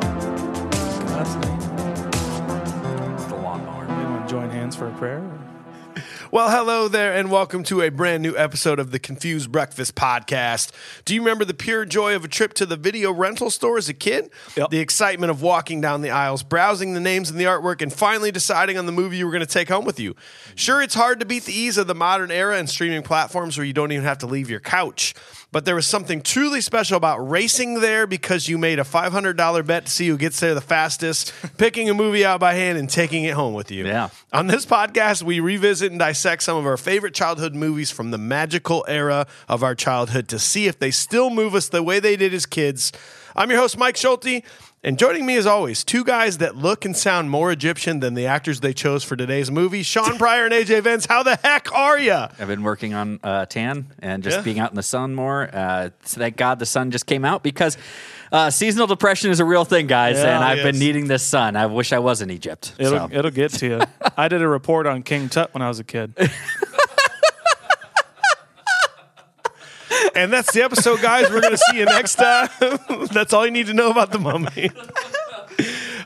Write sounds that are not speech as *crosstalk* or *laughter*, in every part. That's nice. The lawnmower. Anyone join hands for a prayer? Well, hello there, and welcome to a brand new episode of the Confused Breakfast Podcast. Do you remember the pure joy of a trip to the video rental store as a kid? Yep. The excitement of walking down the aisles, browsing the names and the artwork, and finally deciding on the movie you were going to take home with you. Sure, it's hard to beat the ease of the modern era and streaming platforms where you don't even have to leave your couch. But there was something truly special about racing there because you made a $500 bet to see who gets there the *laughs* fastest, picking a movie out by hand, and taking it home with you. Yeah. On this podcast, we revisit and dissect some of our favorite childhood movies from the magical era of our childhood to see if they still move us the way they did as kids. I'm your host, Mike Schulte, and joining me as always, two guys that look and sound more Egyptian than the actors they chose for today's movie, Sean Pryor and AJ Vance. How the heck are you? I've been working on uh, tan and just Yeah. being out in the sun more. Uh, so thank God the sun just came out because uh, seasonal depression is a real thing, guys. and I've Yes. been needing this sun. I wish I was in Egypt. It'll, So. it'll get to you. I did a report on King Tut when I was a kid. And that's the episode, guys. We're going to see you next time. *laughs* that's all you need to know about the mummy.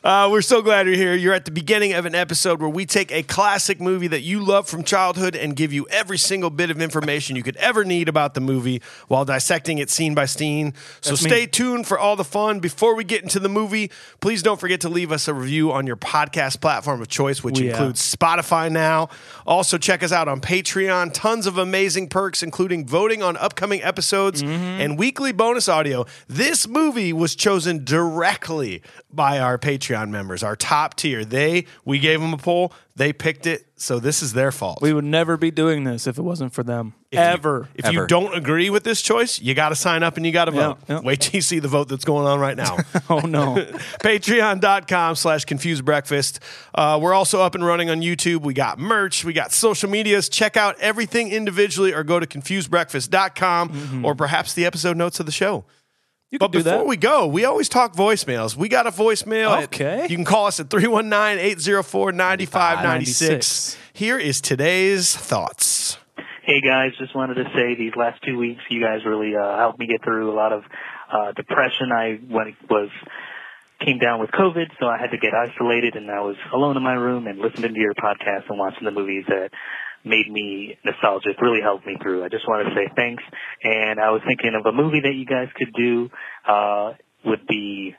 Uh, we're so glad you're here. You're at the beginning of an episode where we take a classic movie that you love from childhood and give you every single bit of information you could ever need about the movie while dissecting it scene by scene. So That's me. stay tuned for all the fun. Before we get into the movie, please don't forget to leave us a review on your podcast platform of choice, which Oh, Yeah. includes Spotify now. Also, check us out on Patreon. Tons of amazing perks, including voting on upcoming episodes Mm-hmm. and weekly bonus audio. This movie was chosen directly by our Patreon members, our top tier. They we gave them a poll, they picked it, so this is their fault. We would never be doing this if it wasn't for them. If you- Ever. If you Ever. don't agree with this choice, you got to sign up and you got to vote. yeah. Wait till you see the vote that's going on right *laughs* now. *laughs* oh, no. patreon.com slash confused breakfast uh, we're also up and running on youtube we got merch we got social medias check out everything individually or go to confusedbreakfast.com or perhaps the episode notes of the show You but can Mm-hmm. do before that. we go, we always talk voicemails. We got a voicemail. at- Okay. you can call us at 319-804-9596. 9596. Here is today's thoughts. Hey guys, just wanted to say these last two weeks you guys really uh, helped me get through a lot of uh, depression. I when was came down with COVID, so I had to get isolated, and I was alone in my room and listening to your podcast and watching the movies that made me nostalgic. Really helped me through. I just wanted to say thanks, and I was thinking of a movie that you guys could do uh, would be.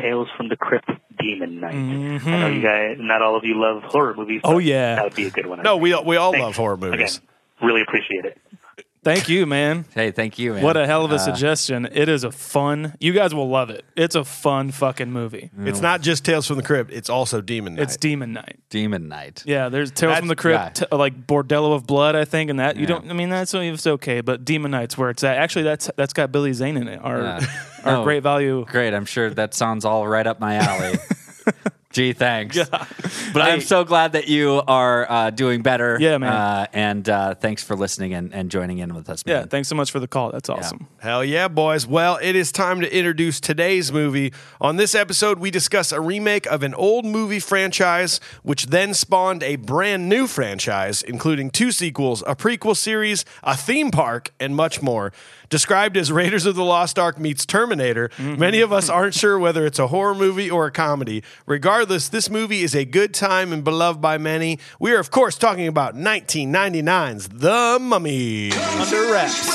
Tales from the Crypt Demon Night. I know you guys, not all of you love horror movies. Mm-hmm. Oh, but yeah. That would be a good one. I No, we, we all Thanks. love horror movies. Again, really appreciate it. Thank you, man. Hey, thank you. Man. What a hell of a Uh, suggestion. It is a fun, you guys will love it. It's a fun fucking movie. It's not just Tales from the Crypt. It's also Demon Night. It's Demon Night. demon night. Yeah, there's Tales from the Crypt, yeah. t- like Bordello of Blood, I think, and that you Yeah. don't. I mean, that's it's okay, but Demon Knight's where it's at. Actually, that's that's got Billy Zane in it. Our Yeah. Oh. our No. great value. Great. I'm sure that sounds all right up *laughs* my alley. Gee, thanks. But I'm so glad that you are uh, doing better. Yeah, man. Uh, and uh, thanks for listening and, and joining in with us. Yeah, man. thanks so much for the call. That's awesome. Hell yeah, boys. Well, it is time to introduce today's movie. On this episode, we discuss a remake of an old movie franchise, which then spawned a brand new franchise, including two sequels, a prequel series, a theme park, and much more. Described as Raiders of the Lost Ark meets Terminator, many of us aren't sure whether it's a horror movie or a comedy. Regardless, this movie is a good time and beloved by many. We are, of course, talking about 1999's The Mummy. Under wraps.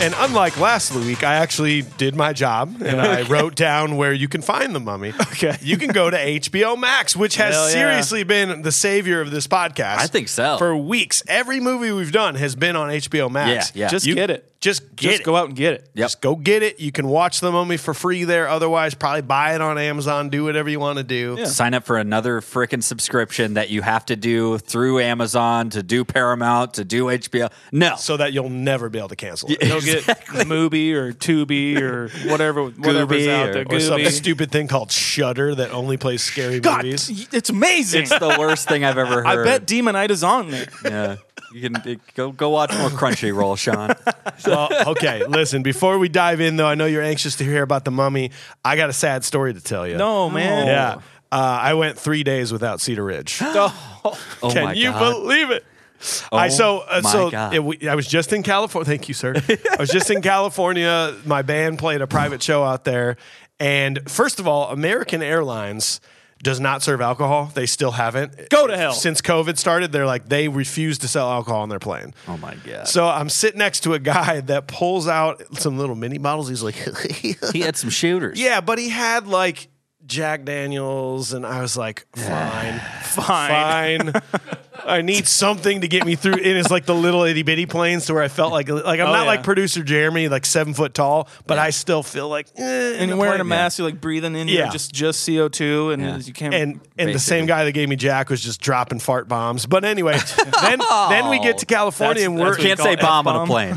And unlike last week, I actually did my job and I wrote down where you can find the mummy. Okay. You can go to HBO Max, which has Hell yeah. seriously been the savior of this podcast. I think so. For weeks. Every movie we've done has been on HBO Max. Yeah, yeah. Just You- get it. Just get Just it. go out and get it. Yep. Just go get it. You can watch the mummy for free there. Otherwise, probably buy it on Amazon. Do whatever you want to do. Sign up for another freaking subscription that you have to do through Amazon to do Paramount to do HBO. No. So that you'll never be able to cancel it. Go get Mubi or Tubi or whatever whatever's Gooby out or- there. Or some Gooby. stupid thing called Shudder that only plays scary God, movies. it's amazing. it's the worst thing *laughs* I've ever heard. I bet Demonite is on there. Yeah. You can it- go go watch more *laughs* Crunchyroll, Sean. well, okay, listen, before we dive in, though, I know you're anxious to hear about the mummy. I got a sad story to tell you. No, man. Yeah. Uh, I went three days without Cedar Ridge. Oh Can my you god. Oh believe it? I so uh, my so God. it, we, I was just in California. Thank you, sir. I was just in California. My band played a private show out there, and first of all, American Airlines does not serve alcohol. They still haven't. Go to hell. Since COVID started, they're like they refuse to sell alcohol on their plane. oh my god. So I'm sitting next to a guy that pulls out some little mini bottles. He's *laughs* like, *laughs* he had some shooters. "Yeah," but he had like Jack Daniels, and I was like, "Fine, Fine. fine." I need something to get me through. It is like the little itty bitty planes, to where I felt like like I'm Oh, not yeah. like producer Jeremy, like seven foot tall, but I still feel like eh, in And the you're wearing a plane. mask, you're like breathing in Yeah. yeah. just just CO two and Yeah. you can't and and the Basically. same guy that gave me Jack was just dropping fart bombs. But *laughs* anyway, then then we get to California and we're You can't say bomb on a plane.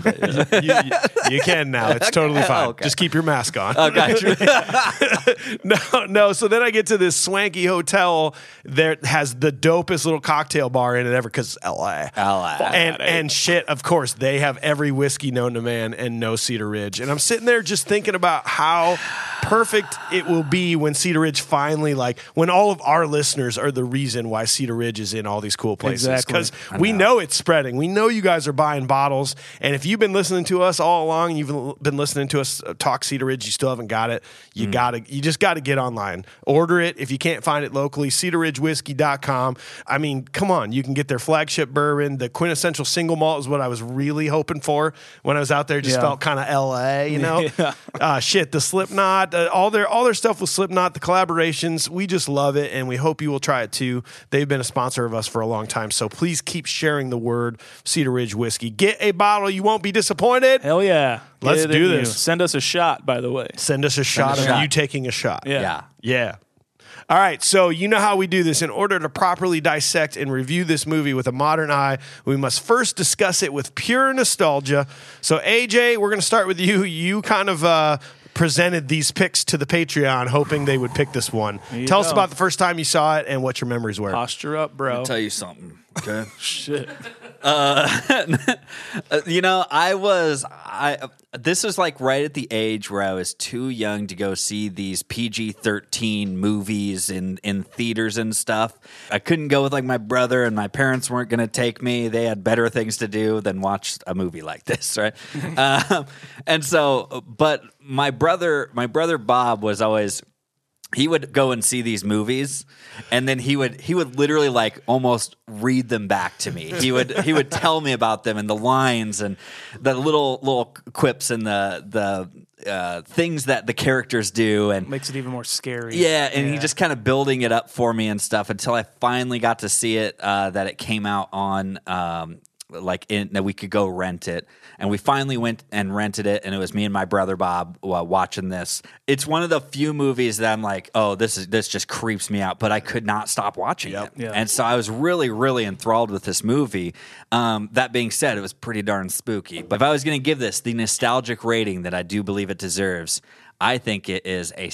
*laughs* but- you, you- you can now. It's totally fine. okay. Just keep your mask on. Oh, gotcha. *laughs* no, no. So then I get to this swanky hotel that has the dopest little cocktail bar in it ever because LA. LA. And, and shit, of course, they have every whiskey known to man and no Cedar Ridge. And I'm sitting there just thinking about how perfect it will be when Cedar Ridge finally, like, when all of our listeners are the reason why Cedar Ridge is in all these cool places. Exactly. Because we know it's spreading. We know you guys are buying bottles. And if you've been listening to us all along, you've l- been listening to us uh, talk Cedar Ridge, you still haven't got it. You gotta, you just gotta get online, order it. If you can't find it locally, cedarridgewhiskey.com. I mean, come on, you can get their flagship bourbon. The quintessential single malt is what I was really hoping for when I was out there. Just Yeah. felt kind of LA, you know? Uh, shit, the Slipknot, uh, all their all their stuff with Slipknot, the collaborations, we just love it, and we hope you will try it too. They've been a sponsor of us for a long time, so please keep sharing the word Cedar Ridge whiskey. Get a bottle, you won't be disappointed. Hell yeah. Let's Get it in do you. this. Send us a shot, by the way. Send us a shot a of shot. you taking a shot. Yeah. yeah. Yeah. All right, so you know how we do this. In order to properly dissect and review this movie with a modern eye, we must first discuss it with pure nostalgia. So, AJ, we're going to start with you. You kind of uh, presented these picks to the Patreon, hoping they would pick this one. Tell us go. about the first time you saw it and what your memories were. Posture up, bro. Tell you something. Okay. Uh, Shit. *laughs* you know, I was I this was like right at the age where I was too young to go see these PG-13 movies in in theaters and stuff. I couldn't go with like my brother and my parents weren't going to take me. They had better things to do than watch a movie like this, right? um, and so but my brother my brother Bob was always he would go and see these movies and then he would he would literally like almost read them back to me he would he would tell me about them and the lines and the little little quips and the the uh, things that the characters do and Makes it even more scary. yeah, and he just kind of building it up for me and stuff until I finally got to see it. Uh, that it came out on um, like in, that we could go rent it, and we finally went and rented it, and it was me and my brother Bob uh, watching this. It's one of the few movies that I'm like, oh, this is this just creeps me out, but I could not stop watching it, Yeah. and so I was really really enthralled with this movie. Um, that being said, it was pretty darn spooky. But if I was going to give this the nostalgic rating that I do believe it deserves. I think it is a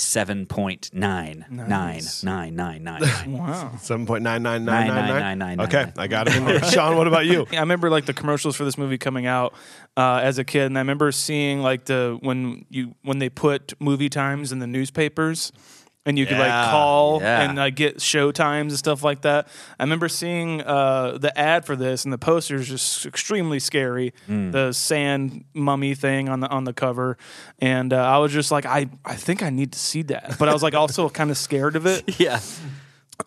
7.99999. Wow. 7.99999. 99999. Okay, I got it. in there. *laughs* Sean, what about you? I remember like the commercials for this movie coming out uh, as a kid, and I remember seeing like the when you when they put movie times in the newspapers, and you could Yeah, like call yeah. and like get show times and stuff like that. I remember seeing uh, the ad for this, and the poster is just extremely scary. The sand mummy thing on the on the cover, and uh, I was just like, I I think I need to see that, but I was like also kind of scared of it. yeah.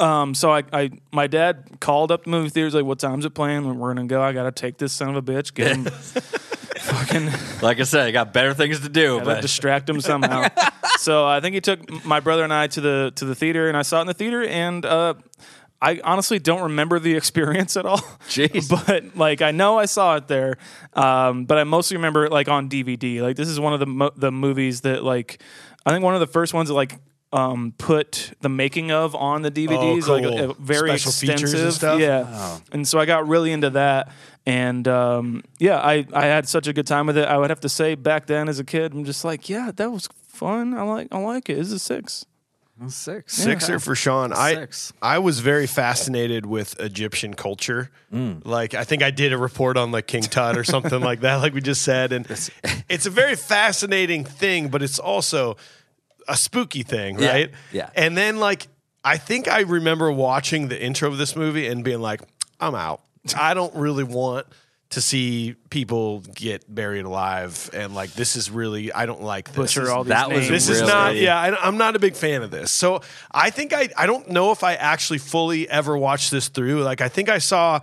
Um, so I, I, my dad called up the movie theaters like, "What time's it playing? We're gonna go. I gotta take this son of a bitch, get him, fucking Like I said, I got better things to do. gotta But distract him somehow. so I think he took my brother and I to the to the theater, and I saw it in the theater, and uh, I honestly don't remember the *laughs* experience at all. Jeez. *laughs* but like I know I saw it there, um, but I mostly remember it like on DVD. Like this is one of the mo- the movies that like I think one of the first ones that like. Um, put the making of on the DVDs, Oh, like cool. a, a very Special features and extensive, stuff? yeah. And so I got really into that. And um, yeah, I, I had such a good time with it. I would have to say back then as a kid, I'm just like, yeah, that was fun. I like I like it. It's a six. six. Sixer for Sean. Six. I I was very fascinated with Egyptian culture. Mm. Like I think I did a report on like King *laughs* Tut or something like that, like we just said. And it's a very fascinating thing, but it's also a spooky thing, Yeah. right? Yeah. And then like I think I remember watching the intro of this movie and being like, I'm out. I don't really want to see people get buried alive and like this is really I don't like this. Butcher This- all these that names. was this is Really? not yeah I, am not a big fan of this so i think I, I don't know if i actually fully ever watched this through like i think i saw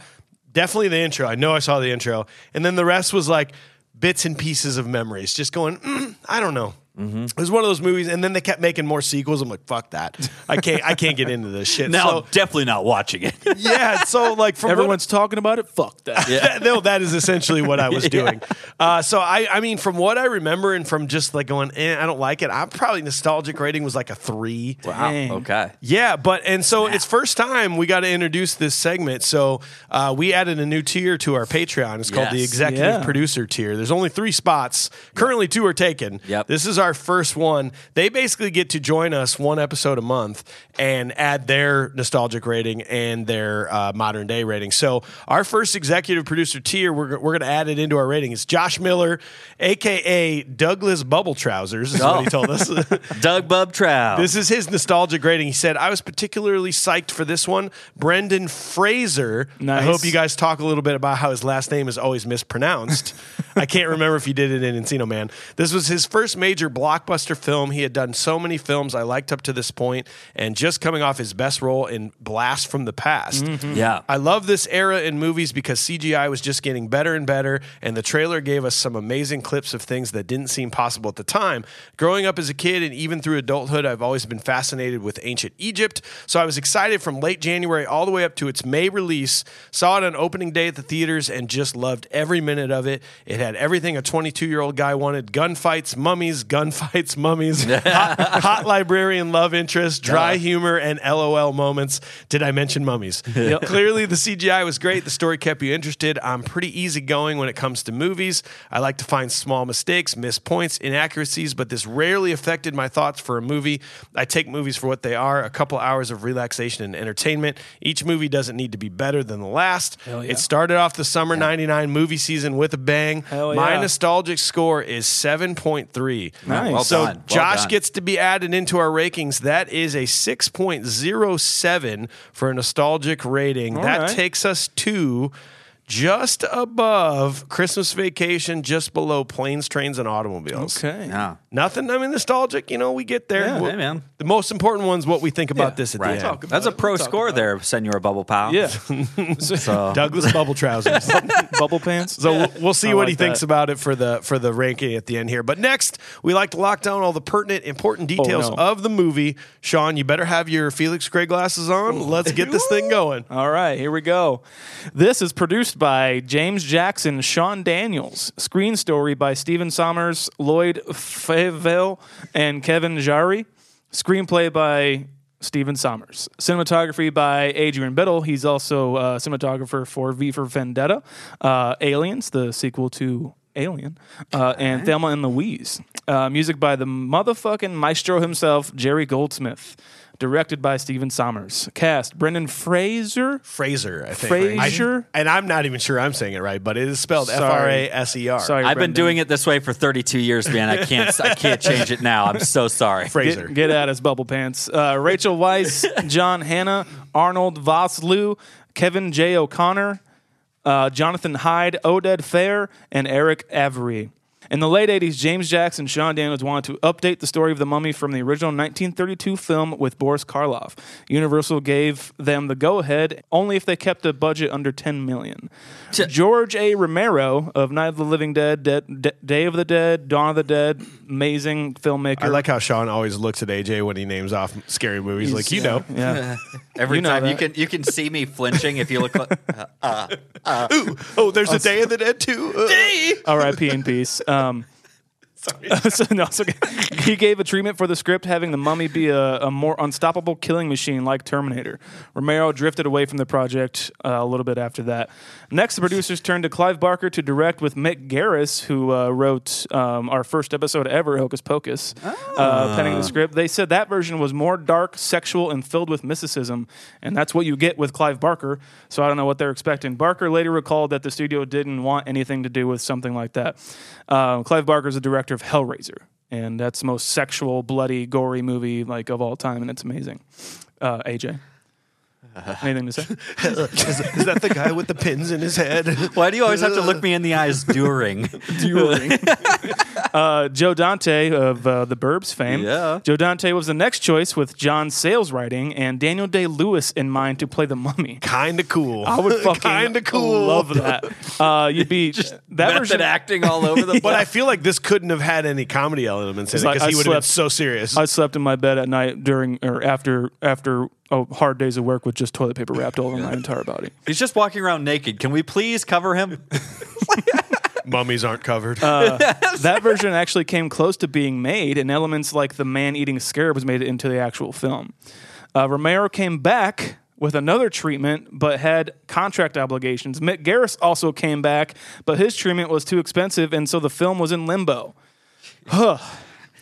definitely the intro i know i saw the intro and then the rest was like bits and pieces of memories just going mm, i don't know It was one of those movies, and then they kept making more sequels. I'm like, "Fuck that! I can't, I can't get into this shit." Now I'm so, definitely not watching it. *laughs* *laughs* yeah. So, like, *laughs* from what- Everyone's talking about it. Fuck that. that, *laughs* no, that is essentially what I was doing. Uh, so I, I mean, from what I remember and from just like going, eh, I don't like it. I'm probably nostalgic rating was like a three. Dang. Okay. Yeah, but and so it's first time we got to introduce this segment. So uh, we added a new tier to our Patreon. It's called the Yes. executive Yeah. producer tier. There's only three spots. Currently, two are taken. Yep. This is our first one. They basically get to join us one episode a month and add their nostalgic rating and their uh, modern day rating. So our first executive producer tier, we're, go- we're going to add it into our rating. It's Josh Miller, aka Douglas Bubble Trousers, is Oh. what he told us. *laughs* Doug Bub Trow. This is his nostalgic rating. He said, I was particularly psyched for this one. Brendan Fraser. I Nice. hope you guys talk a little bit about how his last name is always mispronounced. I can't remember if he did it in Encino Man. This was his first major blockbuster film. He had done so many films I liked up to this point, and just coming off his best role in Blast from the Past. yeah. I love this era in movies because CGI was just getting better and better, and the trailer gave us some amazing clips of things that didn't seem possible at the time. Growing up as a kid and even through adulthood, I've always been fascinated with ancient Egypt, so I was excited from late January all the way up to its May release. Saw it on opening day at the theaters and just loved every minute of it. It had everything a 22 year old guy wanted gunfights, mummies, gunfights, mummies, hot, hot librarian love interest, dry humor, and LOL moments. Did I mention *laughs* mummies? Clearly, the CGI was great. The story kept you interested. I'm pretty easygoing when it comes to movies. I like to find small mistakes, missed points, inaccuracies, but this rarely affected my thoughts for a movie. I take movies for what they are a couple hours of relaxation and entertainment. Each movie doesn't need to be better than the last. It started off the summer 99 movie season with a bang. Hell My yeah. nostalgic score is 7.3. Nice. Well so done. Well Josh done. gets gets to be added into our rankings. That is a 6.07 for a nostalgic rating. that right. takes us to just above Christmas Vacation, just below Planes, Trains, and Automobiles. Okay. Yeah. Nothing, I mean, nostalgic, you know, we get there. Yeah. We'll- Hey, man. The most important one's what we think about this at Right. the end. That's a pro score there, Senor Bubble Pal. *laughs* Yeah. So Douglas Bubble Trousers. *laughs* Bubble pants. So we'll- we'll see I what like he thinks that. about it for the for the ranking at the end here. But next, we like to lock down all the pertinent, important details Oh, no. of the movie. Sean, you better have your Felix Gray glasses on. Let's get this thing going. All right, here we go. This is produced by James Jackson, Sean Daniels. Screen story by Stephen Sommers, Lloyd Favell, and Kevin Jari. Screenplay by Stephen Sommers. Cinematography by Adrian Biddle. He's also uh, cinematographer for V for Vendetta, uh, Aliens, the sequel to Alien, uh, and Thelma and Louise. Uh, music by the motherfucking maestro himself, Jerry Goldsmith. Directed by Stephen Sommers. Cast Brendan Fraser. Fraser, I think. Fraser? I- and I'm not even sure I'm saying it right, but it is spelled F Sorry. R A S E R. Sorry, I've been Brendan. doing it this way for 32 years, man. I can't I can't change it now. I'm so sorry. Fraser. Get, get at us, bubble pants. Uh, Rachel *laughs* Weisz, John Hanna, Arnold Vosloo, Kevin J. O'Connor, uh, Jonathan Hyde, Oded Fair, and Eric Avery. In the late 80s, James Jackson and Sean Daniels wanted to update the story of the mummy from the original 1932 film with Boris Karloff. Universal gave them the go ahead only if they kept the budget under 10 million. George A. Romero of Night of the Living Dead, Dead D- Day of the Dead, Dawn of the Dead, amazing filmmaker. I like how Sean always looks at AJ when he names off scary movies. like you know, *laughs* yeah. Every You know time you that. can you can see me flinching if you look. *laughs* Like, uh, oh, there's a Day of the Dead too. Uh. R.I.P. in peace. Um, *laughs* so, no, it's okay. He gave a treatment for the script, having the mummy be a, a more unstoppable killing machine like Terminator. Romero drifted away from the project uh, a little bit after that. Next, the producers turned to Clive Barker to direct with Mick Garris, who uh, wrote um, our first episode ever, Hocus Pocus, uh, penning the script. They said that version was more dark, sexual, and filled with mysticism, and that's what you get with Clive Barker. So I don't know what they're expecting. Barker later recalled that the studio didn't want anything to do with something like that. Um, Clive Barker is the director of Hellraiser, and that's the most sexual, bloody, gory movie like of all time, and it's amazing. Uh, AJ, anything to say? is, is that the guy with the pins in his head? *laughs* Why do you always have to look me in the *laughs* eyes during? uh, Joe Dante of uh, the Burbs fame. Yeah. Joe Dante was the next choice with John Sayles writing and Daniel Day Lewis in mind to play the mummy. kind of cool. *laughs* I would fucking kind of cool. love that. Uh, *laughs* you'd be that Method version. acting all over *laughs* the But place. I feel like this couldn't have had any comedy elements in it like because I he would have been slept- so serious. I slept in my bed at night during or after after oh, hard days of work with just toilet paper wrapped all *laughs* over my entire body. He's just walking around naked. Can we please cover him? Mummies aren't covered. that version actually came close to being made, and elements like the man eating scarab was made into the actual film. Uh, Romero came back with another treatment, but had contract obligations. Mick Garris also came back, but his treatment was too expensive, and so the film was in limbo. *laughs*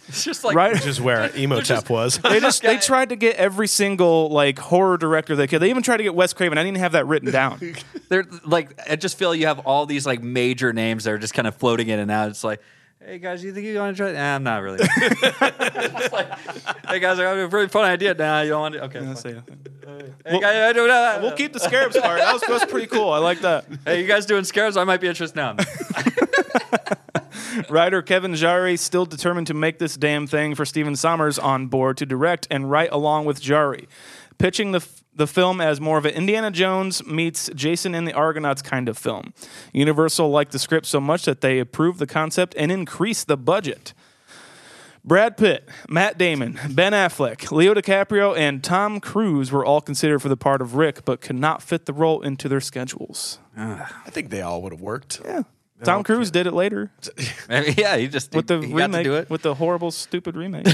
It's just like Right? Which is where Emotep *laughs* was. They just they tried to get every single like horror director they could. They even tried to get Wes Craven. I didn't even have that written down. they're like. I just feel you have all these like major names that are just kind of floating in and out. It's like, hey guys, you think you want to try? Nah, I'm not really. *laughs* it's like, hey guys, I have a really fun idea. Nah, you don't want to. Okay, fine. hey, guys, I don't know. We'll keep the scarabs part. That was, that was pretty cool. I like that. Hey, you guys doing scares? I might be interested now. *laughs* Writer Kevin Jari still determined to make this damn thing for Steven Sommers on board to direct and write along with Jari, pitching the f- the film as more of an Indiana Jones meets Jason and the Argonauts kind of film. Universal liked the script so much that they approved the concept and increased the budget. Brad Pitt, Matt Damon, Ben Affleck, Leo DiCaprio, and Tom Cruise were all considered for the part of Rick, but could not fit the role into their schedules. I think they all would have worked. Tom Cruise did it later. yeah, you just with the you got remake to do it. with the horrible stupid remake.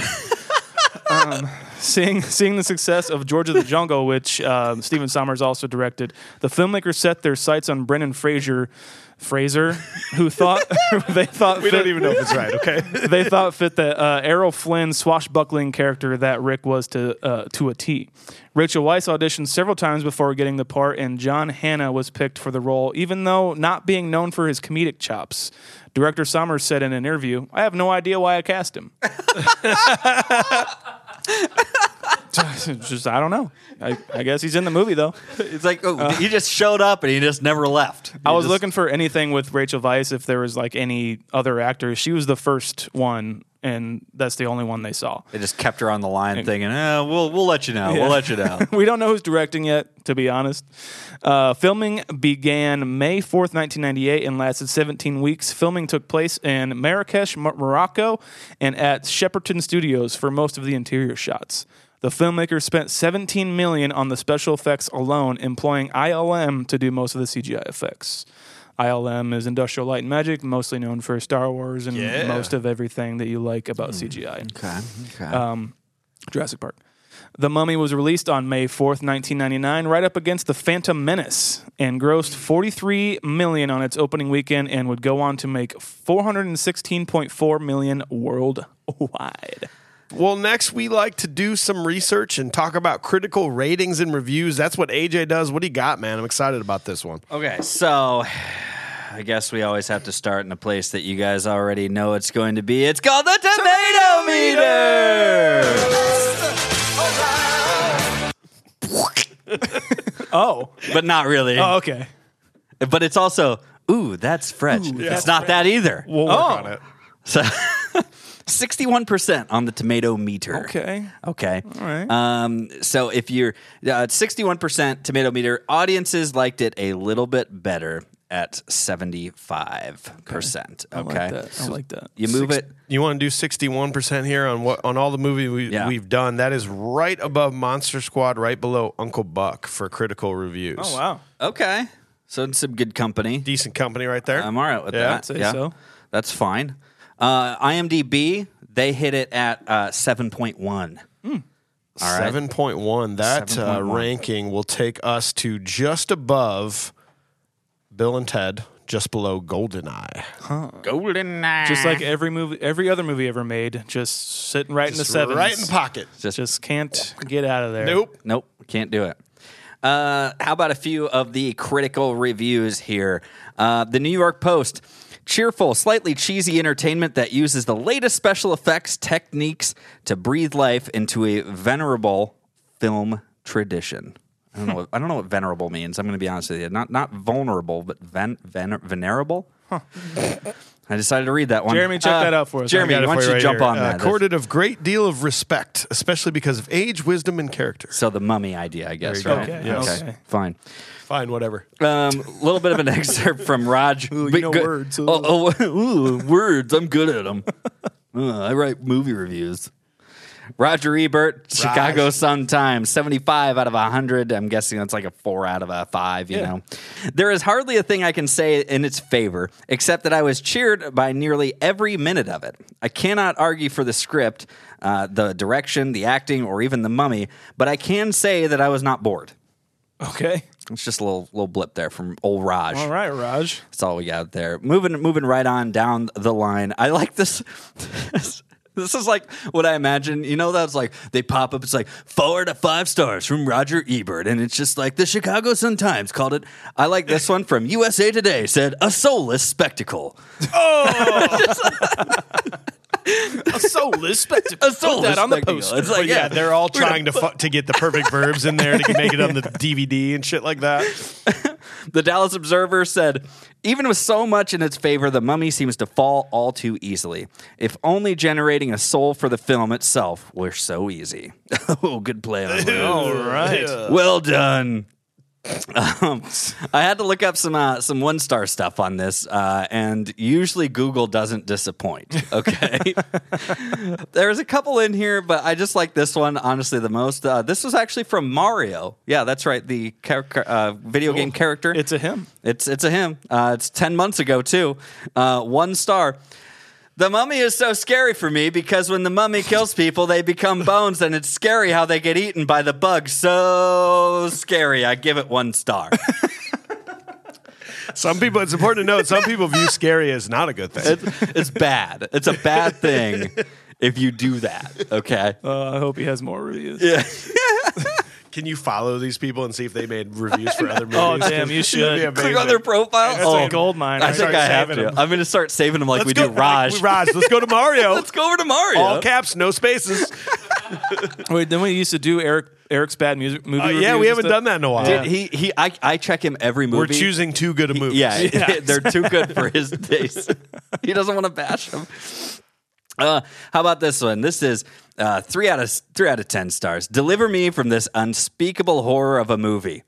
*laughs* um, seeing seeing the success of George of the Jungle, which um, Stephen Sommers also directed, the filmmakers set their sights on Brendan Fraser, Fraser, who thought *laughs* they thought We don't even know if it's right, okay? they thought fit that uh, Errol Flynn swashbuckling character that Rick was to uh, to a T. Rachel Weisz auditioned several times before getting the part, and John Hanna was picked for the role, even though not being known for his comedic chops. Director Summers said in an interview, "I have no idea why I cast him." *laughs* Just I don't know. I, I guess he's in the movie though. It's like oh, he just showed up and he just never left. Uh. I was He just- looking for anything with Rachel Weisz if there was like any other actor. She was the first one, and that's the only one they saw. They just kept her on the line, thinking, eh, "We'll we'll let you know. We'll let *laughs* you know." we don't know who's directing yet, to be honest. Uh, filming began May 4th, 1998, and lasted 17 weeks. Filming took place in Marrakesh, Mo- Morocco, and at Shepperton Studios for most of the interior shots. The filmmaker spent 17 million on the special effects alone, employing ILM to do most of the CGI effects. ILM is Industrial Light and Magic, mostly known for Star Wars and most of everything that you like about CGI. Um, Jurassic Park. The Mummy was released on May 4th, 1999, right up against The Phantom Menace and grossed 43 million on its opening weekend and would go on to make 416.4 million worldwide. *laughs* Well, next we like to do some research and talk about critical ratings and reviews. That's what AJ does. What do you got, man? I'm excited about this one. Okay, so I guess we always have to start in a place that you guys already know it's going to be. It's called the tomato *laughs* meter. Oh, But not really. oh okay. But it's also, ooh, that's French. it's not that either. We'll work Oh. on it. So 61% on the tomato meter. Okay. Okay. All right. Um, so if you're uh, 61% tomato meter, audiences liked it a little bit better at 75%. Okay. I like that. I like that. You move it. You want to do sixty one percent here on what on all the movies we, Yeah. we've done. That is right above Monster Squad, right below Uncle Buck for critical reviews. Oh wow. Okay. So it's some good company. decent company right there. I'm all right with Yeah, that. I'd say yeah. so. That's fine. Uh, IMDb, they hit it at uh, 7.1. right. Seven point one. That Uh, 7.1. ranking will take us to just above Bill and Ted, just below Goldeneye. Golden Just like every movie, every other movie ever made, just sitting right in the sevens. right in the pocket. Just can't get out of there. Nope. Nope, can't do it. Uh, how about a few of the critical reviews here? Uh, the New York Post. Cheerful, slightly cheesy entertainment that uses the latest special effects techniques to breathe life into a venerable film tradition. I don't know. What, I don't know what venerable means. I'm going to be honest with you. Not not vulnerable, but ven, ven, venerable. I decided to read that one. Uh, Jeremy, check that out for us. Jeremy, I got why it don't you Right jump here. on Uh, that? Accorded of great deal of respect, especially because of age, wisdom, and character. so the mummy idea, I guess. There you Right? go. Okay, Yes. okay. Fine. Fine, whatever. Um, a little bit of an *laughs* excerpt from Raj. Ooh, know words. Oh, oh, *laughs* ooh, words. I'm good *laughs* at them. I write movie reviews. Roger Ebert, Chicago Sun Times, 75 out of 100. I'm guessing that's like a four out of a five, you know. There is hardly a thing I can say in its favor, except that I was cheered by nearly every minute of it. I cannot argue for the script, uh, the direction, the acting, or even the mummy, but I can say that I was not bored. Okay. It's just a little little blip there from old Raj. All right, *laughs* Raj. That's all we got there. Moving moving right on down the line. I like this. *laughs* This is like what I imagine. You know, that's like they pop up. It's like four to five stars from Roger Ebert, and it's just like the Chicago Sun Times called it. I like this one from USA Today said a soulless spectacle. So respectable. A soulless that on the spectacle. poster. It's like yeah, yeah, they're *laughs* all trying to fu- to get the perfect verbs in there to make it *laughs* on the DVD and shit like that. The Dallas Observer said, even with so much in its favor, the mummy seems to fall all too easily. If only generating a soul for the film itself were so easy. *laughs* oh, good play on words. All right. Well done. Um, I had to look up some uh, some one star stuff on this, uh, and usually Google doesn't disappoint. *laughs* Okay, there's a couple in here, but I just like this one honestly the most. Uh, this was actually from Mario. Yeah, that's right, the char- char- uh, video game character. It's a him. It's it's a him. Uh, it's ten months ago too. Uh, one star. The mummy is so scary for me because when the mummy kills people, they *laughs* become bones, and it's scary how they get eaten by the bug. So scary. I give it one star. Some people, it's important to note, some people view scary as not a good thing. It's, it's bad. It's a bad thing if you do that. Okay. Uh, I hope he has more reviews. Can you follow these people and see if they made reviews *laughs* for other movies? Oh, *laughs* damn, you should. That'd be *laughs* Click on amazing. their profile. That's oh, like a gold mine. I Right? think Start I have saving to. them. I'm going to start saving them like Let's we go, do Raj. like, Raj, let's go to Mario. *laughs* Let's go over to Mario. All caps, no spaces. Wait, then we used to do Eric Eric's bad music movie. Uh, yeah, reviews we and haven't stuff. done that in a while. Dude, he he. I, I check him every movie. We're choosing too good a movie. *laughs* Yeah, they're too good for his taste. he doesn't want to bash them. Uh, how about this one? This is uh, three out of three out of ten stars. Deliver me from this unspeakable horror of a movie.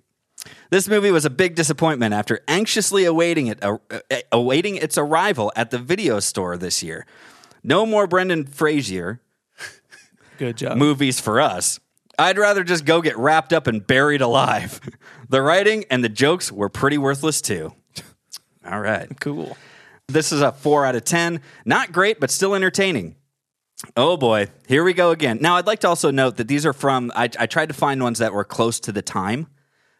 This movie was a big disappointment after anxiously awaiting it, uh, uh, awaiting its arrival at the video store this year. No more Brendan Frazier Good job. movies for us. I'd rather just go get wrapped up and buried alive. *laughs* the writing and the jokes were pretty worthless too. All right. Cool. This is a four out of 10. Not great, but still entertaining. Oh boy, here we go again. Now, I'd like to also note that these are from, I, I tried to find ones that were close to the time.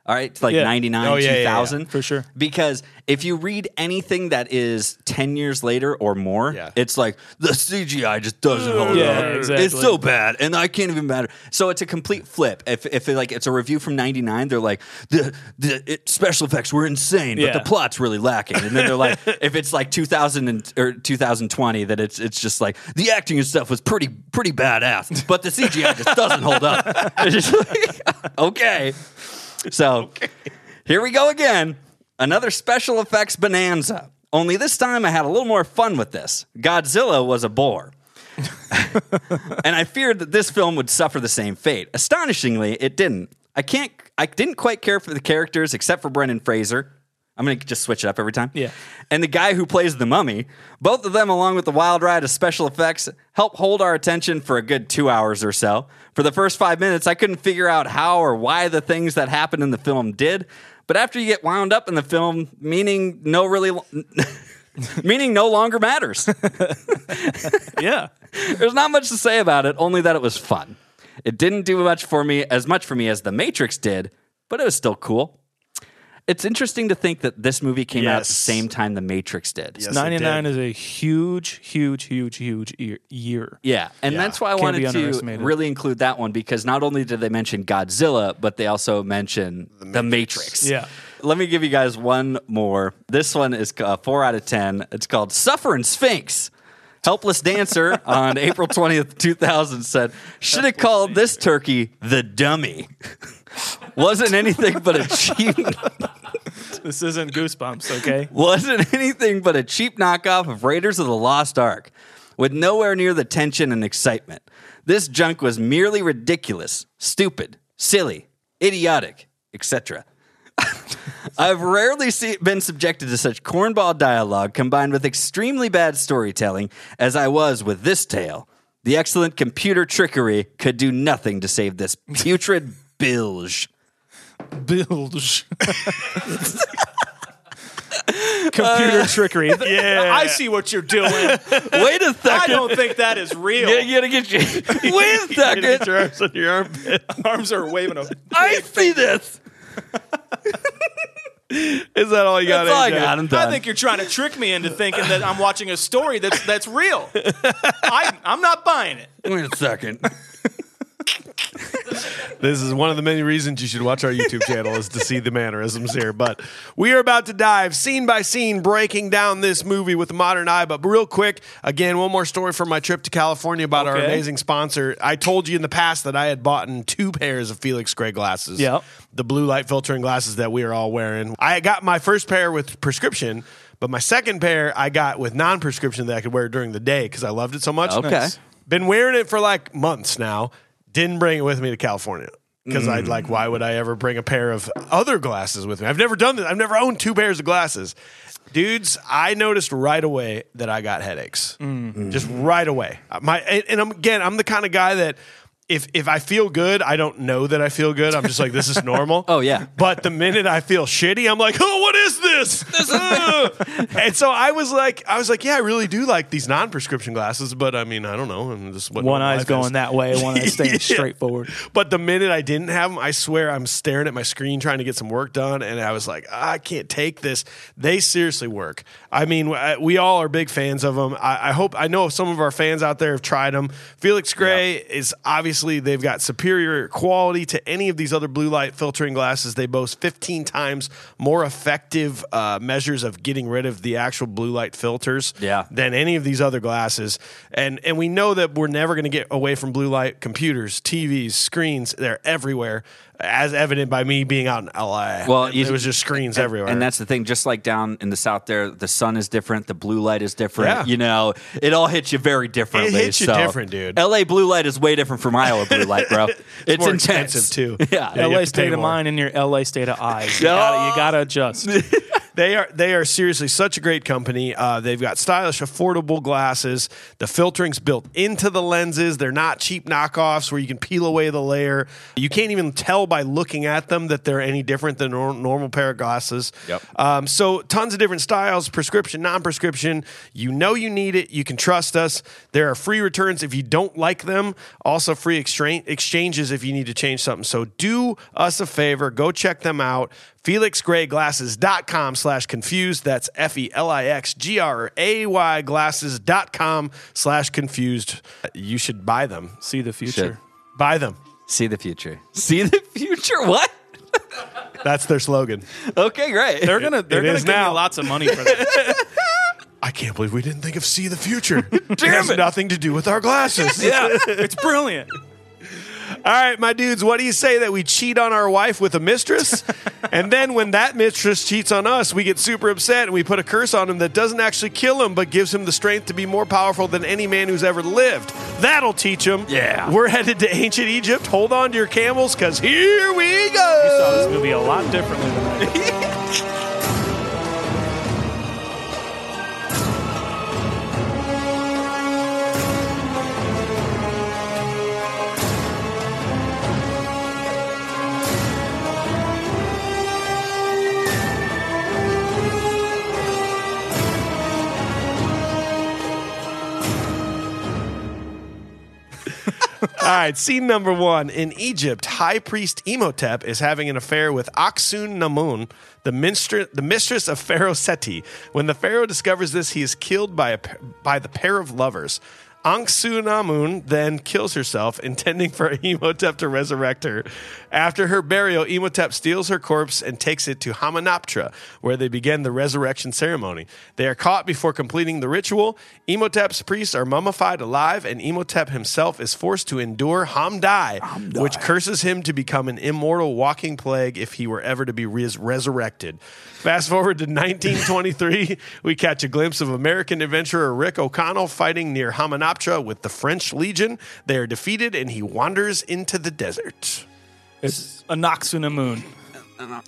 All right, like Yeah. 99, Oh, yeah, yeah, yeah. 2000. For sure. Because if you read anything that is 10 years later or more, Yeah. it's like the CGI just doesn't hold Yeah, up. exactly. It's so bad, and I can't even matter. So it's a complete flip. If, if it, like it's a review from 99, they're like, the, the it, special effects were insane, but Yeah. the plot plot's really lacking. And then they're like, if it's like 2000 and, or 2020, that it's it's just like the acting and stuff was pretty pretty badass, but the CGI just doesn't hold up. It's just like, *laughs* okay, so here we go again. Another special effects bonanza. Only this time I had a little more fun with this. Godzilla was a bore. and I feared that this film would suffer the same fate. Astonishingly, it didn't. I can't I didn't quite care for the characters except for Brendan Fraser. I'm going to just switch it up every time. Yeah. And the guy who plays the mummy, both of them along with the wild ride of special effects help hold our attention for a good 2 hours or so. For the first 5 minutes, I couldn't figure out how or why the things that happened in the film did, but after you get wound up in the film, meaning no really *laughs* meaning no longer matters. *laughs* yeah. There's not much to say about it, only that it was fun. It didn't do much for me, as much for me as The Matrix did, but it was still cool. It's interesting to think that this movie came out at Yes. the same time The Matrix did. Yes, it 99 did. is a huge, huge, huge, huge year. year. Yeah, and that's why I Can't be wanted to underestimated. really include that one because not only did they mention Godzilla, but they also mention The Matrix. Yeah. Let me give you guys one more. This one is uh, four out of 10. It's called Suffering Sphinx. *laughs* Helpless Dancer on April 20th, 2000 said, Should have called this turkey the dummy. *laughs* Wasn't anything but *laughs* a cheap This isn't Goosebumps, okay? wasn't *laughs* anything but a cheap knockoff of Raiders of the Lost Ark, with nowhere near the tension and excitement. This junk was merely ridiculous, stupid, silly, idiotic, etc. *laughs* I've rarely see, been subjected to such cornball dialogue combined with extremely bad storytelling as I was with this tale. The excellent computer trickery could do nothing to save this putrid bilge. *laughs* Bilge. *laughs* Computer trickery. Uh, *laughs* yeah. I see what you're doing. *laughs* Wait a second. I don't think that is real. You gotta get your *laughs* *laughs* wait a second. Arms are waving. Up. I see this. *laughs* Is that all you got? That's all *laughs* I AJ? got. I'm done. I think you're trying to trick me into thinking that I'm watching a story that's that's *laughs* real. I, I'm not buying it. Wait a second. This is one of the many reasons you should watch our YouTube channel is to see the mannerisms here. But we are about to dive scene by scene, breaking down this movie with a modern eye. But real quick, again, one more story from my trip to California about our Okay. amazing sponsor. I told you in the past that I had bought in two pairs of Felix Gray glasses. Yep. The blue light filtering glasses that we are all wearing. I got my first pair with prescription. But my second pair I got with non prescription that I could wear during the day because I loved it so much. Okay. Nice. Been wearing it for like months now. Didn't bring it with me to California because I'd Mm. like, why would I ever bring a pair of other glasses with me? I've never done this. I've never owned two pairs of glasses. Dudes, I noticed right away that I got headaches. Mm-hmm. Just right away. My and, and I'm, again, I'm the kind of guy that if if I feel good, I don't know that I feel good. I'm just like, this is normal. *laughs* Oh, yeah. But the minute I feel shitty, I'm like, oh, what is this? *laughs* Ugh. and so I was like, I was like, yeah, I really do like these non-prescription glasses, but I mean, I don't know. I'm just what One normal eye's life going is. that way, one eye's *laughs* staying straight forward. But the minute I didn't have them, I swear I'm staring at my screen trying to get some work done, and I was like, I can't take this. They seriously work. I mean, I- we all are big fans of them. I, I hope I know some of our fans out there have tried them. Felix Gray is obviously they've got superior quality to any of these other blue light filtering glasses. They boast 15 times more effective uh, measures of getting rid of the actual blue light filters Yeah. than any of these other glasses. And and we know that we're never going to get away from blue light computers, TVs, screens. They're everywhere, as evident by me being out in LA. Well, And you- it was just screens *laughs* everywhere. And that's the thing. Just like down in the south, there, the sun is different. The blue light is different. Yeah. You know, it all hits you very differently. hits you so- different, dude. L.A. blue light is way different from Iowa blue light, *laughs* bro. it's more intense. expensive, too. *laughs* Yeah. Yeah, you have LA to pay state of more. mind and your LA state of eyes. You gotta, you gotta adjust. They are they are seriously such a great company. Uh, they've got stylish, affordable glasses. The filtering's built into the lenses. They're not cheap knockoffs where you can peel away the layer. You can't even tell by looking at them that they're any different than nor- normal pair of glasses. Yep. Um, so tons of different styles, prescription, non-prescription. You know you need it. You can trust us. There are free returns if you don't like them. Also free exchange exchanges if you need to change something. So do us a favor. Go check them out. FelixGrayGlasses.com slash confused. That's E F-E-L-I-X-G-R-A-Y glasses.com slash confused. You should buy them. See the Shit. future. Buy them. See the future. See the future. What? That's their slogan. Okay, great. They're gonna, they're it gonna is give me now. lots of money for *laughs* that. I can't believe we didn't think of see the future. Damn it. has nothing to do with our glasses. yeah, it's brilliant. All right, my dudes, what do you say that we cheat on our wife with a mistress? and then when that mistress cheats on us, we get super upset and we put a curse on him that doesn't actually kill him, but gives him the strength to be more powerful than any man who's ever lived. That'll teach him. Yeah. We're headed to ancient Egypt. Hold on to your camels, because here we I saw go. this movie a lot differently *laughs* than I did. All right, scene number one. In Egypt, High Priest Emotep is having an affair with Aksun Namun, the, minster, the mistress of Pharaoh Seti. When the Pharaoh discovers this, he is killed by, a, pa- by the pair of lovers. Aksun Namun then kills herself, *laughs* intending for Emotep to resurrect her. After her burial, Emotep steals her corpse and takes it to Hamanoptra, where they begin the resurrection ceremony. They are caught before completing the ritual. Emotep's priests are mummified alive, and Emotep himself is forced to endure Hamdai, which curses him to become an immortal walking plague if he were ever to be res- resurrected. Fast forward to 1923, we catch a glimpse of American adventurer Rick O'Connell fighting near Hamanoptra with the French Legion. They are defeated, and he wanders into the desert. A Noxuna moon.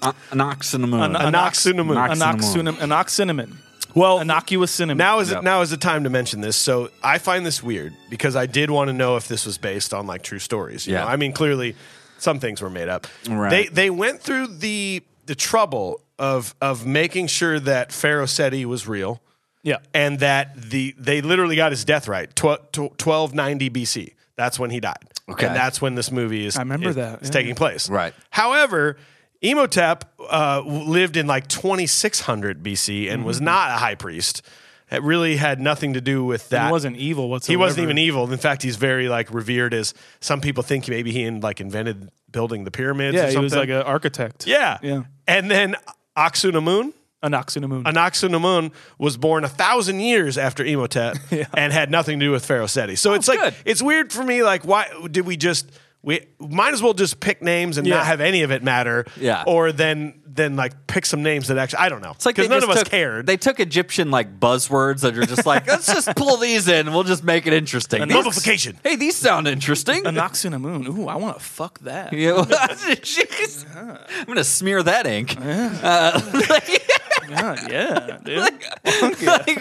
Uh, An ox in the moon. An- Anoxunam- A Noxuna, an Oxinamin. Well, Innocuous cinnamon. Now is Yep. it, now is the time to mention this. So I find this weird because I did want to know if this was based on like true stories. You Yeah. know? I mean, clearly some things were made up. Right. They they went through the the trouble of of making sure that Pharaoh Seti was real yeah. and that the they literally got his death right. Tw- tw- Twelve ninety BC. That's when he died. Okay. and that's when this movie is. I remember that, It's yeah. taking place. Right. However, Imhotep uh, w- lived in like twenty six hundred BC and Mm-hmm. was not a high priest. It really had nothing to do with that. He wasn't evil whatsoever. He wasn't even evil. In fact, he's very like revered as some people think maybe he like invented building the pyramids. or Yeah, he something. was like an architect. yeah, Yeah. And then Aksunamun. An Oxinamoon. Anaxunamun was born a thousand years after *laughs* Imhotep and had nothing to do with Pharaoh Seti. So it's like Oh, good. it's weird for me. Like, why did we just we might as well just pick names and Yeah. not have any of it matter? Yeah. Or then then like pick some names that actually I don't know. It's like because they none just of us took- cared. They took Egyptian like buzzwords that are *laughs* just like, let's just pull these in. and We'll just make it interesting. These- Mummification. Hey, these sound interesting. *laughs* an Oxinamoon. Ooh, I want to fuck that. You know, *laughs* jeez. I'm gonna smear that ink. Uh, *laughs* like, Yeah, *laughs* yeah, dude. like,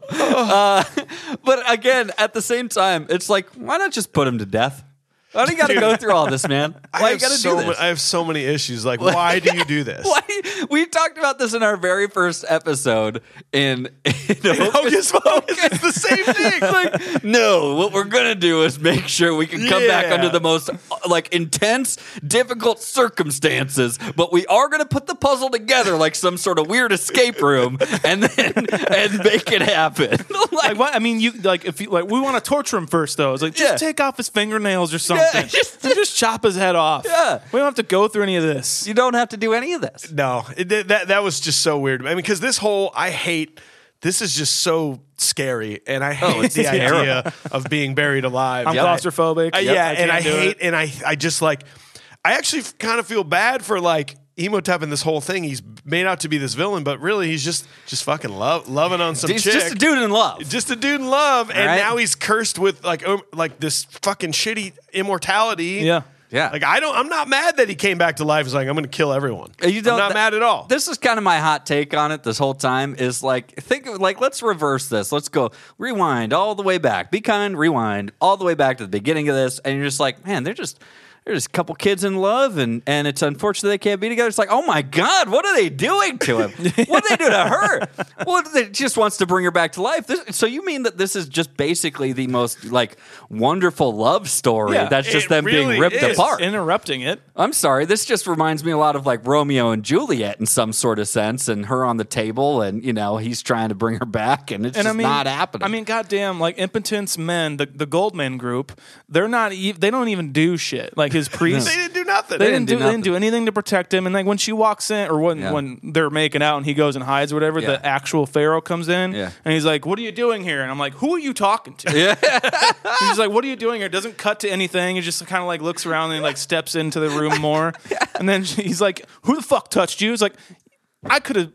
Oh. Uh, but again, at the same time, it's like, why not just put him to death? Why do you got to go through all this, man? Why *laughs* I you have got to so do ma- this? I have so many issues. Like, why *laughs* do you do this? Why? We talked about this in our very first episode in, *laughs* in Hocus Pocus, *laughs* it's the same thing. like, no, what we're gonna do is make sure we can come back Yeah. under the most uh, like intense, difficult circumstances, but we are gonna put the puzzle together like some sort of weird escape room and then and make it happen. *laughs* Like, what? I mean, you like if you like, we want to torture him first, though. It's like just Yeah. take off his fingernails or something. *laughs* just- just, just chop his head off. Yeah. we don't have to go through any of this. you don't have to do any of this. No, it, that- that that was just so weird. I mean, because this whole I hate. This is just so scary, and I hate it's the terrible. idea of being buried alive. Oh, I'm Yep. claustrophobic. I- Yep, Uh, yeah, I and can't I do hate, it. and I I just like, I actually kind of feel bad for like Emotep and this whole thing. He's made out to be this villain, but really he's just just fucking love loving on some It's chick. just a dude in love. Just a dude in love, and Right. now he's cursed with like um, like this fucking shitty immortality. Yeah. Yeah. Like I don't, I'm not mad that he came back to life. He's like, I'm going to kill everyone. Uh, You don't- I'm not th- mad at all. This is kind of my hot take on it this whole time is like think of like let's reverse this. Let's go rewind all the way back. Be kind, rewind all the way back to the beginning of this and you're just like, man, they're just they're just a couple kids in love and and it's unfortunate they can't be together. It's like, "Oh my god, what are they doing *laughs* to him? what did they do to her?" Well, it just wants to bring her back to life. This, so you mean that this is just basically the most like wonderful love story Yeah, that's just it them really being ripped is. apart. Interrupting it. I'm sorry. This just reminds me a lot of like Romeo and Juliet in some sort of sense, and her on the table, and you know he's trying to bring her back, and it's and just I mean, not happening. I mean, goddamn, like impotence men, the the Goldman Group, they're not. E- they don't even do shit. Like like *laughs* his priests. They didn't do nothing. They, They didn't, didn't do do, they didn't do anything to protect him. And like when she walks in, or when Yeah. when they're making out, and he goes and hides, or whatever. Yeah. The actual Pharaoh comes in, Yeah. and he's like, "What are you doing here?" And I'm like, "Who are you talking to?" Yeah. *laughs* he's just like, "What are you doing here?" Doesn't cut to anything. He just kind of like looks around and like steps into the *laughs* room more. And then he's like, "Who the fuck touched you?" It's like, I could have.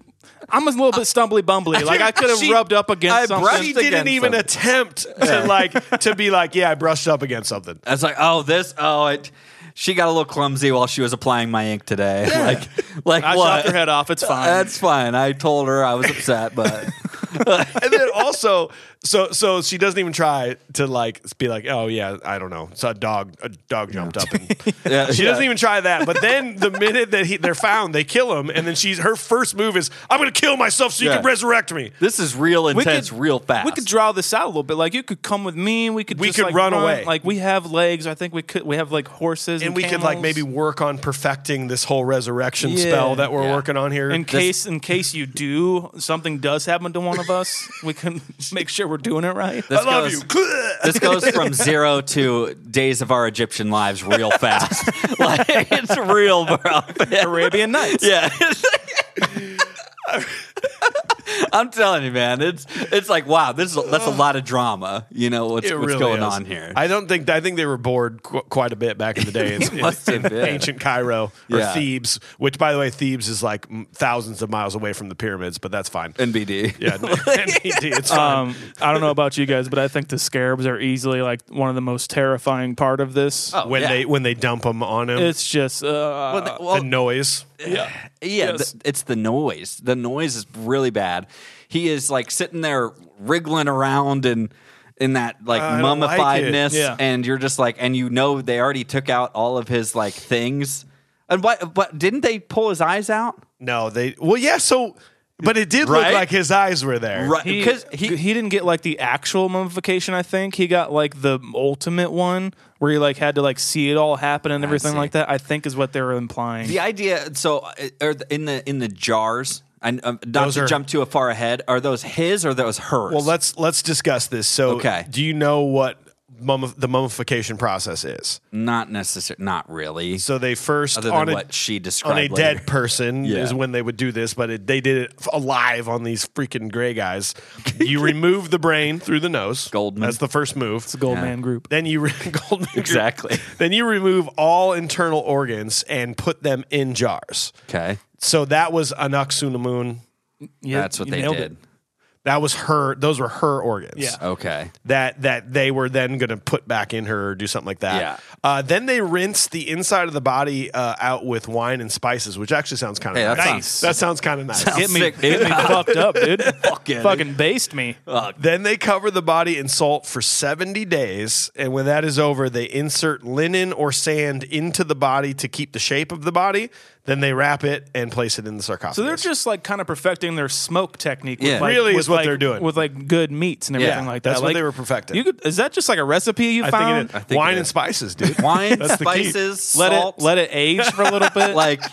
I'm a little bit stumbly bumbly. Like *laughs* I could have She- rubbed up against I something. brushed She Just didn't against even them. attempt to like to be like, yeah, I brushed up against something. I was like, oh, this, oh, it. She got a little clumsy while she was applying my ink today. *laughs* Like, like I what? chopped her head off. It's fine. That's fine. I told her I was upset, but *laughs* And then also, so so she doesn't even try to like be like, oh yeah, I don't know. So a dog, a dog jumped up. And, *laughs* Yeah, she yeah. doesn't even try that. But then the minute that he, they're found, they kill him, and then she's her first move is, I'm gonna kill myself so you Yeah. can resurrect me. this is real intense, real fast. We could draw this out a little bit. Like you could come with me. We could We just, could like, run away. Like we have legs. I think we could. We have like horses, and, And we could like camels. maybe work on perfecting this whole resurrection Yeah. spell that we're Yeah. working on here. in case in case you do something does happen to one of us, *laughs* we can make sure we're doing it right. I This love goes- you. *laughs* This goes from zero to days of our Egyptian lives real fast. *laughs* like it's real, bro. *laughs* Arabian Nights. Yeah. *laughs* I'm telling you, man. It's it's like wow, this is that's a lot of drama. You know what's Uh, It what's really going is. on here? I don't think I think they were bored qu- quite a bit back in the day in, in- *laughs* must *laughs* have in been. ancient Cairo or Yeah. Thebes, which by the way Thebes is like m- thousands of miles away from the pyramids, but that's fine. *laughs* NBD. yeah, no, NBD, Oh, it's fine. Um, I don't know about you guys, but I think the scarabs are easily like one of the most terrifying part of this. when yeah. they when they dump them on him, It's just uh, Well, the noise. yeah. Yeah, Yes. th- it's the noise. The noise is really bad. He is like sitting there wriggling around and in that like I don't like mummifiedness, it. Yeah. and you're just like, and you know they already took out all of his like things. And what? But didn't they pull his eyes out? No, they well yeah. So, but it did look Right? like his eyes were there. Right? He, Because he he, didn't get like the actual mummification. I think he got like the ultimate one where he like had to like see it all happen and everything see. like that. I think is what they were implying. the idea. So, uh, or the- in the in the jars. And um, not Those to are- jump too far ahead. Are those his or those hers? Well, let's let's discuss this. So, Okay. do you know what mummi- the mummification process is? not necessarily. Not really. So they first Mm. Other on than a, what she described. on a later. dead person *laughs* Yeah. is when they would do this, but it, they did it f- alive on these freaking gray guys. *laughs* You remove the brain through the nose. Goldman. That's the first move. It's a Goldman Group. Then you re- *laughs* Goldman Group. *laughs* Exactly. Then you remove all internal organs and put them in jars. Okay, So that was Anaksunamun. Yeah, that's what you they nailed did. it. That was her. Those were her organs. Yeah. *laughs* Okay. that that they were then going to put back in her or do something like that. Yeah. Uh, then they rinse the inside of the body uh, out with wine and spices, which actually sounds kind of Hey, that nice. sounds- that sounds kind of nice. Get me, Sick, *laughs* get me fucked up, dude. Fucking- fucking based me. Oh, Then they cover the body in salt for 70 days. And when that is over, they insert linen or sand into the body to keep the shape of the body. Then they wrap it and place it in the sarcophagus. So they're just like kind of perfecting their smoke technique. Yeah. with, like, Really with, is what like- they're doing. with like good meats and everything Yeah, like that. that's what Like, they were perfecting. You could, is that just like a recipe you I found? think it is. think Wine it and is. spices, dude. *laughs* wine, That's the key. spices, Let salt. it let it age for a little *laughs* bit. like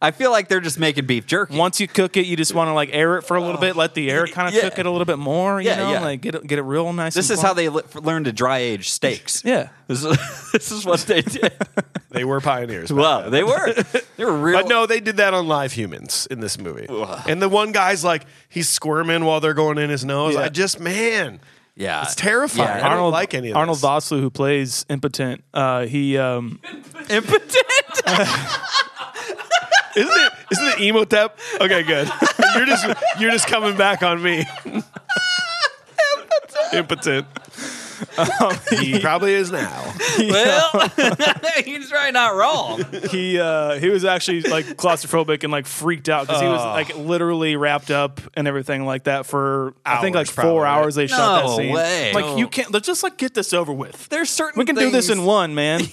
I feel like they're just making beef jerky. once you cook it, you just want to like air it for a little bit, let the air kind of Oh, Yeah. cook it a little bit more. You Yeah, know, yeah. like get it, get it real nice. this and is how plump. they le- learn to dry age steaks. Yeah. *laughs* This is, this is what *laughs* they did. They were pioneers. back Wow, then. they were they were *laughs* real. But no, they did that on live humans in this movie. And the one guy's like, he's squirming while they're going in his nose. I just, man, yeah, it's terrifying. I don't Arnold like any of Arnold this. Vosloo, who plays impotent, uh, he um, impotent. Isn't it? Isn't it Emotep? Okay, good. *laughs* *laughs* You're just you're just coming back on me. Impotent. he probably is now. *laughs* well, he's right, not *laughs* wrong. he uh, he was actually like claustrophobic and like freaked out because he Oh. was like literally wrapped up and everything like that for I think like Hours, four probably, hours. They shot that No scene. way. Like No. you can't. Let's just like get this over with. There's certain we can do this things- in one, man. *laughs*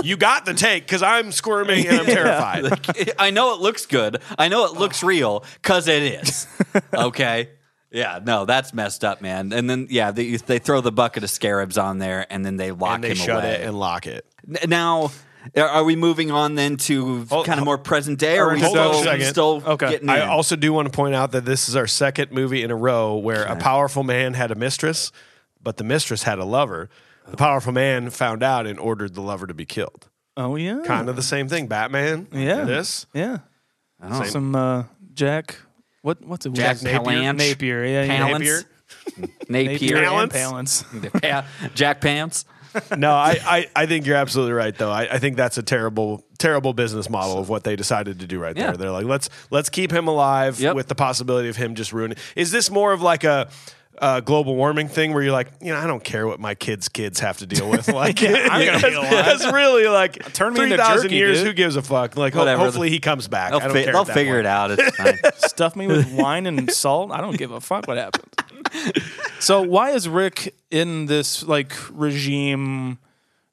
You got the take because I'm squirming and I'm *laughs* terrified. *laughs* I know it looks good. I know it Oh. looks real because it *laughs* is. Okay. Yeah, no, that's messed up, man. And then, yeah, they, they throw the bucket of scarabs on there, and then they lock And they him shut away. it and lock it. N- now are- are we moving on then to kind of more present day or are we hold on still, a second. still Okay. getting I in? also do want to point out that this is our second movie in a row where a powerful man had a mistress, but the mistress had a lover. The powerful man found out and ordered the lover to be killed. Oh yeah, Kind of the same thing. Batman. Yeah. This. yeah. Oh. Some uh, Jack. What what's it? Jack Napier. Palance. Napier. Yeah, yeah. Palance. Napier. Napier. Napier Palance. and Palance. *laughs* Yeah. Jack Pants. No, I, I, I think you're absolutely right though. I, I think that's a terrible terrible business model of what they decided to do right Yeah. there. They're like, let's let's keep him alive Yep. with the possibility of him just ruining. Is this more of like a uh, global warming thing where you're like, you know, I don't care what my kids' kids have to deal *laughs* with. Like, *laughs* I'm gonna be alive. that's, that's really like Uh, Turn me into three thousand jerky, years. dude. Who gives a fuck? Like, ho- Whatever. hopefully he comes back. They'll, I don't fi- care they'll at that figure point. it out. *laughs* It's fine. Stuff me with wine and salt. I don't give a fuck what happens. So why is Rick in this like regime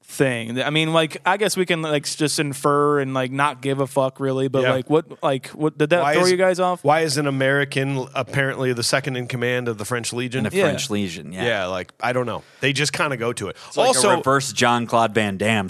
thing? I mean, like I guess we can like just infer and like not give a fuck really, but Yeah. like what like what did that Why throw is- you guys off? Why is an American apparently the second in command of the French Legion? In a French Legion. Yeah. yeah, like I don't know. They just kind of go to it. It's like also, a reverse John Claude Van Damme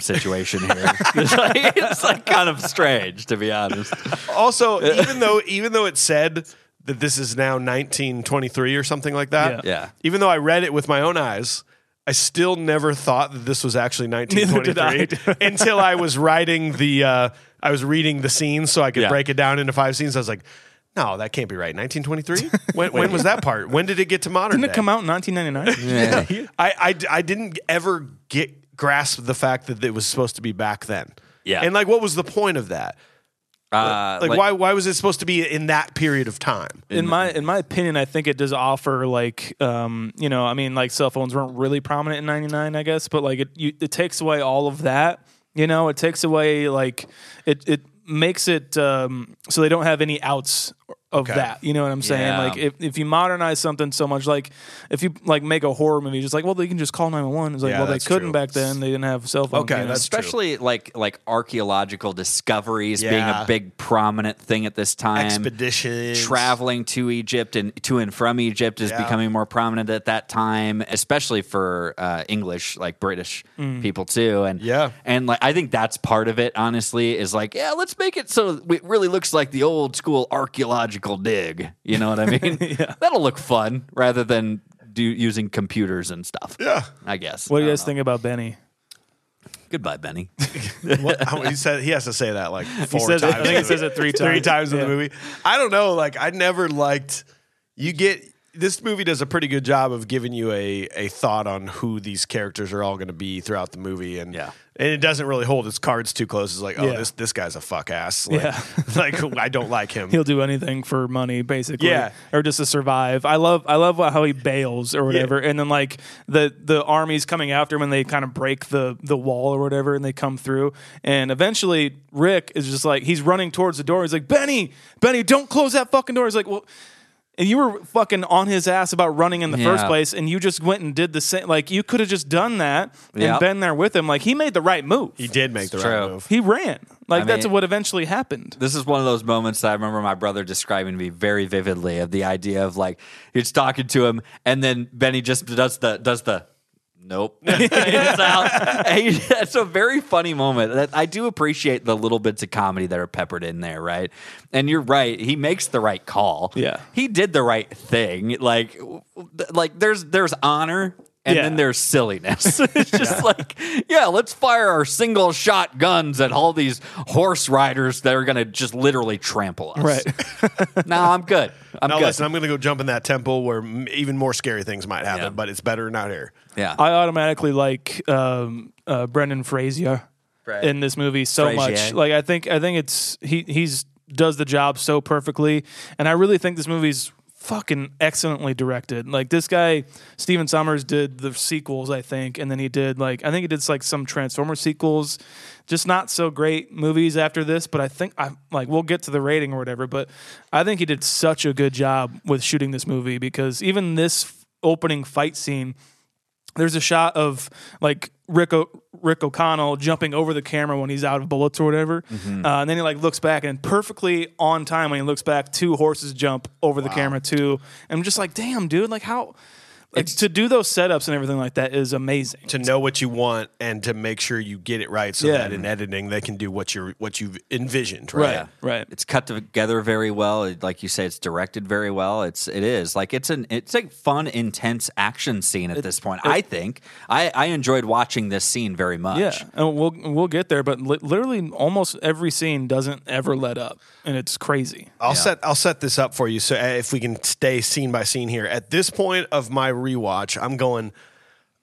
*laughs* situation here. *laughs* it's, like, it's like kind of strange, to be honest. Also, even though even though it said that this is now 1923 or something like that, Yeah. Yeah. Even though I read it with my own eyes, I still never thought that this was actually 1923 until I was writing the uh, I was reading the scenes so I could Yeah. break it down into five scenes. I was like. No, that can't be right. 1923. When, when was that part? When did it get to modern? Didn't day? it come out in 1999? I, I d- I didn't ever get grasp the fact that it was supposed to be back then. Yeah. and like, what was the point of that? Uh, Like, why why was it supposed to be in that period of time? in my in my opinion, I think it does offer like um, you know, I mean, like cell phones weren't really prominent in '99, I guess, but like it you, it takes away all of that. You know, it takes away like it it makes it um, so they don't have any outs of that. You know what I'm saying? Yeah. Like if, if you modernize something so much, like if you like make a horror movie, just like well, they can just call 911. It's like Yeah, well, they that's couldn't true. back then. They didn't have cell phones. Okay, you know? that's true. especially like like archaeological discoveries being a Yeah. big prominent thing at this time. Expeditions, *laughs* Traveling to Egypt and to and from Egypt is Yeah. becoming more prominent at that time, especially for uh, English, like British people too. And Mm. Yeah. and like I think that's part of it. Honestly, is like yeah, let's make it so it really looks like the old school archaeological dig. You know what I *laughs* mean? That'll look fun rather than do using computers and stuff. Yeah. I guess. What do you guys think about Benny? Goodbye, Benny. What- how- Oh, he said he has to say that like four says it- times. I think in he the- says it *laughs* three Three times. times in the Yeah. movie. I don't know. Like I never liked. You get this movie does a pretty good job of giving you a a thought on who these characters are all going to be throughout the movie, and Yeah. and it doesn't really hold its cards too close. It's like, oh, Yeah. this this guy's a fuck ass. Like, Yeah. like *laughs* I don't like him. He'll do anything for money, basically, Yeah. or just to survive. I love, I love how he bails or whatever, and then like the the army's coming after him, and they kind of break the the wall or whatever, and they come through, and eventually Rick is just like he's running towards the door. He's like, Benny, Benny, don't close that fucking door. He's like, well. And you were fucking on his ass about running in the first Yeah. place, and you just went and did the same. Like you could have just done that and Yeah. been there with him. Like he made the right move. he He, did make the right true. move. ran. Like that's mean- what eventually happened. this is one of those moments that I remember my brother describing to me very vividly of the idea of like he's talking to him and then Benny just does the does the nope *laughs* It's out. And he- it's a very funny moment That- I do appreciate the little bits of comedy that are peppered in there right and you're right he makes the right call Yeah. he did the right thing like w- w- like there's there's honor and Yeah. then there's silliness. *laughs* it's just like, yeah, let's fire our single shot guns at all these horse riders that are going to just literally trample us. *laughs* no, I'm good. I'm Now good. listen, I'm going to go jump in that temple where m- even more scary things might happen, Yeah. but it's better not here. yeah. I automatically like um, uh, Brendan Frazier Right. in this movie so Frazier. much. Like I think I think it's he he's does the job so perfectly, and I really think this movie's fucking excellently directed. Like this guy Steven Sommers did the sequels, I think, and then he did like I think he did like some Transformer sequels, just not so great movies after this. But I think I like we'll get to the rating or whatever. But I think he did such a good job with shooting this movie because even this f- opening fight scene there's a shot of like Rick o- Rick O'Connell jumping over the camera when he's out of bullets or whatever, Mm-hmm. uh, and then he like looks back and perfectly on time when he looks back, two horses jump over the camera too, and I'm just like, damn, dude, like how. Like to do those setups and everything like that is amazing. to know what you want and to make sure you get it right so Yeah. that in editing they can do what you're what you've envisioned right, right, right. It's cut together very well. It- Like you say, it's directed very well. It's it is like it's an it's a fun, intense action scene at this point. I think I I enjoyed watching this scene very much. Yeah, and we'll we'll get there, but li- literally almost every scene doesn't ever let up, and it's crazy. I'll set I'll set this up for you so uh, if we can stay scene by scene here. At this point of my rewatch, I'm going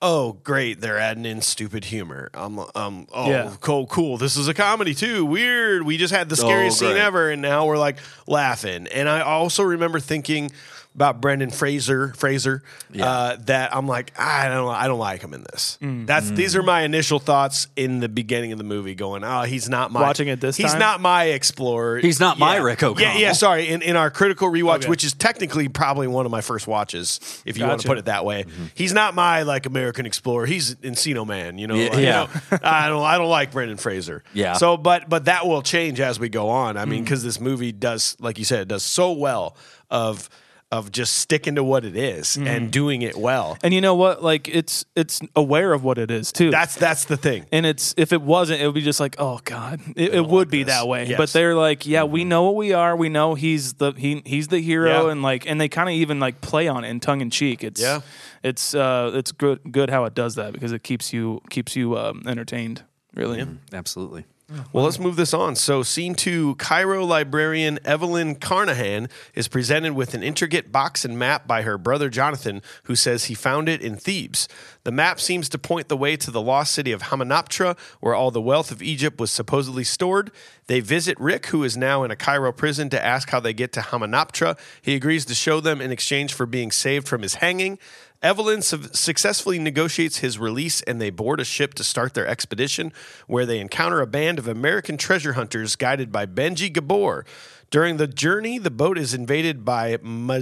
Oh great! They're adding in stupid humor. I'm, um, oh, Yeah. cool, cool. This is a comedy too. Weird. We just had the scariest Oh, scene great. ever, and now we're like laughing. And I also remember thinking about Brendan Fraser. Fraser, uh, that I'm like, I don't, I don't like him in this. Mm. That's these are my initial thoughts in the beginning of the movie. Going, oh, he's not my Watching it this He's time? not my explorer. He's not my Yeah. Rick Yeah, O'Connell. yeah. Sorry, in, in our critical rewatch, Okay. which is technically probably one of my first watches, if you want to Gotcha. put it that way. Mm-hmm. He's not my like American explorer. He's Encino Man. You know, Yeah, like, you yeah. know, *laughs* I don't, I don't like Brendan Fraser. Yeah. Mm. So, but but that will change as we go on. I mean, because this movie does, like you said, it does so well of of just sticking to what it is Mm. and doing it well. And you know what? Like it's it's aware of what it is too. That's that's the thing. and it's if it wasn't, it would be just like, oh god, it, it would be that way. Yes. Mm-hmm. But they're like, yeah, we know what we are. We know he's the he he's the hero, Yeah. and like, and they kind of even like play on it in tongue in cheek. It's Yeah. it's uh, it's good good how it does that because it keeps you keeps you um, entertained. Really, absolutely. Well, let's move this on. So, scene two Cairo librarian Evelyn Carnahan is presented with an intricate box and map by her brother Jonathan, who says he found it in Thebes. The map seems to point the way to the lost city of Hamunaptra, where all the wealth of Egypt was supposedly stored. They visit Rick, who is now in a Cairo prison, to ask how they get to Hamunaptra. He agrees to show them in exchange for being saved from his hanging. Evelyn su- successfully negotiates his release and they board a ship to start their expedition, where they encounter a band of American treasure hunters guided by Benji Gabor. During the journey, the boat is invaded by Ma-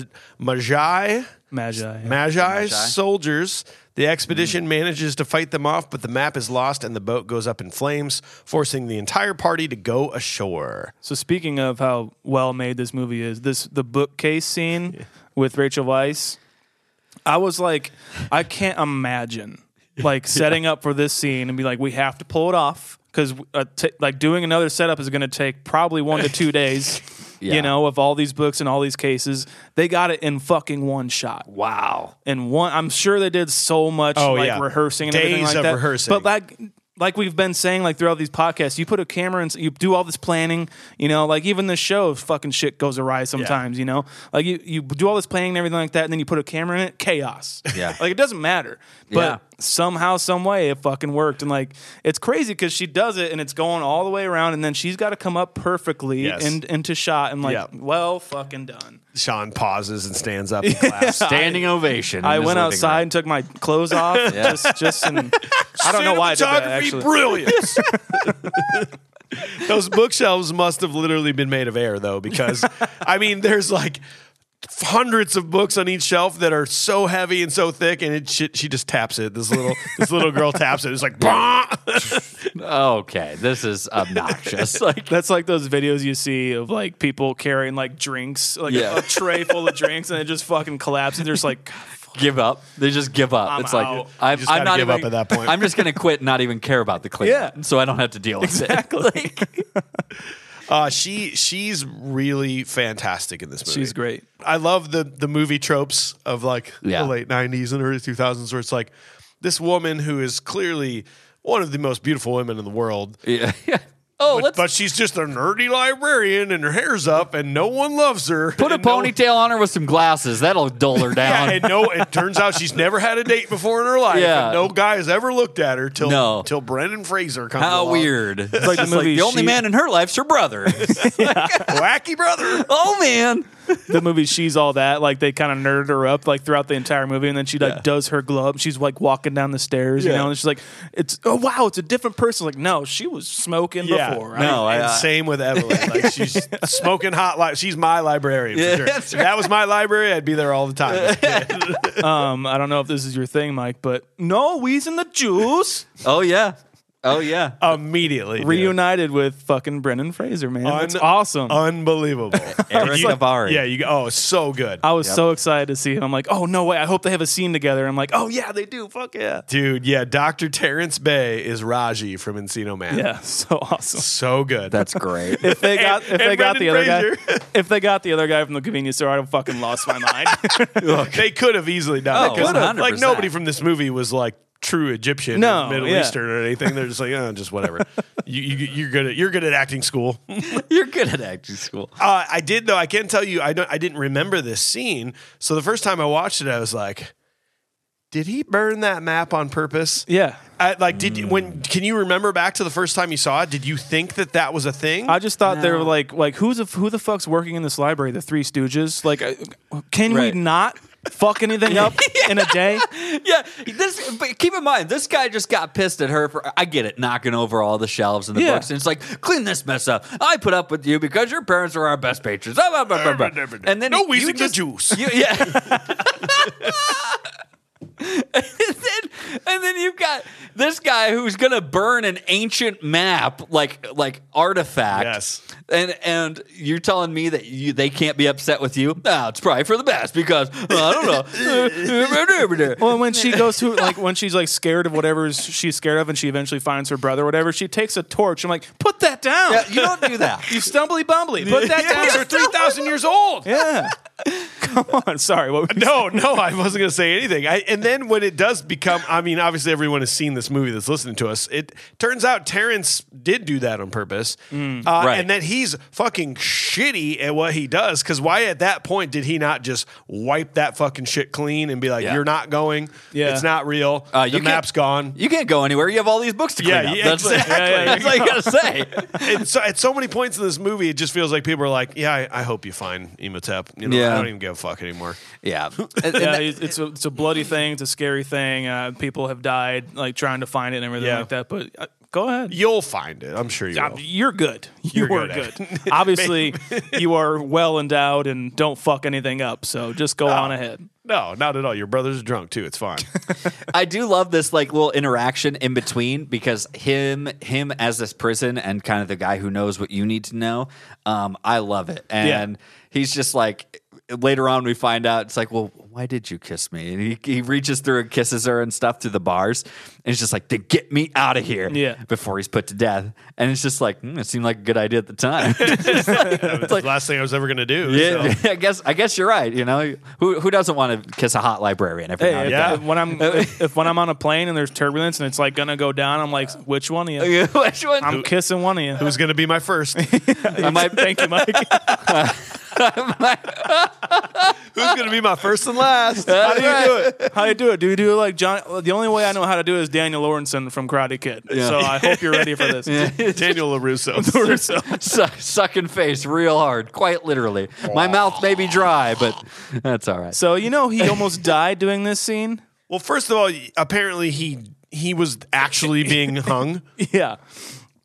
Magi. Magi. Magi soldiers. The Mm. expedition manages to fight them off, but the map is lost and the boat goes up in flames, forcing the entire party to go ashore. So speaking of how well made this movie is, this the bookcase scene with Rachel Weisz. I was like, I can't imagine like setting up for this scene and be like, we have to pull it off because uh, t- like doing another setup is going to take probably one to two days. You Yeah. know, of all these books and all these cases, they got it in fucking one shot. Wow. And one, I'm sure they did so much Oh, like yeah. rehearsing and everything Days like of that. rehearsing. But like, like we've been saying, like throughout these podcasts, you put a camera and you do all this planning. You know, like even the show, fucking shit goes awry sometimes. You know, like you you do all this planning and everything like that, and then you put a camera in it, chaos. Yeah. *laughs* like it doesn't matter. But Yeah. somehow, some way, it fucking worked. And like, it's crazy because she does it, and it's going all the way around, and then she's got to come up perfectly Yes. and into shot, and like, Yeah. well, fucking done. Sean pauses and stands *laughs* up and claps. Standing ovation. in I his went living outside room. and took my clothes off. Just, just, and I don't know why I did that. Cinematography Actually, brilliance. *laughs* Those bookshelves must have literally been made of air, though, because I mean, there's like hundreds of books on each shelf that are so heavy and so thick, and it she, she just taps it. This little this little girl taps it. It's like, "Bah!" Okay, this is obnoxious. *laughs* like that's like those videos you see of like people carrying like drinks, like Yeah. a, a tray full of drinks, and it just fucking collapses. They're just like, *laughs* "God, fuck." give up. They just give up. I'm it's out. like I'm, just I'm gotta not give even, up at that point. I'm just gonna quit and not even care about the cleanup. Yeah. So I don't have to deal with it. Like, uh, she she's really fantastic in this movie. she's great. I love the the movie tropes of like Yeah. the late '90s and early 2000s, where it's like this woman who is clearly one of the most beautiful women in the world yeah. Oh, But, let's but she's just a nerdy librarian and her hair's up and no one loves her. put a And no- ponytail on her with some glasses. That'll dull her *laughs* Yeah, down. and no, it turns out she's never had a date before in her life. Yeah. And no guy has ever looked at her till No. till Brendan Fraser comes. How along. weird. It's like the just movie the only She- man in her life's her brother. *laughs* wacky brother. oh man. The movie She's All That, like they kind of nerded her up like throughout the entire movie, and then she like does her glow up. She's like walking down the stairs, you Yeah. know, and she's like, "It's oh wow, it's a different person." Like, no, she was smoking before. I- no, I- uh, and I- same with Evelyn. *laughs* Like she's smoking hot. Li- she's my librarian. for Yeah, sure. that's If that was my library, I'd be there all the time. *laughs* as a kid. um, I don't know if this is your thing, Mike, but no, we's in the juice. Oh yeah. Oh *laughs* yeah. immediately. dude. Reunited with fucking Brendan Fraser, man. That's Un- awesome. *laughs* Unbelievable. Eric It's like- Navari. Yeah, you go, oh, so good. I was so excited to see him. I'm like, oh no way! I hope they have a scene together. I'm like, oh yeah, they do. Fuck yeah, Dude, yeah, Dr. Terrence Bay is Raji from Encino Man. yeah, so awesome. So good. That's great. If they got if And- they and got the other Brendan guy *laughs* if they got the other guy from the convenience store, I'd have fucking lost my mind. they could have easily done Oh, it. 'cause, 100%. Like, nobody from this movie was like true Egyptian No, or Middle yeah. Eastern or anything. They're just like, oh, just *laughs* whatever. you, you, you're, good at, you're good at acting school. *laughs* You're good at acting school. Uh, I did though. I can tell you, I don't. I didn't remember this scene. So the first time I watched it, I was like, "Did he burn that map on purpose?" yeah, I, like, did you when? Can you remember back to the first time you saw it? Did you think that that was a thing? I just thought they were like like who's a, who the fuck's working in this library? The Three Stooges. Like, I- can Right. we not fuck anything up in a day? Yeah, this. But keep in mind, this guy just got pissed at her for. I get it, knocking over all the shelves in the Yeah. books, and it's like, clean this mess up. I put up with you because your parents are our best patrons. Blah, blah, blah, blah, blah. And then No you wheezing the just- juice. you- yeah. *laughs* and, then, and then you've got this guy who's gonna burn an ancient map, like like artifact. Yes. And and you're telling me that you they can't be upset with you? No, it's probably for the best because uh, I *laughs* don't know. Well, when *laughs* she goes to like when she's like scared of whatever she's scared of, and she eventually finds her brother or whatever, she takes a torch. I'm like, put that down. Yeah, you don't do that. *laughs* You stumbly bumbly. Put that Yeah, down. they're three thousand years old. *laughs* Yeah. Come on. Sorry. *laughs* What were you No, no, I wasn't going to say anything. I, and then when it does become, I mean, obviously everyone has seen this movie that's listening to us. It turns out Terrence did do that on purpose, uh, Mm. Right. and that he's fucking shitty at what he does. Because why at that point did he not just wipe that fucking shit clean and be like, Yeah. "You're not going. Yeah. It's not real. Uh, the you map's gone." can't- *laughs* *laughs* You can't go anywhere. You have all these books to clean Yeah, up. yeah, that's exactly. What, that's all you gotta *laughs* say. and so at so many points in this movie, it just feels like people are like, "Yeah, I, I hope you find Emotep. You know, Yeah. I don't even give a fuck anymore." Yeah, And- and yeah, that- it's, it's a, it's a bloody thing. It's a scary thing. Uh, people have died like trying to find it and everything Yeah. like that. But uh, go ahead. You'll find it. I'm sure you Uh, will. You're good. You You're are good at *laughs* good. Obviously, you are well endowed and don't fuck anything up. So just go on ahead. No, not at all. Your brother's drunk too. It's *laughs* fine. I do love this like little interaction in between because him him as this prison and kind of the guy who knows what you need to know. Um, I love it, and he's just like later on we find out it's like, well, why did you kiss me? And he, he reaches through and kisses her and stuff through the bars, and he's just like, to get me out of here, Yeah. before he's put to death. And it's just like, hmm, it seemed like a good idea at *laughs* the time. *laughs* It's the last thing I was ever going to do. Yeah, so. *laughs* I guess I guess you're right. You know, who who doesn't want to kiss a hot librarian every now Hey, and yeah. yeah. when *laughs* I'm if, if when I'm on a plane and there's turbulence and it's like gonna go down, I'm like, which one of you? then? *laughs* Which one? I'm kissing one of *laughs* you. *laughs* Who's going to be my first? *laughs* I might, Thank you, Mike. Who's going to be my first and last? How do you do it? How do you do it? Do you do it like John? The only way I know how to do it is Daniel Lawrenson from Karate Kid. So I hope you're ready for *laughs* this. *laughs* Daniel LaRusso. *laughs* suck, sucking face real hard, quite literally. My mouth may be dry, but *laughs* that's all right. So you know he almost died doing this scene. well, first of all, apparently he he was *laughs* actually being hung. Yeah.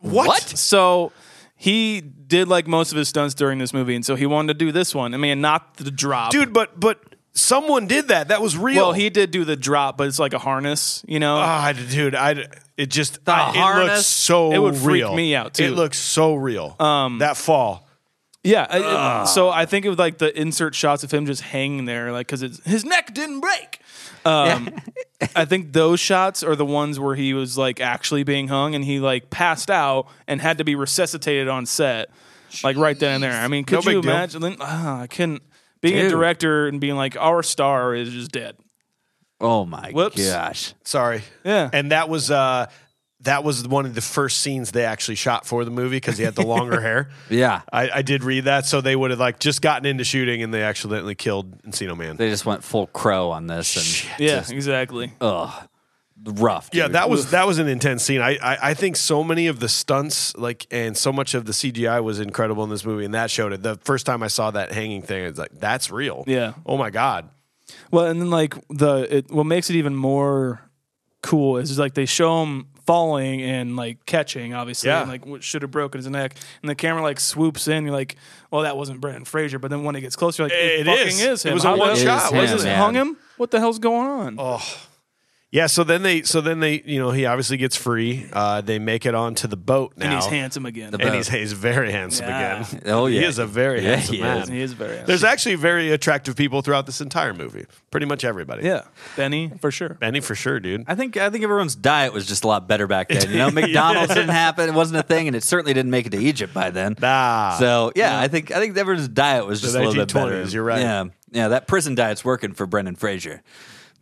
What? So he did like most of his stunts during this movie, and so he wanted to do this one. I mean, not the drop, Dude, but but someone did that. That was real. Well, he did do the drop, but it's like a harness, you know. Oh, I- dude, I it just I- it looks harness, so it would freak real. me out, too. It looks so real. Um, that fall. yeah. I- I- so I think it was like the insert shots of him just hanging there, like because his neck didn't break. Um, I think those shots are the ones where he was like actually being hung, and he like passed out and had to be resuscitated on set, like right then and there. I mean, could No you big deal. imagine? Ah, I couldn't. Being a Dude. director and being like, our star is just dead. Oh my Whoops. gosh. Sorry. Yeah. And that was uh that was one of the first scenes they actually shot for the movie because he had the *laughs* longer hair. Yeah. I, I did read that, so they would have like just gotten into shooting and they accidentally killed Encino Man. They just went full crow on this and Yeah, exactly. rough. yeah, dude. that was that was an intense scene. I, I I think so many of the stunts like and so much of the CGI was incredible in this movie, and that showed it. The first time I saw that hanging thing, it's like that's real. Yeah. Oh my god. Well, and then like the it, what makes it even more cool is like they show him falling and like catching, obviously, Yeah. and like what should have broken his neck, and the camera like swoops in. You're like, well, that wasn't Brendan Fraser, but then when it gets closer, you're like, It it, fucking is. is. It him. was a How one the- shot, It wasn't just it? hung him. What the hell's going on? Oh. Yeah, so then they, so then they, you know, he obviously gets free. Uh, they make it onto the boat now, And he's handsome again. and he's, he's very handsome Yeah. again. Oh, he yeah. is a very Yeah, handsome he man. is. He is very handsome. There's actually very attractive people throughout this entire movie. Pretty much everybody. yeah, Benny for sure. Benny for sure, dude. I think I think everyone's diet was just a lot better back *laughs* then. You know, McDonald's didn't happen; it wasn't a thing, and it certainly didn't make it to Egypt by then. Nah. So yeah, I think I think everyone's diet was just a little bit better. 1920s, you're right. Yeah, yeah, that prison diet's working for Brendan Fraser.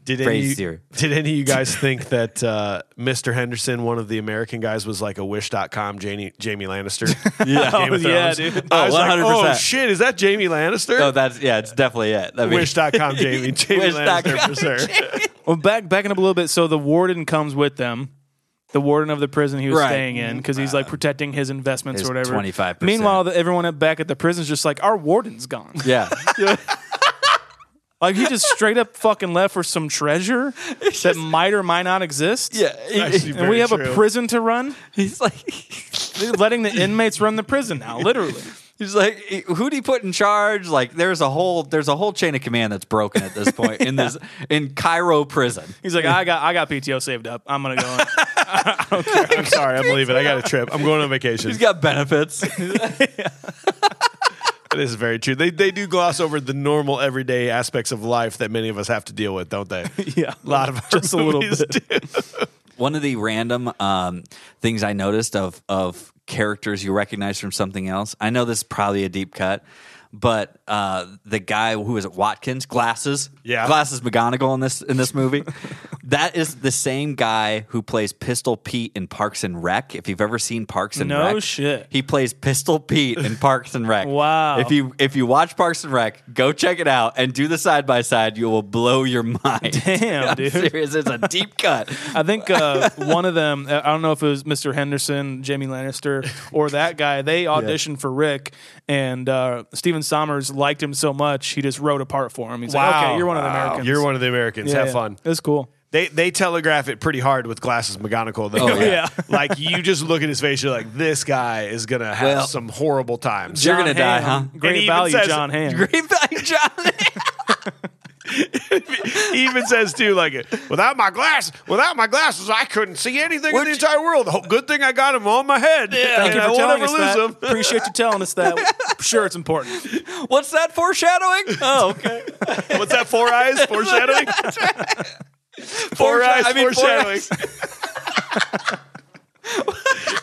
Did any, Frazier. *laughs* did any *laughs* of you guys think that uh, Mr. Henderson, one of the American guys, was like a wish.com Jamie, Jamie Lannister? yeah. *laughs* yeah, dude. I was like, oh, 100%. shit, is that Jamie Lannister? Oh, that's yeah, it's definitely it. I mean- Wish.com *laughs* Jamie. Jamie Lannister for sure. Well, back backing up a little bit. So the warden comes with them. The warden of the prison he was Right. staying in because he's like protecting his investments His or whatever. 25%. Meanwhile, the, everyone at back at the prison's just like, our warden's gone. *laughs* Yeah, Like he just straight up fucking left for some *laughs* treasure that might or might not exist. yeah. Actually, He- And very we have true. a prison to *laughs* run. he's like, They're letting the inmates run the prison now, literally. He's like, who do you put in charge? Like, there's a whole there's a whole chain of command that's broken at this *laughs* point in this in Cairo prison. He's like, I got I got PTO saved up. I'm gonna go. in." I'm sorry, I'm leaving. I got a *laughs* trip. I'm going on vacation. He's *laughs* got benefits. That is very true. They they do gloss over the normal everyday aspects of life that many of us have to deal with, don't they? *laughs* yeah, A lot of our Just a little movies do. One of the random um, things I noticed of of characters you recognize from something else. I know this is probably a deep cut, but uh, the guy who is it, Watkins, glasses, Yeah. glasses McGonagall in this in this movie. *laughs* that is the same guy who plays Pistol Pete in Parks and Rec. If you've ever seen Parks and No Rec, shit. he plays Pistol Pete in Parks and *laughs* Rec. Wow. If you if you watch Parks and Rec, go check it out and do the side by side. You will blow your *laughs* mind. Damn, *laughs* I'm dude. serious. It's a *laughs* deep cut. I think uh, one of them. I don't know if it was Mr. Henderson, Jamie Lannister, or that guy. *laughs* They auditioned for Rick, and uh, Stephen Sommers liked him so much he just wrote a part for him. He's like, "Okay, you're one of the Americans. You're one of the Americans. Yeah, have yeah. fun. It's cool. They they telegraph it pretty hard with glasses McGonagall. Though. Oh, yeah. *laughs* like you just look at his face, you're like, this guy is gonna have Well, some horrible times. You're gonna die, huh? Hamm, And he Um, Great even value, says- John *laughs* Hamm. Great value, John. he even says too, like, without my glass, without my glasses, I couldn't see anything in the Which- entire world. Oh, Good thing I got them on my head. Thank you I for won't telling ever us lose that. 'em. Appreciate you telling *laughs* us that. sure, it's important. What's that *laughs* foreshadowing? Oh, okay. What's that? Four eyes, foreshadowing. *laughs* Four Foresha- eyes, I mean, four foreshadowing.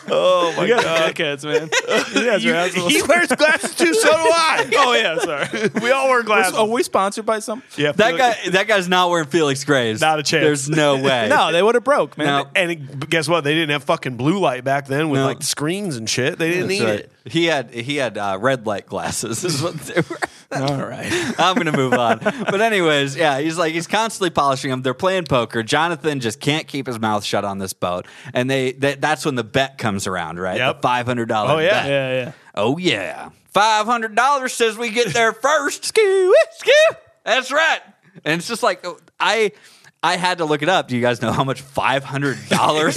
oh my You *laughs* guys god! are dickheads, uh, man. You guys are You- assholes. he wears glasses too, so do I. Oh yeah, sorry. We all wear glasses. Are we sponsored by some? yeah, That Felix- guy. That guy's not wearing Felix Graves. Not a chance. There's no *laughs* way. No, they would have broke, man. No. And it- guess what? They didn't have fucking blue light back then with Oh. No. like screens and shit. They didn't That's need right. it. He had he had uh, red light glasses. Is what they were. *laughs* All right. I'm gonna move on. But anyways, yeah, he's like he's constantly polishing them. They're playing poker. Jonathan just can't keep his mouth shut on this boat, and they, they that's when the bet comes around, right? Yep. The five hundred dollar. Oh, yeah. bet. Yeah, yeah. Oh yeah, five hundred dollars says we get there first. *laughs* skew, eh, skew. That's right. And it's just like I, I had to look it up. Do you guys know how much five hundred dollars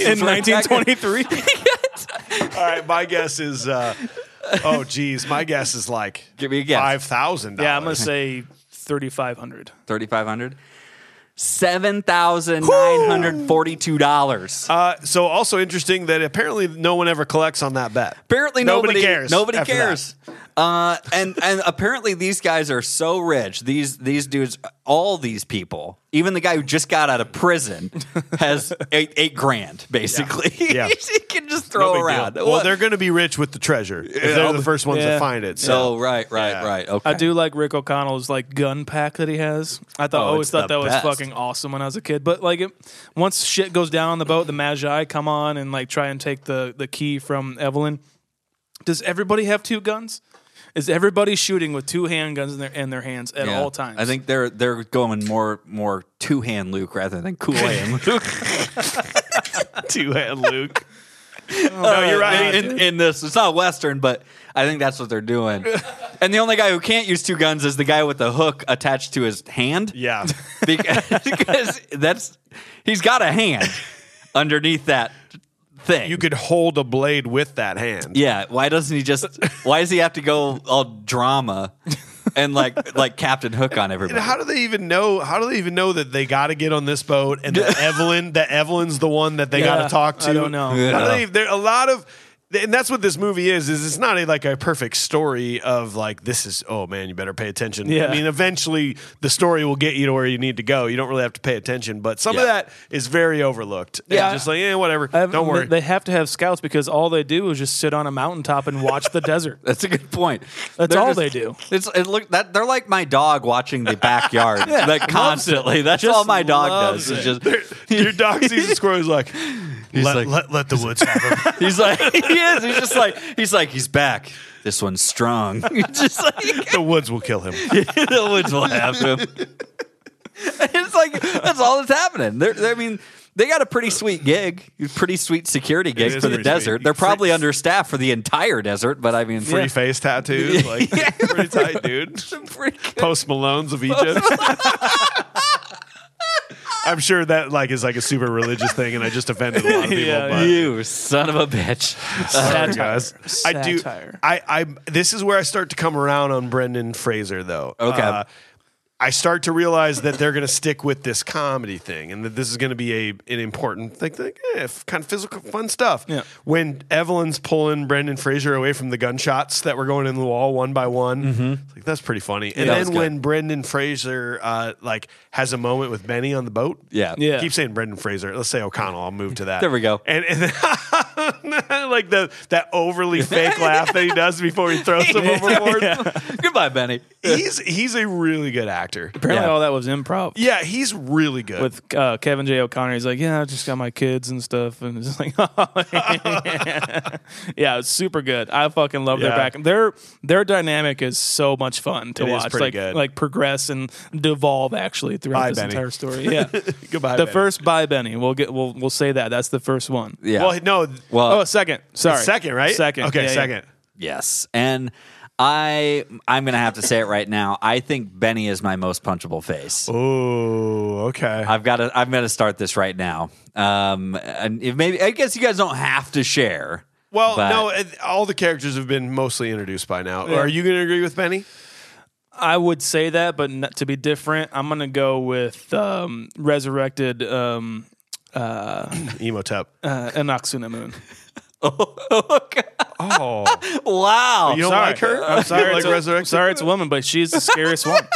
*laughs* In 1923. *laughs* All right, my guess is. Uh, oh geez, my guess is like Give me a guess. five thousand. Yeah, I'm gonna say 3,500. Thirty five hundred. Seven thousand nine hundred forty-two dollars. Uh, so also interesting that apparently no one ever collects on that bet. apparently nobody, cares. Nobody after that. cares. Uh, and and apparently these guys are so rich. These these dudes, all these people, even the guy who just got out of *laughs* prison, has eight eight grand basically. Yeah. *laughs* he can just No throw big deal. around. Well, What- they're going to be rich with the treasure. if they're the first ones Yeah. to find it. So *laughs* oh right, right, Yeah. right. Okay. I do like Rick O'Connell's like gun pack that he has. I thought I Oh, always it's thought the that best. was fucking awesome when I was a kid. But like it, once shit goes down on the boat, the Magi come on and like try and take the the key from Evelyn. Does everybody have two guns? Is everybody shooting with two handguns in their in their hands at Yeah. all times? I think they're they're going more more two hand Luke rather than *laughs* Kool Aid Luke. two hand Luke. no, you're right. Uh, in, in this. It's not Western, but I think that's what they're doing. *laughs* and the only guy who can't use two guns is the guy with the hook attached to his hand. yeah. because, *laughs* because that's he's got a hand underneath that thing. You could hold a blade with that hand. yeah. Why doesn't he just? Why does he have to go all drama and like like Captain Hook on And everybody. how do they even know? How do they even know that they got to get on this boat and that Evelyn, that Evelyn's the one that they got Yeah, to talk to? I don't know. How do they, there a lot of, and that's what this movie is. Is it's not a, like a perfect story of like this is. Oh man, you better pay attention. Yeah. I mean, eventually the story will get you to where you need to go. You don't really have to pay attention, but some of Yeah. that is very overlooked. Yeah. Yeah, just like eh, whatever. I have- Don't worry. They have to have scouts because all they do is just sit on a mountaintop and watch the *laughs* desert. That's a good point. That's They're all they do. It's it look that they're like my dog watching the backyard like constantly. That's Just all my dog loves does. Is it. just Your dog *laughs* sees a squirrel. He's like, let, like- let, let the woods have *laughs* him. he's like he is. He's just like he's like he's back. This one's strong. *laughs* just like the woods will kill him. the woods will have him. *laughs* it's like that's all that's happening. They're, they I mean, they got a pretty sweet gig, pretty sweet security is gig for the pretty sweet. desert. They're probably understaffed for the entire desert, but I mean, Free *laughs* yeah. face tattoos, *laughs* like pretty tight, dude. pretty good. Post Malones of Egypt. *laughs* I'm sure that like is like a super religious thing, and I just offended a lot of people. *laughs* Yeah, but You son of *laughs* a bitch. Sorry, Satire. guys. Uh, I do. Satire. I, I. This is where I start to come around on Brendan Fraser, though. Uh, Okay. I start to realize that they're going to stick with this comedy thing, and that this is going to be a an important thing, thing eh, f- kind of physical, fun stuff. Yeah. When Evelyn's pulling Brendan Fraser away from the gunshots that were going in the wall one by one, it's like that's pretty funny. And Mm-hmm. that was then good. when Brendan Fraser uh, like has a moment with Benny on the boat, Yeah. Yeah. Keep saying Brendan Fraser. Let's say O'Connell. I'll move to that. There we go. And, and *laughs* like the that overly fake laugh that he does before he throws *laughs* him *laughs* overboard. Goodbye, Benny. He's he's a really good actor. Apparently, Yeah. all that was improv. Yeah, he's really good. With uh, Kevin J. O'Connor, he's like, "Yeah, I just got my kids and stuff," and it's just like, *laughs* "Yeah, it's super good. I fucking love Yeah. their back. Their their dynamic is so much fun to It is watch. pretty like, good. like progress and devolve actually throughout Bye, this Benny. *laughs* entire story. Yeah, *laughs* Goodbye. the Benny. first bye Benny. We'll get we'll we'll say that. That's the first one. Yeah. Well, no. Well, oh, second. Sorry. Second, right? Second. Okay, Yeah, yeah. second. yes. And I I'm gonna have to say it right now. I think Benny is my most punchable face. Oh, okay. I've got to. I'm going to start this right now. Um, and if maybe I guess you guys don't have to share. well, but- no, it- all the characters have been mostly introduced by now. Are you going to agree with Benny? I would say that, but not, to be different, I'm gonna go with um, resurrected um, Emotep. uh, Inoxuna Moon. Oh, Wow. you don't sorry. like her? I'm sorry. like it's a- resurrection. Sorry, it's a woman, but she's the *laughs* scariest one.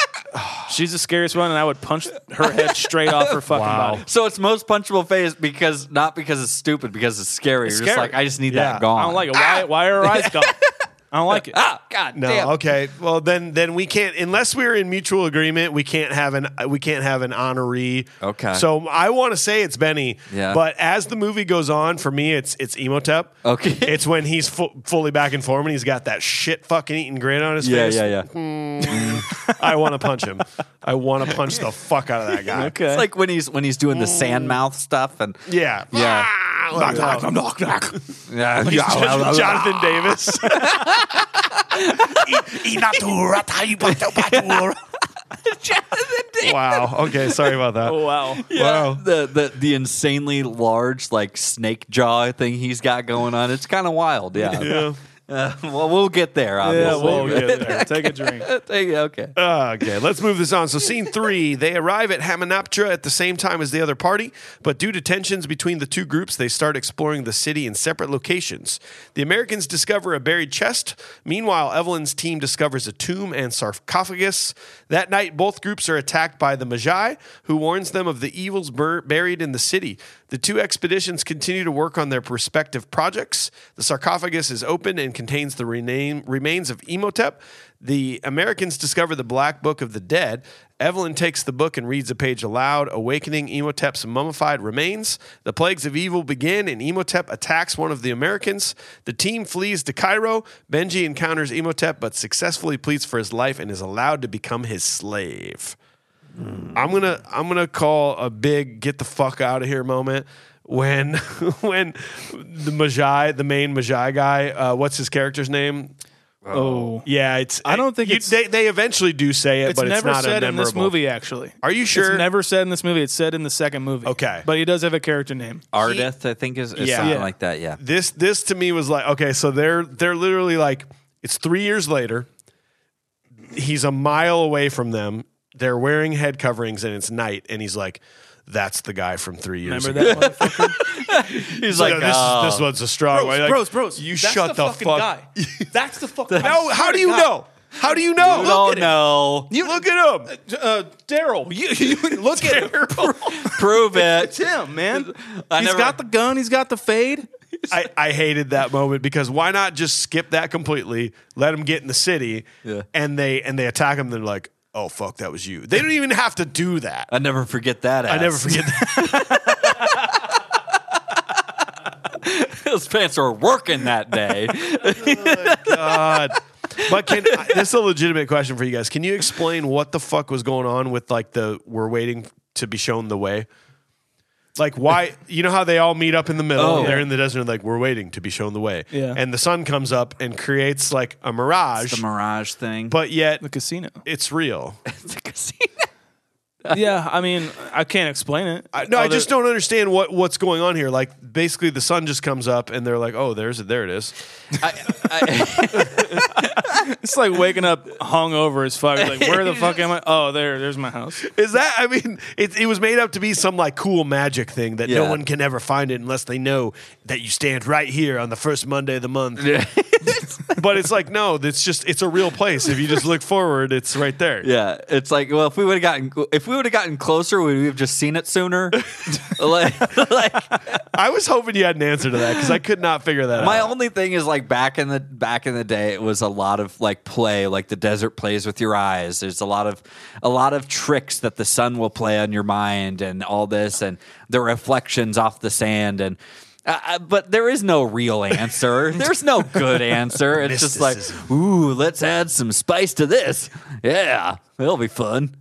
She's the scariest one, and I would punch her head straight off her fucking Wow. body. so it's most punchable face because not because it's stupid because it's scary. You're just scary. like I just need Yeah. that gone. I don't like it. Ah. Why? Why are her eyes gone? I don't like it. Ah, God No. damn. Okay. Well, then, then we can't unless we're in mutual agreement. We can't have an uh, we can't have an honoree. Okay. So I want to say it's Benny. Yeah. But as the movie goes on, for me, it's it's Emotep. Okay. *laughs* It's when he's fu- fully back in form and he's got that shit fucking eating grin on his Yeah, face. yeah, yeah. I want to punch him. I want to punch the fuck out *laughs* of that guy. Okay. It's like when he's when he's doing the sand mouth stuff and Yeah. Yeah. Ah, knock, knock, knock, knock, knock. *laughs* yeah. *laughs* Just Jonathan Davis. *laughs* wow. Okay. Sorry about that. *laughs* oh wow. Wow. The, the the insanely large like snake jaw thing he's got going on. It's kind of wild. *laughs* Yeah. Yeah. Uh, well, we'll get there. Yeah, *laughs* Obviously. we'll get there. Take *laughs* a drink. okay. Okay, let's move this on. So, scene three, they arrive at Hamunaptra at the same time as the other party, but due to tensions between the two groups, they start exploring the city in separate locations. The Americans discover a buried chest. Meanwhile, Evelyn's team discovers a tomb and sarcophagus. That night, both groups are attacked by the Magi, who warns them of the evils bur- buried in the city. The two expeditions continue to work on their respective projects. The sarcophagus is open and contains the rename- remains of Imhotep. The Americans discover the Black Book of the Dead. Evelyn takes the book and reads a page aloud, awakening Emotep's mummified remains. The plagues of evil begin, and Emotep attacks one of the Americans. The team flees to Cairo. Benji encounters Emotep, but successfully pleads for his life and is allowed to become his slave. I'm gonna I'm gonna call a big get the fuck out of here moment when *laughs* when the Magi, the main Magi guy, uh, what's his character's name? Oh, Yeah, it's. I don't think you, it's- they they eventually do say it, it's but it's never not said a in this memorable- movie. Actually, Are you sure? It's never said in this movie. It's said in the second movie. Okay. but he does have a character name. Ardeth, I think, is, is Yeah. something Yeah. like that. Yeah. This this to me was like okay, so they're they're literally like it's three years later. he's a mile away from them. They're wearing head coverings and it's night. And he's like, that's the guy from three years Remember ago. that *laughs* motherfucker? He's He's like, like, this, "Oh." is, this one's a strong bros, one. Like, bros, bros. You That's shut the, fucking fuck *laughs* guy. That's the fucking. How, I how swear do to you God. know? How do you know? You Look don't at it. know. You look at him. Uh, Daryl, you, you look at him. Prove it. Tim, man. I he's never- got the gun. He's got the fade. I, I hated that moment because why not just skip that completely? Let them get in the city, Yeah. and they and they attack him. They're like, "Oh fuck, that was you." They don't even have to do that. I never forget that. I never ass. *laughs* forget that. His pants were working *laughs* that day. God. But *laughs* can this is a legitimate question for you guys? Can you explain what the fuck was going on with like the we're waiting to be shown the way? Like why you know how they all meet up in the middle Oh. and they're in the desert like we're waiting to be shown the way. Yeah. And the sun comes up and creates like a mirage, the mirage thing. but yet The casino. it's real. the yeah, I mean, I can't explain it. I, no, I just don't understand what what's going on here. Like basically, the sun just comes up, and they're like, "Oh, there's it. There it is." It's like waking up hungover as fuck. Like, where the *laughs* fuck am I? Oh, there, there's my house. Is that? I mean, it, it was made up to be some like cool magic thing that no Yeah. one can ever find it unless they know that you stand right here on the first Monday of the month. *laughs* but it's like no, it's just it's a real place. If you just look forward, it's right there. *laughs* Yeah, it's like well, if we would have gotten if we would have gotten closer, would we have just seen *laughs* it sooner? like, *laughs* like I was hoping you had an answer to that because I could not figure that my out. only thing is like back in the back in the day, it was a lot of like play, like the desert plays with your eyes. There's a lot of a lot of tricks that the sun will play on your mind and all this, and the reflections off the sand and. Uh, uh, but there is no real answer. There's no good answer. It's just like, ooh, let's add some spice to this. Yeah, it'll be fun.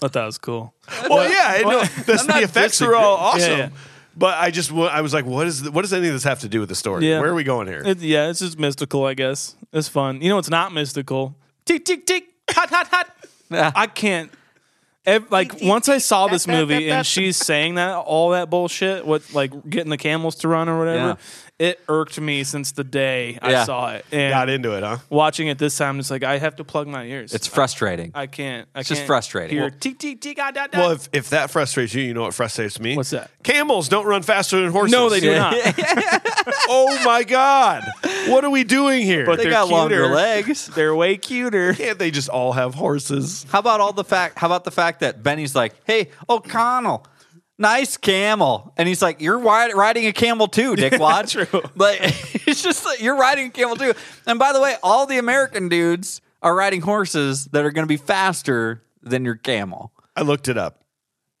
But that was cool. Well, yeah, I know. *laughs* The, the not effects are all dissing. awesome. Yeah, yeah. But I just, wa- I was like, what is, th- what does any of this have to do with the story? Yeah. Where are we going here? It, yeah, it's just mystical, I guess. It's fun. You know, it's not mystical. Tick tick tick. Hot hot hot. I can't. ev- like once I saw this movie and she's saying that all that bullshit, what like getting the camels to run or whatever, it irked me since the day I Yeah. saw it. And Got into it, huh? watching it this time, it's like I have to plug my ears. It's frustrating. I can't. I it's just frustrating. Hear Well- tick tick tick. Ah, da, da. Well, if, if that frustrates you, you know what frustrates me? What's that? Camels don't run faster than horses. no, they *laughs* do not. oh my God. What are we doing here? But They they're got longer cuter. legs. They're way *laughs* cuter. can't they just all have horses? How about all the fact? How about the fact that Benny's like, "Hey, O'Connell, nice camel," and he's like, "You're wi- riding a camel too, dickwad." true. Like *laughs* it's just like you're riding a camel too. And by the way, all the American dudes are riding horses that are going to be faster than your camel. I looked it up.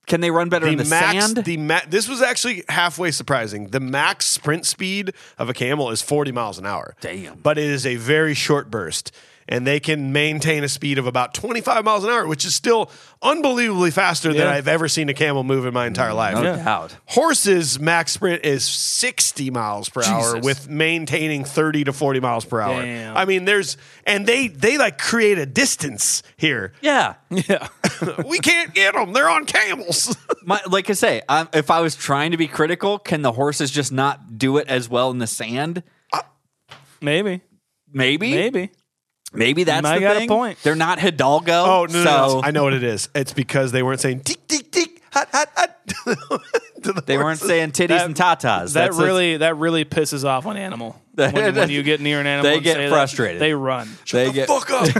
Can they run better in the max, sand? the ma- this was actually halfway surprising. The max sprint speed of a camel is 40 miles an hour. Damn. But it is a very short burst. And they can maintain a speed of about 25 miles an hour, which is still unbelievably faster than Yeah. I've ever seen a camel move in my entire life. no doubt. Horses max sprint is 60 miles per hour Jesus. with maintaining 30 to 40 miles per hour. Damn. I mean, there's and they they like create a distance here. Yeah, Yeah. *laughs* we can't get them. They're on camels. My, like I say, i if I was trying to be critical, can the horses just not do it as well in the sand? Maybe. Maybe, Maybe. Maybe that's might the got a thing. point. They're not Hidalgo. *laughs* Oh no, no, so no, I know what it is. It's because they weren't saying tick tick tick hot hot hot. *laughs* to the They weren't horses. saying titties That- and That tatas. That's- really that really pisses off an *laughs* animal. when, when you get near an animal, They and get say that, frustrated. they run. they get, Fuck *laughs* up.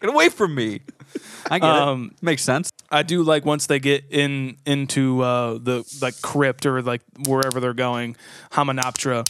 get away from me. I get Um, it. Makes sense. I do like once they get in into uh, the like crypt or like wherever they're going, Hamanoptera,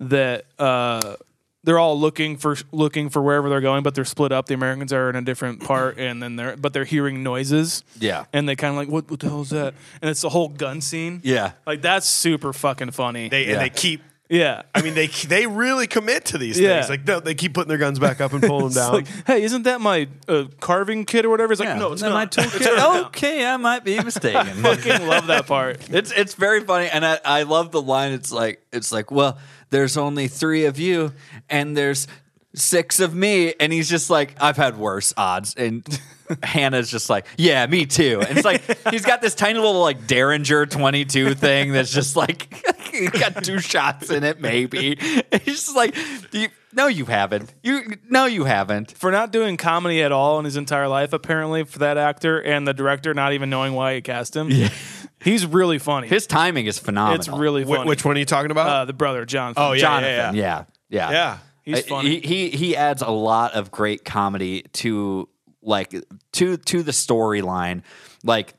that uh, they're all looking for looking for wherever they're going, but they're split up. The Americans are in a different part, and then they're but they're hearing noises. Yeah. and they kind of like what, what the hell is that? And it's the whole gun scene. Yeah. like that's super fucking funny. They and Yeah. they keep. yeah. I mean, they they really commit to these Yeah. things. Like no, they keep putting their guns back up and *laughs* pulling them down. Like, hey, isn't that my uh, carving kit or whatever? It's like, Yeah. no, it's Am not. *laughs* I too kid- okay, I might be mistaken. fucking love that *laughs* part. it's it's very funny, and I, I love the line. It's like it's like, well, there's only three of you, and there's six of me, and he's just like, I've had worse odds, and. *laughs* Hannah's just like, yeah, me too. And it's like he's got this tiny little like Derringer twenty two *laughs* thing that's just like he's got two shots in it, maybe. And he's just like, you, No, you haven't. You no, you haven't. for not doing comedy at all in his entire life, apparently, for that actor and the director not even knowing why he cast him. *laughs* He's really funny. His timing is phenomenal. it's really funny. Wh- which one are you talking about? Uh, the brother, Jonathan. oh, yeah, Jonathan. yeah, yeah. yeah, yeah, Yeah. He's Uh, funny. He, he he adds a lot of great comedy to like to to the storyline, like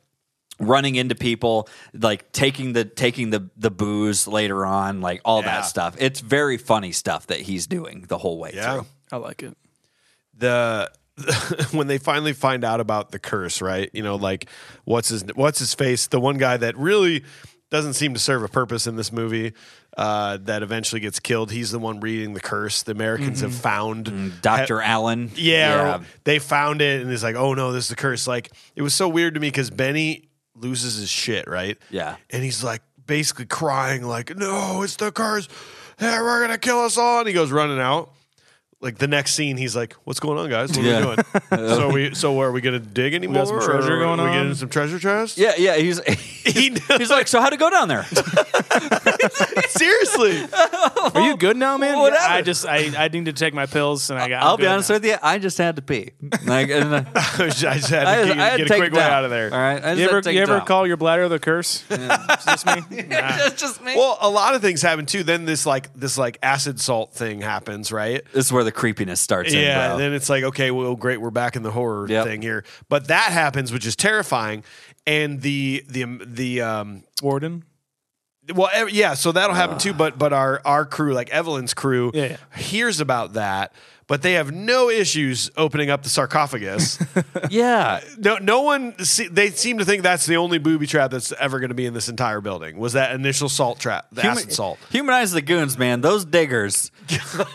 running into people, like taking the taking the the booze later on, like all Yeah. that stuff. It's very funny stuff that he's doing the whole way Yeah. through. I like it. the *laughs* when they finally find out about the curse, right? You know, like what's his what's his face, the one guy that really doesn't seem to serve a purpose in this movie, uh, that eventually gets killed. He's the one reading the curse. The Americans have found Mm, Doctor Allen, yeah, they found it and it's like, oh no, this is the curse. Like it was so weird to me because Benny loses his shit, right? Yeah. and he's like basically crying, like, no, it's the curse. Hey, we're gonna kill us all. And he goes running out. Like the next scene, he's like, "What's going on, guys? What *laughs* Yeah. are we doing? so we, so are we gonna dig anymore? some or treasure going are we on? getting some treasure chest? yeah, yeah. He's *laughs* *laughs* He- he's like, so how to go down there? *laughs* Oh, seriously. *laughs* Are you good now, man? What Yeah, I happened? just I, I need to take my pills and I got. I'll be honest with you, I just had to pee. Like, and, uh, I just had to I, get, I had to get a take quick it way down. out of there. All right, I just You had to ever, take you it ever down. call your bladder the *laughs* curse? Is this me? That's just me. Well, a lot of things happen too. Then this like this like acid salt thing happens, right? this is where the creepiness starts. Yeah, in, bro. and then it's like, okay, well, great, we're back in the horror Yep. thing here. But that happens, which is terrifying. And the the the um Warden. well ev- yeah, so that'll happen too. But but our our crew, like Evelyn's crew, Yeah, hears about that, but they have no issues opening up the *laughs* sarcophagus. yeah, no no one se- they seem to think that's the only booby trap that's ever going to be in this entire building. Was that initial salt trap, the acid salt? Humanize the goons, man. *laughs* Those diggers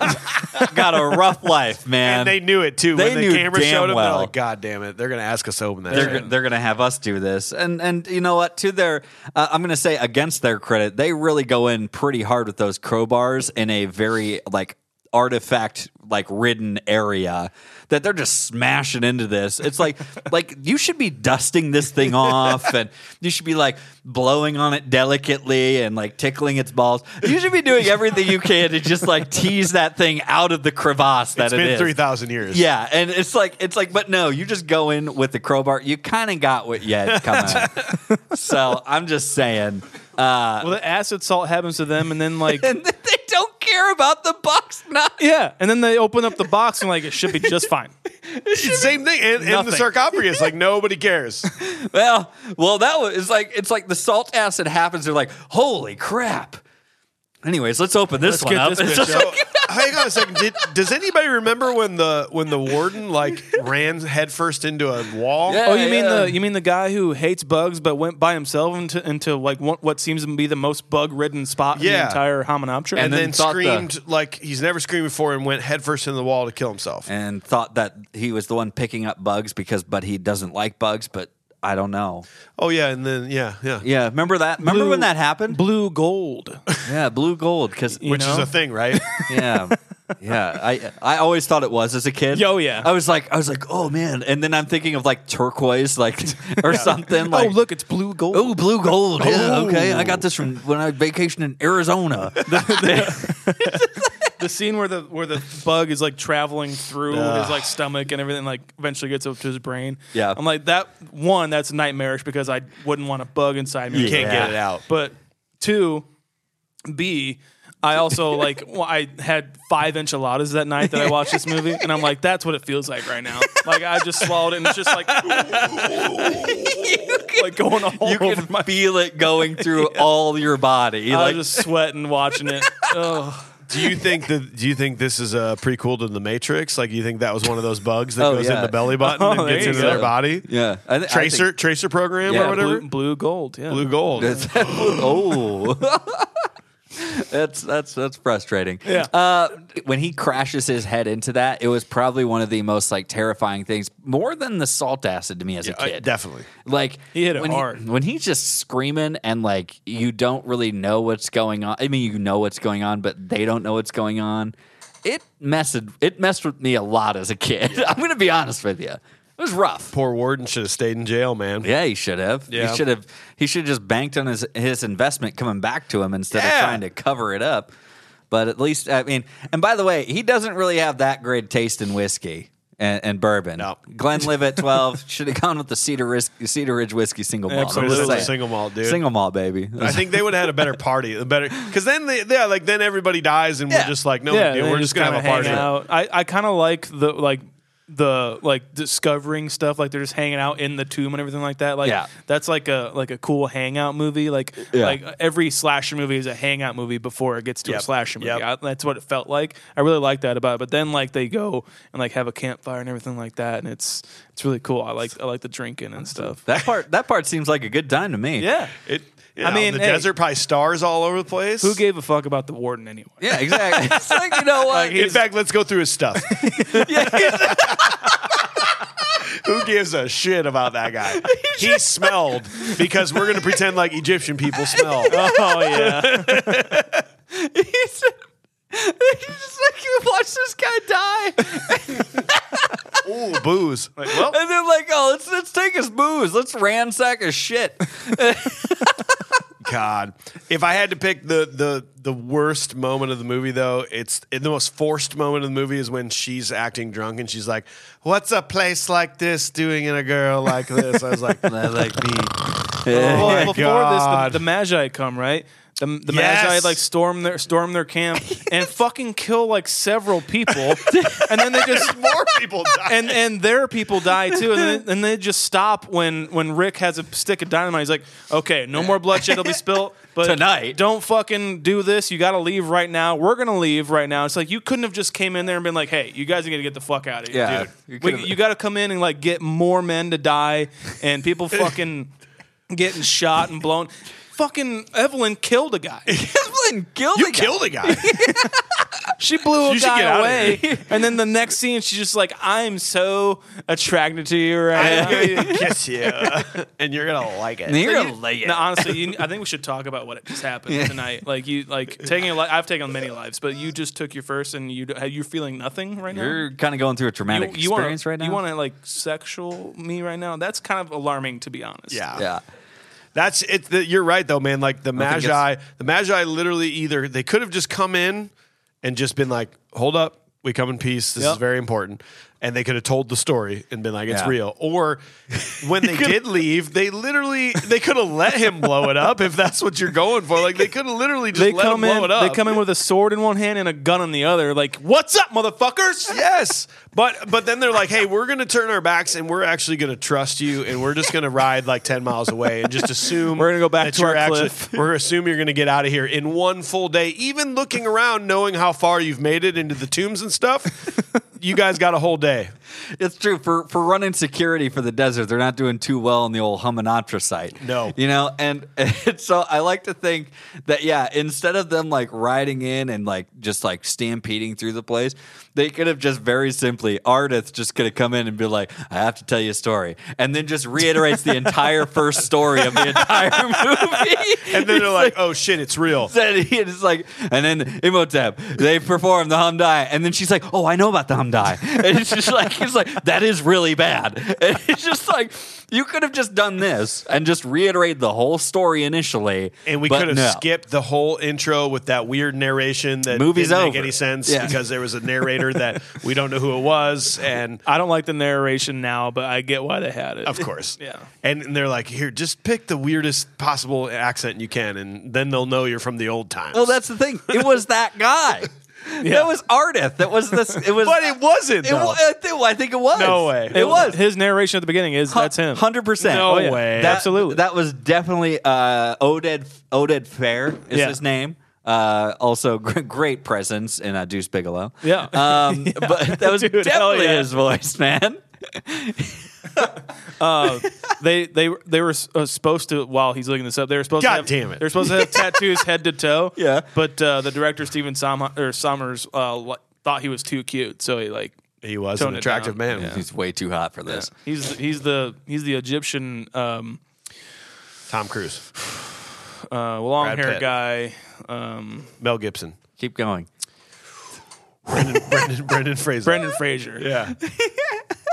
got a rough life, man. And they knew it too. They when the knew camera damn showed them, well. they're like, "God damn it! They're going to ask us to open that." they're shit." they're gonna have us do this, and and you know what? To their, uh, I'm gonna say against their credit, they really go in pretty hard with those crowbars in a very like artifact like ridden area that they're just smashing into this. It's like *laughs* like you should be dusting this thing off, and you should be like blowing on it delicately and like tickling its balls. You should be doing everything you can to just like tease that thing out of the crevasse that it's it been is. three thousand years. Yeah, and it's like it's like, but no, you just go in with the crowbar. You kind of got what you had *laughs* coming. so I'm just saying, uh, Well, the acid salt happens to them, and then *laughs* like and *laughs* they don't care about the box nut. yeah, and then they open up the box and like it should be just fine. It's the same thing. And, and the Nothing. sarcophagus, like nobody *laughs* cares. Well, well, that was it's like it's like the salt acid happens. They're like, holy crap. Anyways, let's open this Let's one get up. this It's bitch just So, like- hang on a second. Did, does anybody remember when the when the warden like ran headfirst into a wall? Yeah. Oh, you mean yeah. the you mean the guy who hates bugs but went by himself into into like what, what seems to be the most bug ridden spot in Yeah. the entire hominoptera? And, And then, then thought the- screamed like he's never screamed before and went headfirst into the wall to kill himself. and thought that he was the one picking up bugs because, but he doesn't like bugs. But I don't know. oh yeah, and then yeah, yeah. Yeah, remember that? Remember Blue- when that happened? blue gold. yeah, blue gold. Because Which is know? a thing, *laughs* right? yeah yeah i i always thought it was as a kid Yo, Oh, yeah. i was like i was like oh man and then i'm thinking of like turquoise *laughs* like or something like oh, look, Oh. it's blue gold. Oh, blue gold. Yeah, okay. I got this from when I vacationed in *laughs* Arizona. The scene where the where the bug is like traveling through Ugh. his like stomach and everything, like eventually gets up to his brain. Yeah. I'm like that one. That's nightmarish because I wouldn't want a bug inside me. You can't get it out. But two, B. I also like. Well, I had five enchiladas that night that I watched this movie, and I'm like, that's what it feels like right now. Like I just swallowed it, and it's just like, like going all you over can feel it *laughs* going through all your body. I Like, *laughs* was just sweating watching it. Oh, do you think that do you think this is a prequel to the Matrix? Like you think that was one of those bugs that *laughs* Oh, goes in yeah. the belly button Oh, and there gets you into go. their body? yeah. I thi- I Tracer think- tracer program Yeah, or whatever? blue, blue gold. Yeah, Blue gold. oh. *laughs* That's that's that's frustrating. Yeah. Uh, when he crashes his head into that, it was probably one of the most like terrifying things, more than the salt acid to me as a Uh, kid. definitely. Like He hit it when hard. when he's just screaming and like you don't really know what's going on. I mean, you know what's going on, but they don't know what's going on. It messed it messed with me a lot as a kid. *laughs* I'm gonna be honest with you. It was rough. Poor Warden should have stayed in jail, man. Yeah, he should have. Yeah. He should have. He should have just banked on his his investment coming back to him instead Yeah. of trying to cover it up. But at least I mean, and by the way, he doesn't really have that great taste in whiskey. And, and bourbon. No. *laughs* Glenlivet 12 should have gone with the Cedar, Ris- Cedar Ridge whiskey single malt. I'm just Absolutely. saying. Single malt, dude. Single malt, baby. *laughs* I think they would have had a better party, a better because then they, yeah, like then everybody dies and Yeah. we're just like, no, yeah, big deal. they we're just gonna have kinda a party. hang Out. I, I kind of like the like the like discovering stuff like they're just hanging out in the tomb and everything like that like Yeah. that's like a like a cool hangout movie like Yeah. like every slasher movie is a hangout movie before it gets to Yep. a slasher movie Yep. I- that's what it felt like i really like that about it but then like they go and like have a campfire and everything like that and it's it's really cool i like i like the drinking and stuff that part that part seems like a good time to me. yeah It, you I know, mean, the hey. desert probably stars all over the place. who gave a fuck about the warden anyway Yeah, exactly. *laughs* it's like, you know what? In fact, let's go through his *laughs* stuff. Who gives a shit about that *laughs* guy? He smelled because we're going to pretend like Egyptian people *laughs* smell. oh yeah He's just like you watch this guy die, Ooh, booze. Like, well, and then like, oh, let's let's take his booze, let's ransack his shit. God, if I had to pick the the the worst moment of the movie, though, it's and the most forced moment of the movie is when she's acting drunk and she's like, "What's a place like this doing in a girl like this?" I was *laughs* *laughs* like, *laughs* "Oh, "Like me." Well, my before God. this, the, the Magi come right. The, the Yes. Magi like storm their storm their camp *laughs* and fucking kill like several *laughs* people, and then they just More *laughs* people die. and and their people die too, and then, and they just stop when when Rick has a stick of dynamite. He's like, okay, no more bloodshed will be spilt, but Tonight. don't fucking do this. You got to leave right now. We're gonna leave right now. It's like you couldn't have just came in there and been like, hey, you guys are gonna get the fuck out of here, Yeah, you dude. We- could've- you got to come in and like get more men to die and people fucking getting shot and blown. Fucking Evelyn killed a guy. Evelyn killed you the guy. killed a *laughs* guy. She blew a *laughs* You should get guy out of away, and then the next scene, she's just like, "I'm so attracted to you right now." I'm gonna kiss you, *laughs* and you're gonna like it. And you're You- gonna lay it. No, honestly, you, I think we should talk about what just happened tonight. Like you, *laughs* like taking a li- I've taken many lives, but you just took your first, and you d- you're feeling nothing right now. You're kind of going through a traumatic wanna- experience right now. You want to like sexual me right now? That's kind of alarming, to be honest. Yeah. yeah. That's it. The, you're right though, man. Like the think Magi, the Magi literally either they could have just come in and just been like, "Hold up, we come in peace. This is Yep. very important," and they could have told the story and been like, "It's Yeah. real." Or *laughs* when they did leave, they literally they could have let him blow it up if that's what you're going for. Like they could have literally just They let come him blow in. it up. They come in with a sword in one hand and a gun in the other. Like, what's up, motherfuckers? Yes, but but then they're like, "Hey, we're going to turn our backs and we're actually going to trust you, and we're just going to ride like ten miles away and just assume We're gonna go back that to our you're actually- *laughs* cliff." We're going to assume you're going to get out of here in one full day, even looking around, knowing how far you've made it into the tombs and stuff. you guys got a whole day. It's true for for running security for the desert. They're not doing too well on the old Hamanatra site. No. you know, and, *laughs* and so I like to think that yeah, instead of them like riding in and like just like stampeding through the place, they could have just very simply Ardith just could have come in and be like, "I have to tell you a story," and then just reiterates the entire first story of the entire *laughs* movie. And then they're like, "Oh shit, it's real." said he and it's like and then Imhotep they perform the Hamdai and then she's like oh I know about the Hamdai *laughs* and it's just like it's like that is really bad *laughs* and it's just like you could have just done this and just reiterate the whole story initially And we but could have no. skipped the whole intro with that weird narration that Movie's didn't make over. any sense Yeah. because there was a narrator that we don't know who it was, and I don't like the narration now, but I get why they had it. Of course. *laughs* Yeah. And, and they're like, here, just pick the weirdest possible accent you can, and then they'll know you're from the old times. well Oh, that's the thing it was that guy that was Ardith that was this it *laughs* was But it wasn't. it though. wa- I think- I think it was No way. it was his narration at the beginning. Is that's him? Hundred percent. No Oh, yeah. way. That- Absolutely. That was definitely uh, Oded Oded Fair is Yeah. his name. Uh, also, *laughs* gr- great presence in uh, Deuce Bigelow. *laughs* Yeah. Um, but that was Dude, hell definitely yeah. his voice, man. they they were- they were uh, supposed to while he's looking this up they were supposed God to have, damn it. they're supposed to *laughs* have tattoos head to toe Yeah. but uh, the director Steven Som- or Summers uh, li- thought he was too cute so he like He was Tone an it attractive man. down. He's way too hot for this. he's he's the he's the Egyptian um, Tom Cruise, uh, long Brad hair Pitt. guy Mel *laughs* Gibson, Keep going. Brendan, Brendan, Brendan Fraser. *laughs* Brendan Fraser *laughs* Yeah.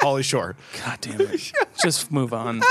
Holly Shore. god damn it just move on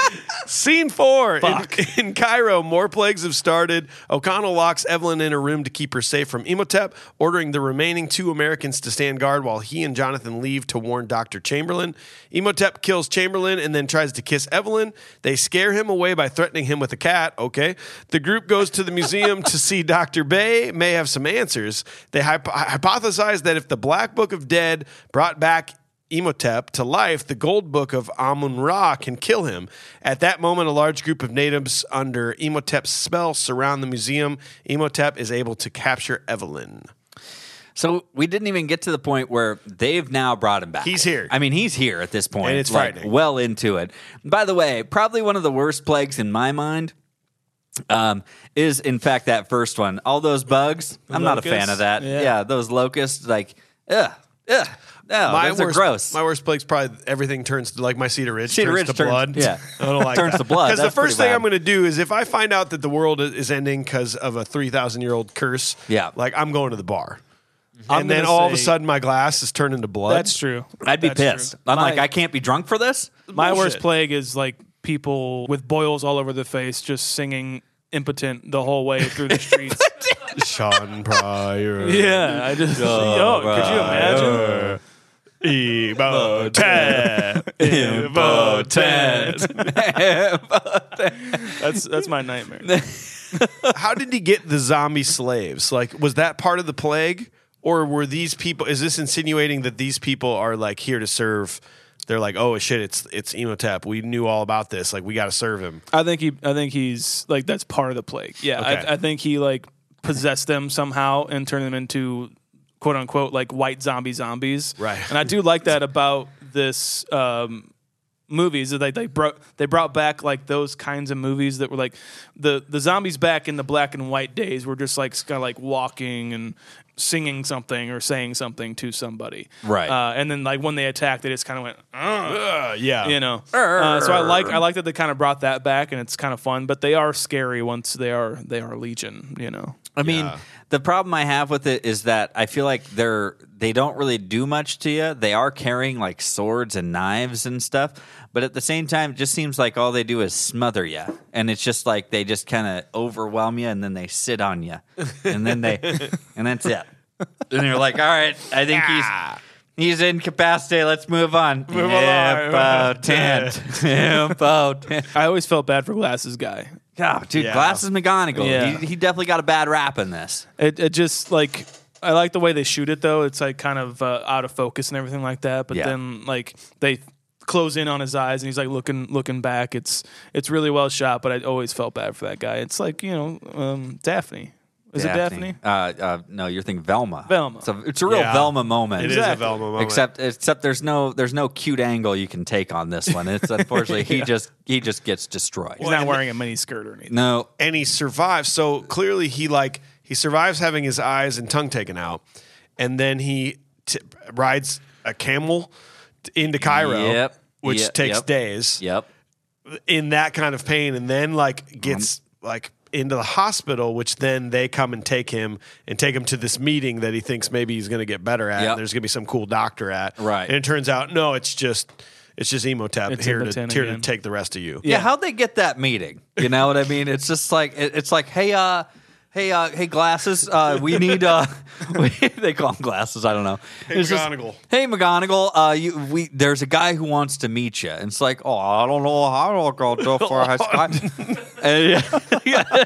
Scene four in, *laughs* in Cairo. More plagues have started. O'Connell locks Evelyn in a room to keep her safe from Imhotep, ordering the remaining two Americans to stand guard while he and Jonathan leave to warn Doctor Chamberlain. Imhotep kills Chamberlain and then tries to kiss Evelyn. They scare him away by threatening him with a cat. Okay. The group goes to the museum to see Doctor Bay. May have some answers. They hypo- hypothesize that if the Black Book of Dead brought back Imhotep to life, the gold book of Amun Ra can kill him. At that moment, a large group of natives under Imhotep's spell surround the museum. Imhotep is able to capture Evelyn. So we didn't even get to the point where they've now brought him back. He's here. I mean, he's here at this point. And it's like, frightening. Well into it. By the way, probably one of the worst plagues in my mind. Um, is in fact that first one. All those bugs. I'm not a fan Locusts? of that. Yeah, Yeah. those locusts. Like, ugh, ugh. No, Oh, worst, those are gross. My worst plague's probably everything turns to like my Cedar Ridge Cedar turns Ridge to turns- blood. yeah. *laughs* I don't like Turns to blood. Because the That's pretty first thing bad. I'm going to do is if I find out that the world i- is ending because of a three thousand year old curse, Yeah. like I'm going to the bar, I'm and then gonna all of a say- sudden my glass is turned into blood. That's true. I'd be That's true. pissed. I'm like, My- I can't be drunk for this. My worst Bullshit. plague is like people with boils all over their face just singing impotent the whole way *laughs* through the streets. Sean *laughs* Pryor. yeah, I just *laughs* yo, could you imagine? Imhotep. Imhotep. That's that's my nightmare. How did he get the zombie slaves? Like, was that part of the plague, or were these people? Is this insinuating that these people are like here to serve? They're like, oh shit, it's it's Emotep. We knew all about this. Like, we got to serve him. I think he I think he's like that's part of the plague. Yeah, Okay. I, I think he like possessed them somehow and turned them into quote unquote like white zombie zombies. Right. And I do like that about this um movies that they, they brought they brought back like those kinds of movies that were like the the zombies back in the black and white days were just like kind of like walking and singing something or saying something to somebody Right. uh, and then like when they attacked they just kind of went Uh, yeah, you know. Uh, so I like I like that they kind of brought that back, and it's kind of fun. But they are scary once they are they are legion. You know. I mean, the problem I have with it is that I feel like they're they don't really do much to you. They are carrying like swords and knives and stuff, but at the same time, it just seems like all they do is smother you, and it's just like they just kind of overwhelm you, and then they sit on you, and then they, and that's it. And you're like, all right, I think he's. He's incapacitated. Let's move on. Move Impotent. Impotent. I always felt bad for glasses guy. Oh, dude, Yeah. Glasses McGonagall. Yeah. He, he definitely got a bad rap in this. It, it just like I like the way they shoot it though. It's like kind of uh, out of focus and everything like that. But Yeah. then like they close in on his eyes and he's like looking looking back. It's it's really well shot. But I always felt bad for that guy. It's like you know um, Daphne. Is it Daphne? Uh, uh, no, you're thinking Velma. Velma. It's a, it's a real Yeah. Velma moment. It is Exactly. a Velma moment. Except, except there's no there's no cute angle you can take on this *laughs* one. It's unfortunately he just he just gets destroyed. He's not wearing a mini skirt or anything. no, and he survives. So clearly, he like he survives having his eyes and tongue taken out, and then he t- rides a camel t- into Cairo, Yep. which Yep. takes Yep. days. yep, in that kind of pain and then like gets like into the hospital which then they come and take him and take him to this meeting that he thinks maybe he's going to get better at Yep. and there's going to be some cool doctor at Right. and it turns out no it's just it's just emotep It's here to Imhotep here to again. take the rest of you yeah. How'd they get that meeting? You know what I mean? It's just like it, it's like hey uh. Hey, uh, hey, glasses. Uh, *laughs* we need. Uh, *laughs* we, they call them glasses. I don't know. Hey, McGonagall. hey, McGonagall. Uh, you, we there's a guy who wants to meet you. And it's like, oh, I don't know how to go to for *laughs* high school. *laughs* And- *laughs*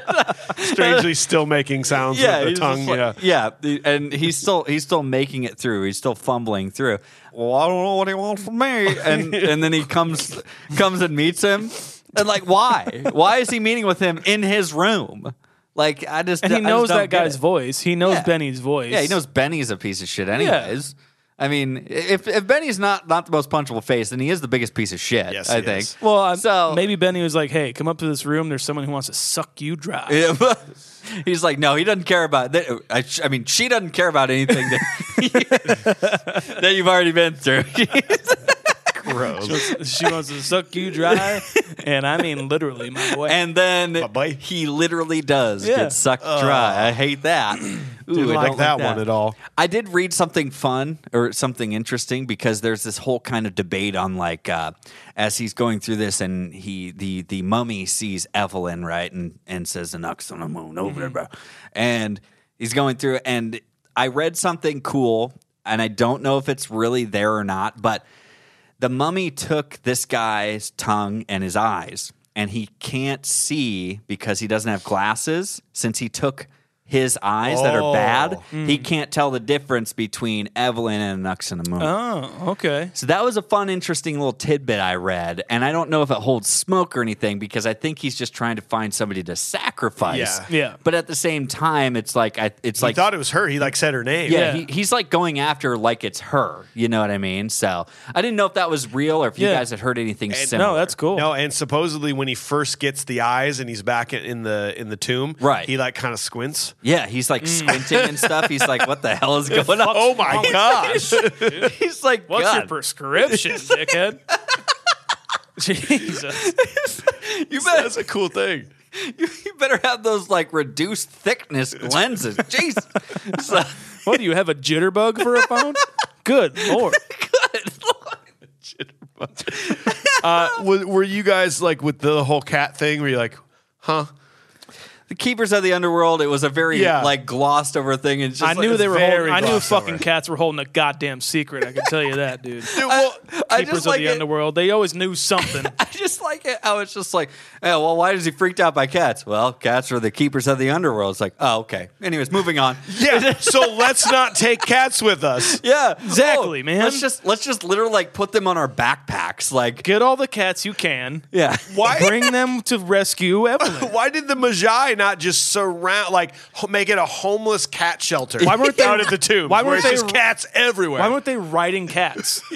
strangely still making sounds with the he's tongue just like- yeah yeah, and he's still he's still making it through. He's still fumbling through. Well, I don't know what he wants from me, and and then he comes comes and meets him, and like why? Why is he meeting with him in his room? Like I just And he I just knows don't that get guy's it. voice. He knows Yeah. Benny's voice. Yeah, he knows Benny's a piece of shit. Anyways. I mean, if, if Benny's not, not the most punchable face, then he is the biggest piece of shit. Yes, I he think. is. Well, I'm, So- maybe Benny was like, "Hey, come up to this room. There's someone who wants to suck you dry." Yeah. He's like, no, he doesn't care about that. I, I mean, she doesn't *laughs* care about anything that, that you've already been through. Gross. She wants- *laughs* she wants to suck you *laughs* dry, and I mean literally, my boy. *laughs* And then boy. he literally does Yeah. get sucked dry. I hate that. Ooh, I don't like Like that one at all. I did read something fun or something interesting because there's this whole kind of debate on like uh, as he's going through this and he the the mummy sees Evelyn right and and says the knocks on the moon over there bro and he's going through and I read something cool and I don't know if it's really there or not but the mummy took this guy's tongue and his eyes and he can't see because he doesn't have glasses since he took his eyes that Oh. are bad he Hmm. can't tell the difference between evelyn and nux in the moon Uh-huh. oh, okay. so that was a fun interesting little tidbit i read and i don't know if it holds smoke or anything because i think he's just trying to find somebody to sacrifice Yeah. Yeah. but at the same time it's like I, it's He like thought it was her. He like said her name. yeah, Yeah. He, he's like going after like it's her. You know what I mean? So I didn't know if that was real or if you Yeah. guys had heard anything similar. No, that's cool. No, and supposedly when he first gets the eyes and he's back in- in the in the tomb, Right. He like kind of squints. yeah. He's Mm. like squinting and stuff. He's like, *laughs* "What the hell is going on?" Oh *laughs* my gosh! *laughs* he's like, What's your "God, *laughs* prescription, dickhead? *laughs* Jesus. you better a cool thing. *laughs* you, you better have those like *laughs* reduced thickness lenses." Jeez, so, What do you have a jitterbug for a phone? Good *laughs* lord. Were, were you guys like with the whole cat thing? Were you like, huh? the keepers of the underworld. It was a very Yeah. like glossed over thing. And just I like- knew they were very holding, I knew glossed fucking over. cats were holding a goddamn secret. I can tell you that, dude. Keepers *laughs* I, I just of like the it. underworld. They always knew *laughs* something. I just like it how it's just like, oh, well, why is he freaked out by cats? Well, cats are the keepers of the underworld. It's like, oh, okay. Anyways, *laughs* moving on. Yeah. so let's not take cats with us. Yeah, Oh, Exactly, man. Let's just let's just literally like put them on our backpacks, like Get all the cats you *laughs* can. yeah. Why? Bring them to rescue *laughs* Evelyn. Why did the Magi not just surround, like, ho- make it a homeless cat shelter? Why weren't they- out of the tomb? why where weren't it's they- just cats everywhere? Why weren't they riding cats? *laughs*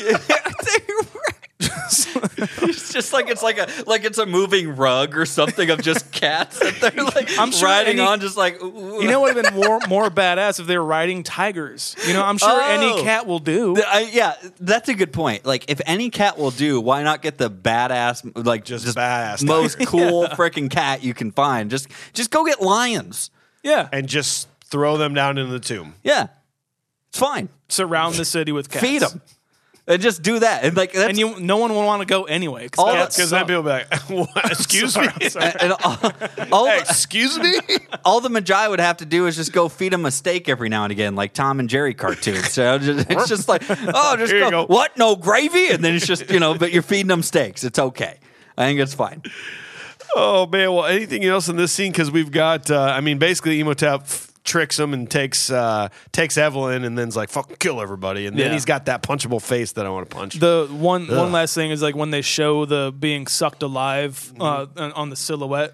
it's just like it's like a like it's a moving rug or something of just cats that they're like I'm sure riding any- on, just like ooh. You know what would have been more, more badass if they were riding tigers. You know, I'm sure Oh. any cat will do. I, yeah, that's a good point. Like, if any cat will do, why not get the badass, like Just badass most *laughs* tiger. cool freaking cat you can find? Just, just go get lions. Yeah. and just throw them down into the tomb. Yeah, it's fine. Surround the city with cats. Feed them and just do that. And like, that's, And you, no one will want to go anyway. All cats that- Because then people be like, *laughs* *laughs* what? excuse me? *laughs* and all, all, excuse me? *laughs* all the Magi would have to do is just go feed them a steak every now and again, like Tom and Jerry cartoons. So *laughs* it's just, it's just like, *laughs* oh, just Here you go. go, what? No gravy? And then it's just, you know, but you're feeding them steaks. It's okay. I think it's fine. *laughs* Oh man! Well, anything else in this scene? Because we've got, uh, I mean, basically Emotep f- tricks him and takes uh, takes Evelyn, and then's like, "Fuck, kill everybody!" And then Yeah. he's got that punchable face that I want to punch. The one one last thing is like when they show the being sucked alive uh, Mm-hmm. on- on the silhouette.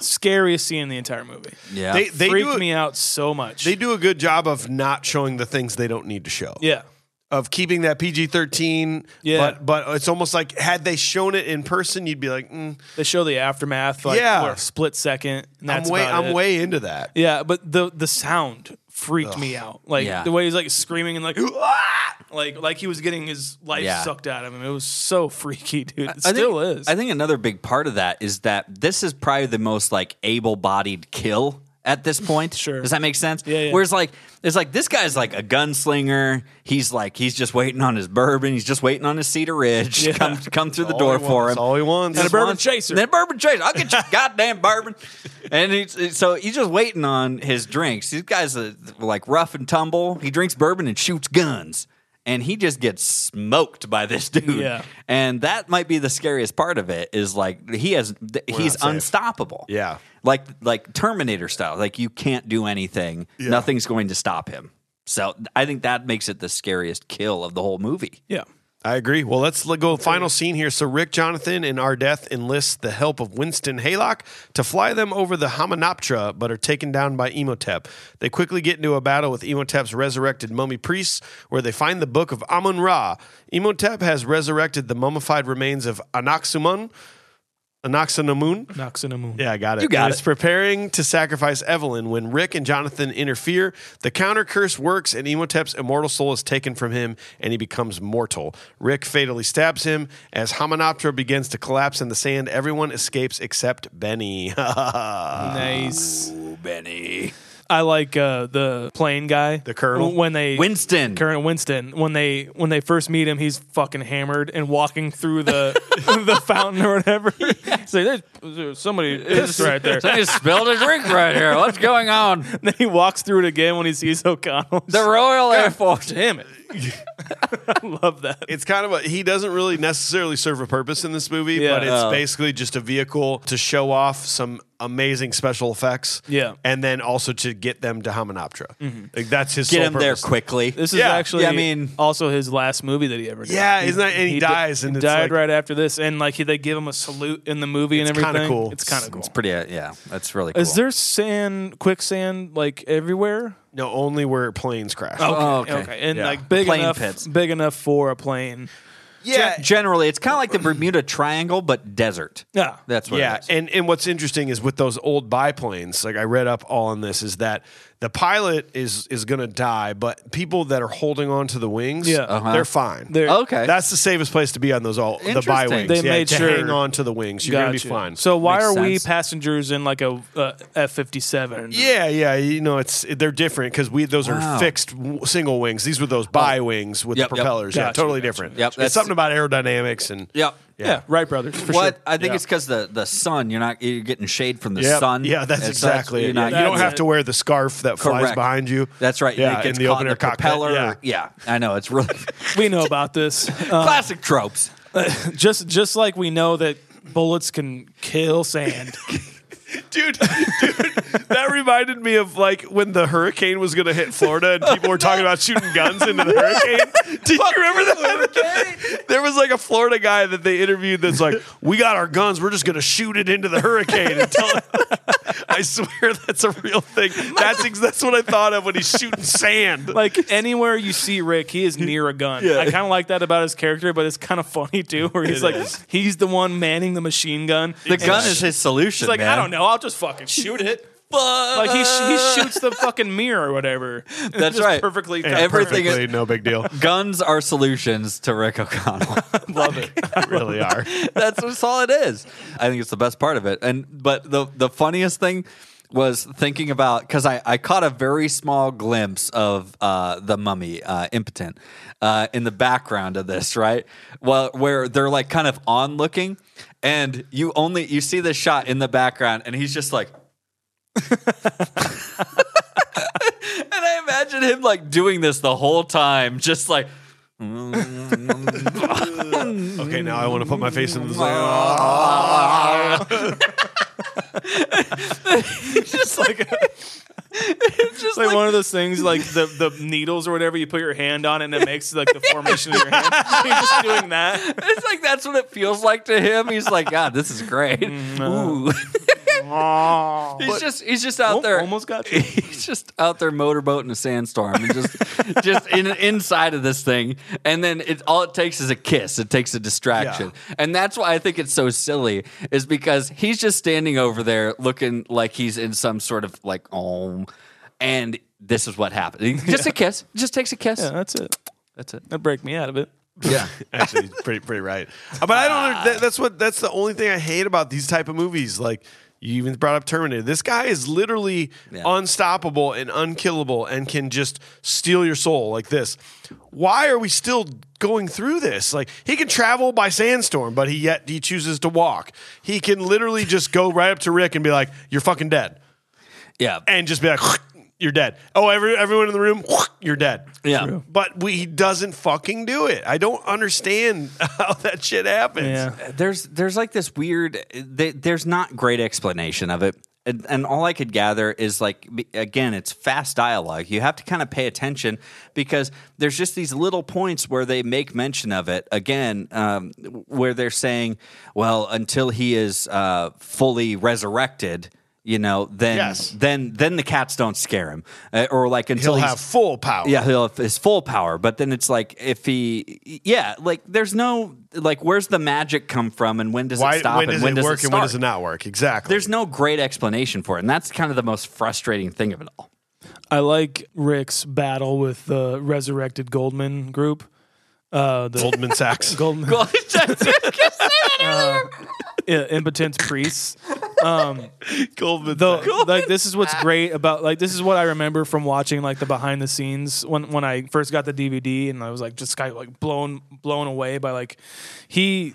Scariest scene in the entire movie. Yeah. they they do freaked a, me out so much. they do a good job of not showing the things they don't need to show. yeah, Of keeping that PG thirteen. Yeah. But but it's almost like had they shown it in person, you'd be like, mm, they show the aftermath like Yeah. for a split second. And "I'm that's way about I'm it. way into that." Yeah, but the the sound freaked me out. Like Yeah. the way he's like screaming and like "Ah!" like like he was getting his life Yeah. sucked out of him. It was so *laughs* freaky, dude. It I think- still is. I think another big part of that is that this is probably the most like able-bodied kill at *laughs* this point. Sure. Does that make sense? Yeah, yeah. Whereas like it's like this guy's like a gunslinger. He's like he's just waiting on his bourbon. He's just waiting on his Cedar Ridge to come to come through the door he for wants, him. all he wants. And a Just bourbon wants- chaser. Then a bourbon chaser. I'll get you goddamn bourbon. And he's, so he's just waiting on his drinks. These guy's a, like rough and tumble. He drinks bourbon and shoots guns. And he just gets smoked by this dude. Yeah. And that might be the scariest part of it is like he has th- he's not safe. unstoppable. Yeah. Like like Terminator style. Like you can't do anything. Nothing's going to stop him. So I think that makes it the scariest kill of the whole movie. yeah. I agree. Well, let's let go final scene here. So Rick, Jonathan, and Ardeth enlist the help of Winston Haylock to fly them over the Hamanoptera, but are taken down by Emotep. They quickly get into a battle with Emotep's resurrected mummy priests, where they find the Book of Amun Ra. Emotep has resurrected the mummified remains of Anaxuman, Anoxanamun. Knocks in a moon. Yeah, I got it. You got It's it. preparing to sacrifice Evelyn when Rick and Jonathan interfere. The counter curse works, and Emotep's immortal soul is taken from him, and he becomes mortal. Rick fatally stabs him as Hominoptera begins to collapse in the sand. Everyone escapes except Benny. *laughs* the Nice. Ooh, Benny. I like uh, the plane guy, the colonel? When they Winston. Current Winston. When they when they first meet him, he's fucking hammered and walking through the *laughs* the fountain or *laughs* whatever. So there's, there's somebody pissed right there. Somebody spilled a drink right here. What's going on? *laughs* then he walks through it again when he sees O'Connell. The *laughs* Royal Air Force. Damn it! I love that. it's kind of a he doesn't really necessarily serve a purpose in this movie, Yeah. but it's No. basically just a vehicle to show off some amazing special effects. Yeah. And then also to get them to Hominoptera. Like that's his Mm-hmm. sole Get him there purpose. quickly. This is Yeah, actually, yeah, I mean- also his last movie that he ever did. Yeah, isn't that- and he di- dies, and he it's died like- right after this, and like he, they give him a salute in the movie and It's kinda everything. cool. It's kind of cool. It's pretty, uh, yeah, that's really cool. Is there sand, quicksand, like everywhere? No, only where planes crash. Oh, okay. and Yeah. like big Plane enough, pits. big enough for a plane. yeah. generally, it's kind of like the Bermuda Triangle, but desert. Yeah, That's what yeah, it is. and and what's interesting is with those old biplanes, like I read up all on this, is that the pilot is is gonna die, but people that are holding on to the wings, Yeah. Uh-huh. they're fine. They're- Oh, okay. That's the safest place to be on those all the Interesting. by wings. They yeah, made to sure- hang on to the wings. You're gonna be Gotcha. fine. So why Makes are we sense. passengers in like a F fifty seven? yeah, yeah, you know it's they're different because we those Wow. Oh. are fixed w- single wings. These were those by wings with Yep, the yep. propellers. yeah, Gotcha, totally gotcha. different. Yep, it's that's- something about aerodynamics and Yep. yeah, Wright brothers for What sure. I think Yeah. it's because the, the sun you're not you're getting shade from the Yep. sun. Yeah, that's and such. exactly You're it. not- you don't That's have it. to wear the scarf that flies Correct. behind you. That's right. Yeah, it in gets the caught opener the cockpit. propeller. *laughs* Yeah. yeah, I know it's really We know about this. Uh, classic tropes. just just like we know that bullets can kill *laughs* sand. dude, dude, that reminded me of like when the hurricane was gonna hit Florida and people were talking about shooting guns into the *laughs* hurricane. Do you remember that? *laughs* there was like a Florida guy that they interviewed that's like, "We got our guns. We're just gonna shoot it into the hurricane." And tell it. *laughs* I swear that's a real thing. That's ex- that's what I thought of when he's shooting sand. like anywhere you see Rick, he is near a gun. I kind of like that about his character, but it's kind of funny too, where he's like, he's the one manning the machine gun. The gun is his solution. He's like, I man. don't know, I'll just fucking shoot it. Like he, sh- he shoots the fucking mirror or whatever. That's Just right. Perfectly. Yeah, everything is- Perfectly, no big *laughs* deal. Guns are solutions to Rick O'Connell. Love it. really are. *laughs* That's just all it is. I think it's the best part of it. And but the the funniest thing was thinking about because I, I caught a very small glimpse of uh, the mummy uh, impotent uh, in the background of this right well where they're like kind of on looking and you only you see the shot in the background and he's just like *laughs* and I imagine him like doing this the whole time just like Okay, now I want to put my face into the sand. just like It's like, one of those things, like the, the needles or whatever, you put your hand on it and it makes like the formation of your *laughs* hand. He's just doing that. It's like that's what it feels like to him. He's like, God, this is great. Ooh. he's just he's just out Oh, there. almost got you. He's just out there motorboat in a sandstorm and just just in inside of this thing. And then it all it takes is a kiss. It takes a distraction. And that's why I think it's so silly is because he's just standing over there looking like he's in some sort of like oh and this is what happened. Just a kiss. Just takes a kiss. *laughs* Yeah, that's it. That's it. That break me out of it. Yeah. *laughs* Actually, he's pretty pretty right. Uh, But I don't. under- That, that's what. That's the only thing I hate about these type of movies. Like you even brought up Terminator. This guy is literally unstoppable and unkillable, and can just steal your soul like this. Why are we still going through this? Like he can travel by sandstorm, but he yet he chooses to walk. He can literally just go right up to Rick and be like, "You're fucking dead," *laughs* yeah. and just be like. *laughs* You're dead. Oh, every, everyone in the room, *laughs* you're dead. Yeah. But we, he doesn't fucking do it. I don't understand *laughs* how that shit happens. Yeah. there's there's like this weird th- there's not great explanation of it and, and all i could gather is like b- again it's fast dialogue you have to kind of pay attention because there's just these little points where they make mention of it again um, where they're saying well until he is uh, fully resurrected you know, then Yes. then then the cats don't scare him, uh, or like until He'll he's, have full power. yeah, he'll have his full power. But then it's like if he, yeah, like there's no like where's the magic come from, and when does Why, it stop, when does and when it does work it and when does start? it not work? Exactly. There's no great explanation for it, and that's kind of the most frustrating thing of it *laughs* all. I like Rick's battle with the resurrected Goldman group. Uh, *laughs* the *laughs* Goldman Sachs. Goldman *laughs* yeah, impotent priests. Goldman Though, like this is what's great about like this is what I remember from watching like the behind the scenes when when I first got the DVD and I was like just kind of like blown blown away by like he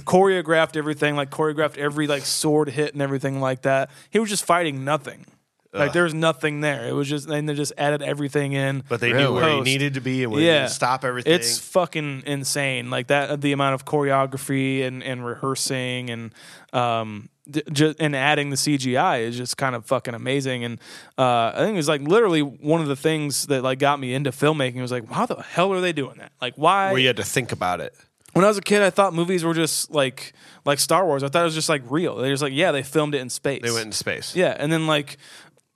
choreographed everything like choreographed every like sword hit and everything like that. He was just fighting nothing. Like there was nothing there. It was just and they just added everything in. But they knew where he Post. needed to be and where he needed to stop everything. It's fucking insane. Like that, the amount of choreography and, and rehearsing and um d- ju- and adding the CGI is just kind of fucking amazing. And uh, I think it was like literally one of the things that like got me into filmmaking was like, how the hell are they doing that? Like, why? where you had to think about it. when I was a kid, I thought movies were just like like Star Wars. I thought it was just like real. They just like yeah, they filmed it in space. They went in space. Yeah, and then like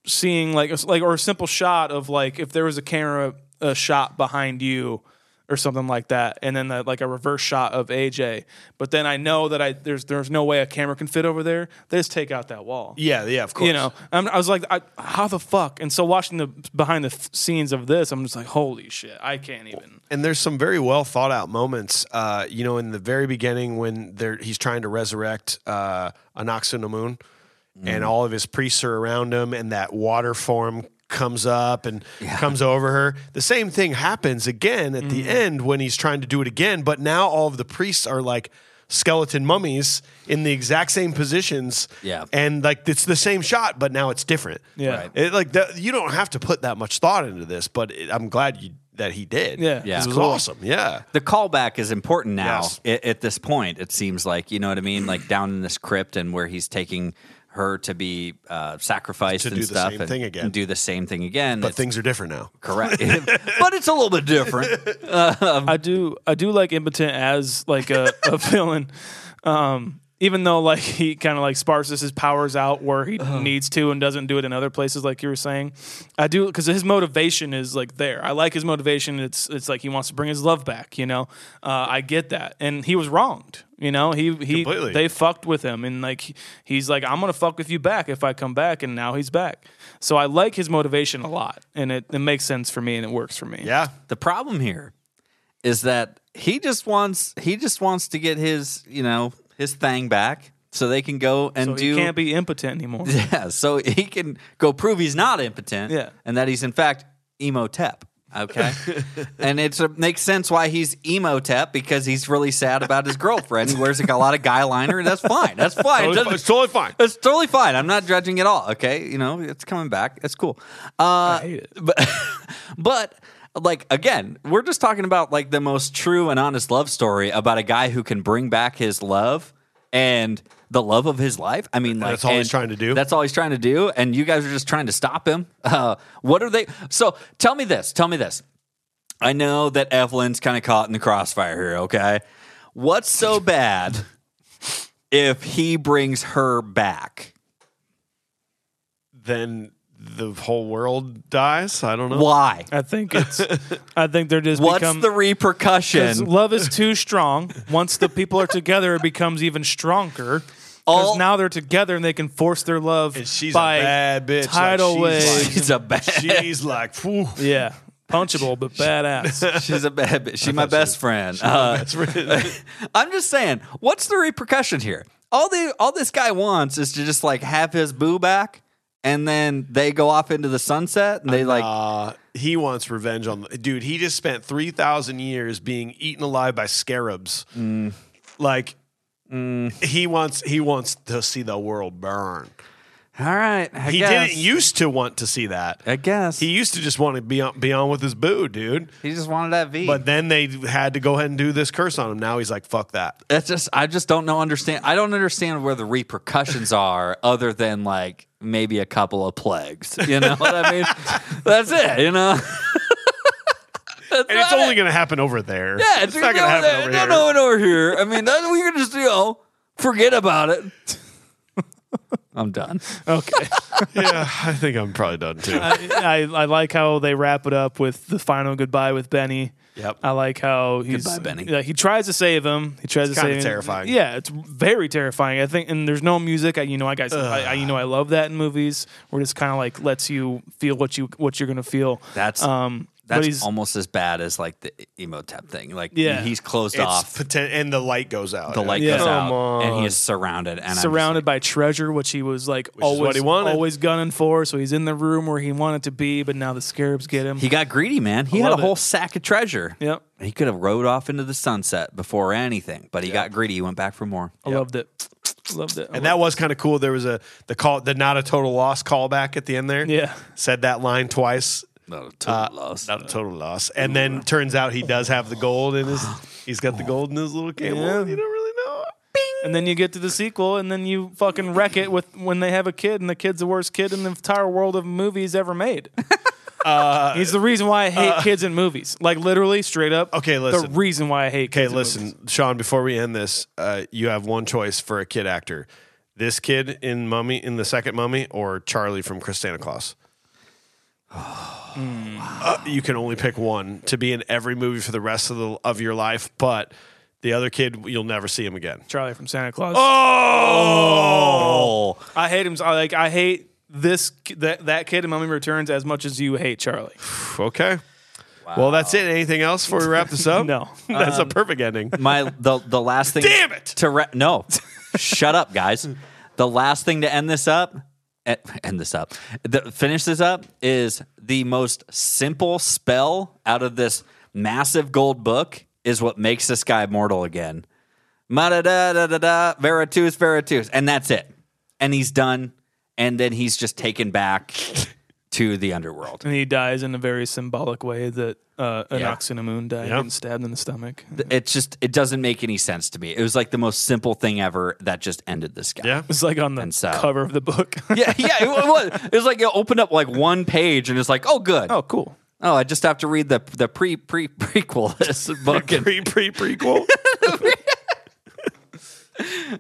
seeing like a, like or a simple shot of like if there was a camera a shot behind you or something like that, and then the, like a reverse shot of AJ. But then I know that I there's there's no way a camera can fit over there. They just take out that wall. Yeah, yeah, of course. You know, I'm, I was like, I, how the fuck? And so watching the behind the f- scenes of this, I'm just like, holy shit, I can't even. and there's some very well thought out moments. Uh, you know, in the very beginning when they're, he's trying to resurrect uh, Anaxu no Moon, and all of his priests are around him, and that water form comes up and comes over her. The same thing happens again at the end when he's trying to do it again, but now all of the priests are like skeleton mummies in the exact same positions. Yeah. and like it's the same shot, but now it's different. Yeah. Right. It, like that, you don't have to put that much thought into this, but it, I'm glad you. That he did. Yeah. Yeah. This was Cool. awesome. Yeah. the callback is important now Yes. at, at this point it seems like you know what i mean like down in this crypt and where he's taking her to be uh, sacrificed To and do the stuff same and, thing again. and do the same thing again But It's things are different now. *laughs* correct but it's a little bit different I do I do like impotent as like a, a villain. Um even though like he kind of like sparses his powers out where he needs to and doesn't do it in other places like you were saying. I do cuz his motivation is like there. I like his motivation. It's it's like he wants to bring his love back, you know. Uh, I get that. And he was wronged, you know. He he Completely. they fucked with him and like he- he's like I'm going to fuck with you back if I come back and now he's back. So I like his motivation a lot and it, it makes sense for me and it works for me. Yeah. the problem here is that he just wants he just wants to get his you know his thing back so they can go and So do he can't be impotent anymore. *laughs* yeah so he can go prove he's not impotent Yeah. and that he's in fact emotep *laughs* okay and it's, it makes sense why he's emotep because he's really sad about his girlfriend he wears like a lot of guy liner and that's fine that's fine It Totally doesn't- fine. It's totally fine. it's totally fine. I'm not judging at all. Okay, you know it's coming back. It's cool. Uh, But, but like again, we're just talking about like the most true and honest love story about a guy who can bring back his love and the love of his life. I mean, like that's all he's and trying to do. That's all he's trying to do. And you guys are just trying to stop him. *laughs* Uh, what are they? So tell me this. Tell me this. I know that Evelyn's kind of caught in the crossfire here, okay? What's *laughs* so bad if he brings her back? Then the whole world dies. I don't know. *laughs* *laughs* Why? I think it's. I think they're just. What's become, the *laughs* 'cause repercussion? Love is too strong. Once the people are together, it becomes even stronger. All- Because now they're together and they can force their love And she's a by bad bitch, like, tidal she's waves. like- She's a bad. She's like, phew. yeah, punchable but *laughs* badass. She's a bad. bitch. She's my best friend. Uh, That's really- *laughs* I'm just saying, what's the repercussion here? All the all this guy wants is to just like have his boo back, and then they go off into the sunset, and they like uh, he wants revenge on the dude. He just spent 3,000 years being eaten alive by scarabs. Mm. Like, he wants he wants to see the world burn. All right, I he guess. didn't used to want to see that. I guess He he, used to just want to be on, be on with his boo, dude. just wanted that V. But then they had to go ahead and do this curse on him. Now he's like, fuck that. that's just I just don't know understand. I don't understand where *laughs* the repercussions are, other than like maybe a couple of plagues. You know what *laughs* I mean? That's it. You know. And it's only going to happen over there. Yeah, it's, not going to happen over no, here. No, no, over here. I mean, that, we can just you know forget about it. *laughs* I'm done. Okay. yeah, *laughs* I think I'm probably done too. I, I like how they wrap it up with the final goodbye with Benny. Yep. I like how he's Goodbye, Benny. yeah, he tries to save him. He tries to kinda save him. terrifying. Yeah, it's very terrifying. I think, and there's no music. I, you know, I guys, I, I, you know, I love that in movies where it's kind of like lets you feel what you what you're gonna feel. That's um, but that's he's- almost as bad as like the Emotep thing. Like Yeah. he's closed it's off. poten- and the light goes out. The light Yeah. goes Come out, and he is surrounded. And surrounded by treasure, which he was like always what he wanted. always gunning for. So he's in the room where he wanted to be, but now the scarabs get him. by. He got greedy, man. He had a love it. whole sack of treasure. yep, He could have rode off into the sunset before anything, but he got greedy. He went back for more. I loved it. Loved it. I And loved- that was kind of cool. There was a the call the not a total loss callback at the end there. Yeah. Said that line twice. No, total Uh, loss. Not a total loss. And then turns out he does have the gold in his he's got the gold in his little cable. Yeah. You don't really know. and then you get to the sequel, and then you fucking wreck it with when they have a kid, and the kid's the worst kid in the entire world of movies ever *laughs* made. Uh, He's the reason why I hate kids in movies. Like literally, straight up. Okay, The listen. reason why I hate. Okay, kids in movies. listen, Sean, before we end this, uh, you have one choice for a kid actor. This kid in Mummy in the second Mummy or Charlie from Chris Santa *sighs* Claus. Uh, you can only pick one to be in every movie for the rest of the of your life, but the other kid you'll never see him again. Charlie from Santa Claus. Oh, I hate him. I like. I hate this ki- that that kid in Mummy Returns as much as you *sighs* hate Charlie. okay. Well, that's it. Anything else before we wrap this *laughs* up? No. that's a perfect ending. My the the last thing. Damn it! To re- no, shut up, guys. The last thing to end this up, eh, end this up, the, finish this up is the most simple spell out of this massive gold book is what makes this guy mortal again. Ma da da da da da, Veritus, Veritus, and that's it. And he's done. And then he's just taken back to the underworld. And he dies in a very symbolic way that uh, Yeah. Anoxinamun died Yeah. and stabbed in the stomach. It just it doesn't make any sense to me. It was like the most simple thing ever that just ended this guy. *laughs* Yeah. It's like on the And so- cover of the book. Yeah, yeah, it was. It was like it opened up like one page, and it's like, oh, good. *laughs* oh, Oh, cool. I just have to read the the pre pre *laughs* prequel to this book. *laughs* *laughs* and Pre pre prequel.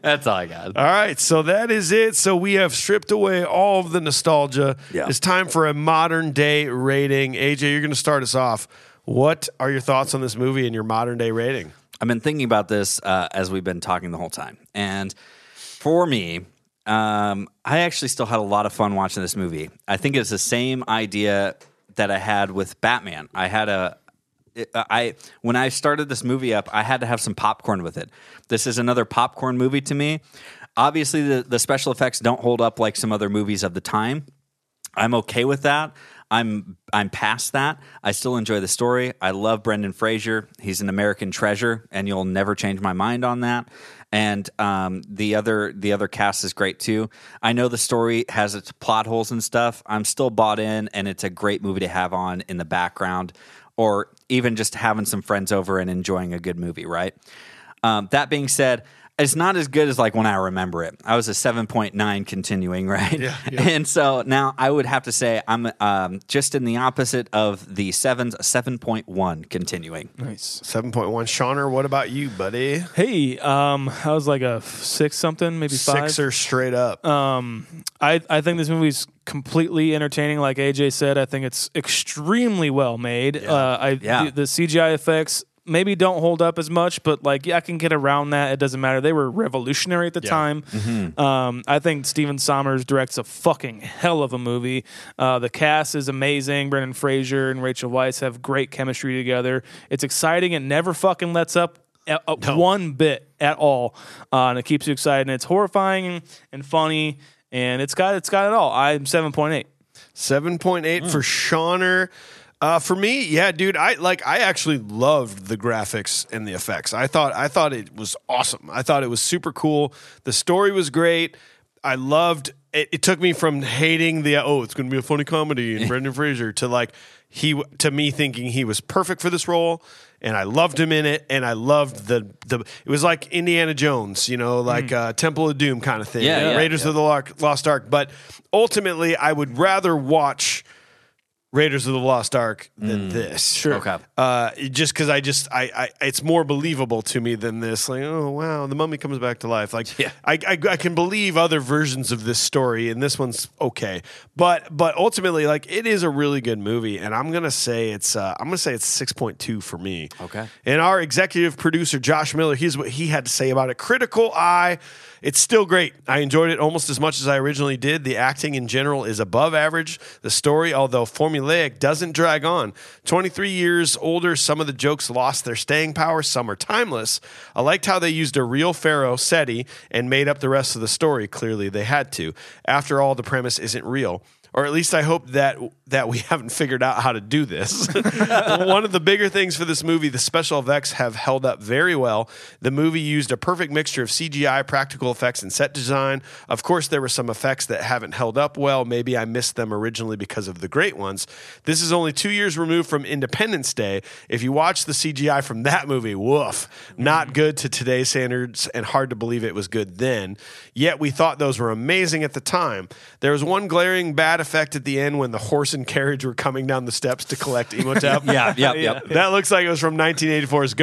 that's all I got. All right, so that is it. So we have stripped away all of the nostalgia. Yeah. It's time for a modern day rating. AJ, you're going to start us off. What are your thoughts on this movie and your modern day rating? I've been thinking about this uh, as we've been talking the whole time, and for me, um, I actually still had a lot of fun watching this movie. I think it's the same idea that I had with Batman. I had a it- I when I started this movie up, I had to have some popcorn with it. This is another popcorn movie to me. Obviously, the, the special effects don't hold up like some other movies of the time. I'm okay with that. I'm I'm past that. I still enjoy the story. I love Brendan Fraser. He's an American treasure, and you'll never change my mind on that. And um, the other the other cast is great too. I know the story has its plot holes and stuff. I'm still bought in, and it's a great movie to have on in the background or even just having some friends over and enjoying a good movie, right? Um, that being said, it's not as good as like when I remember it. I was a 7.9 continuing, *laughs* right? And so now I would have to say I'm um, just in the opposite of the sevens, a 7.1 continuing. 7.1. Seaner, what about you, buddy? Hey, um, I was like a f- six something, maybe five. Sixer straight up. I, I think this movie's completely entertaining. Like AJ said, I think it's extremely well made. Uh, I Yeah. the, the CGI effects maybe don't hold up as much, but like yeah, I can get around that. It doesn't matter. They were revolutionary at the time. Um, I think Steven Sommers directs a fucking hell of a movie. Uh, the cast is amazing. Brendan Fraser and Rachel Weisz have great chemistry together. It's exciting. It never fucking lets up. uh, uh, One bit at all, uh, and it keeps you excited. And it's horrifying and funny and it's got it's got it all. I'm seven point eight. 7.8 for Seaner. Uh, for me, yeah, dude, I like I actually loved the graphics and the effects. I thought I thought it was awesome. I thought it was super cool. The story was great. I loved it. It took me from hating the oh, it's going to be a funny comedy and Brendan Fraser to like he to me thinking he was perfect for this role and I loved him in it and I loved the the it was like Indiana Jones, you know, like uh, Temple of Doom kind of thing. Mm. Yeah, yeah, Raiders of the Lock- Lost Ark, but ultimately I would rather watch Raiders of the Lost Ark Mm. than this. Sure. Okay. Uh, just because I just I, I it's more believable to me than this. Like, oh wow, the mummy comes back to life. Like, Yeah. I, I I can believe other versions of this story, and this one's okay. But but ultimately, like, it is a really good movie, and I'm gonna say it's uh, I'm gonna say it's six point two for me. Okay. And our executive producer Josh Miller, here's what he had to say about it. Critical eye. It's still great. I enjoyed it almost as much as I originally did. The acting in general is above average. The story, although formulaic, doesn't drag on. 23 years older, some of the jokes lost their staying power, some are timeless. I liked how they used a real pharaoh, Seti, and made up the rest of the story. Clearly, they had to. After all, the premise isn't real or at least I hope that that we *laughs* haven't figured out how to do this. *laughs* One of the bigger things for this movie, the special effects have held up very well. The movie used a perfect mixture of CGI, practical effects, and set design. Of course, there were some effects that haven't held up well. Maybe I missed them originally because of the great ones. This is only two years removed from Independence Day. If you watch the CGI from that movie, woof, Mm-hmm. not good to today's standards and hard to believe it was good then. Yet we thought those were amazing at the time. There was one glaring bad effect at the end when the horse and carriage were coming down the steps to collect *laughs* Imhotep. Yeah, *laughs* yep, yep. That looks like it was from 1984's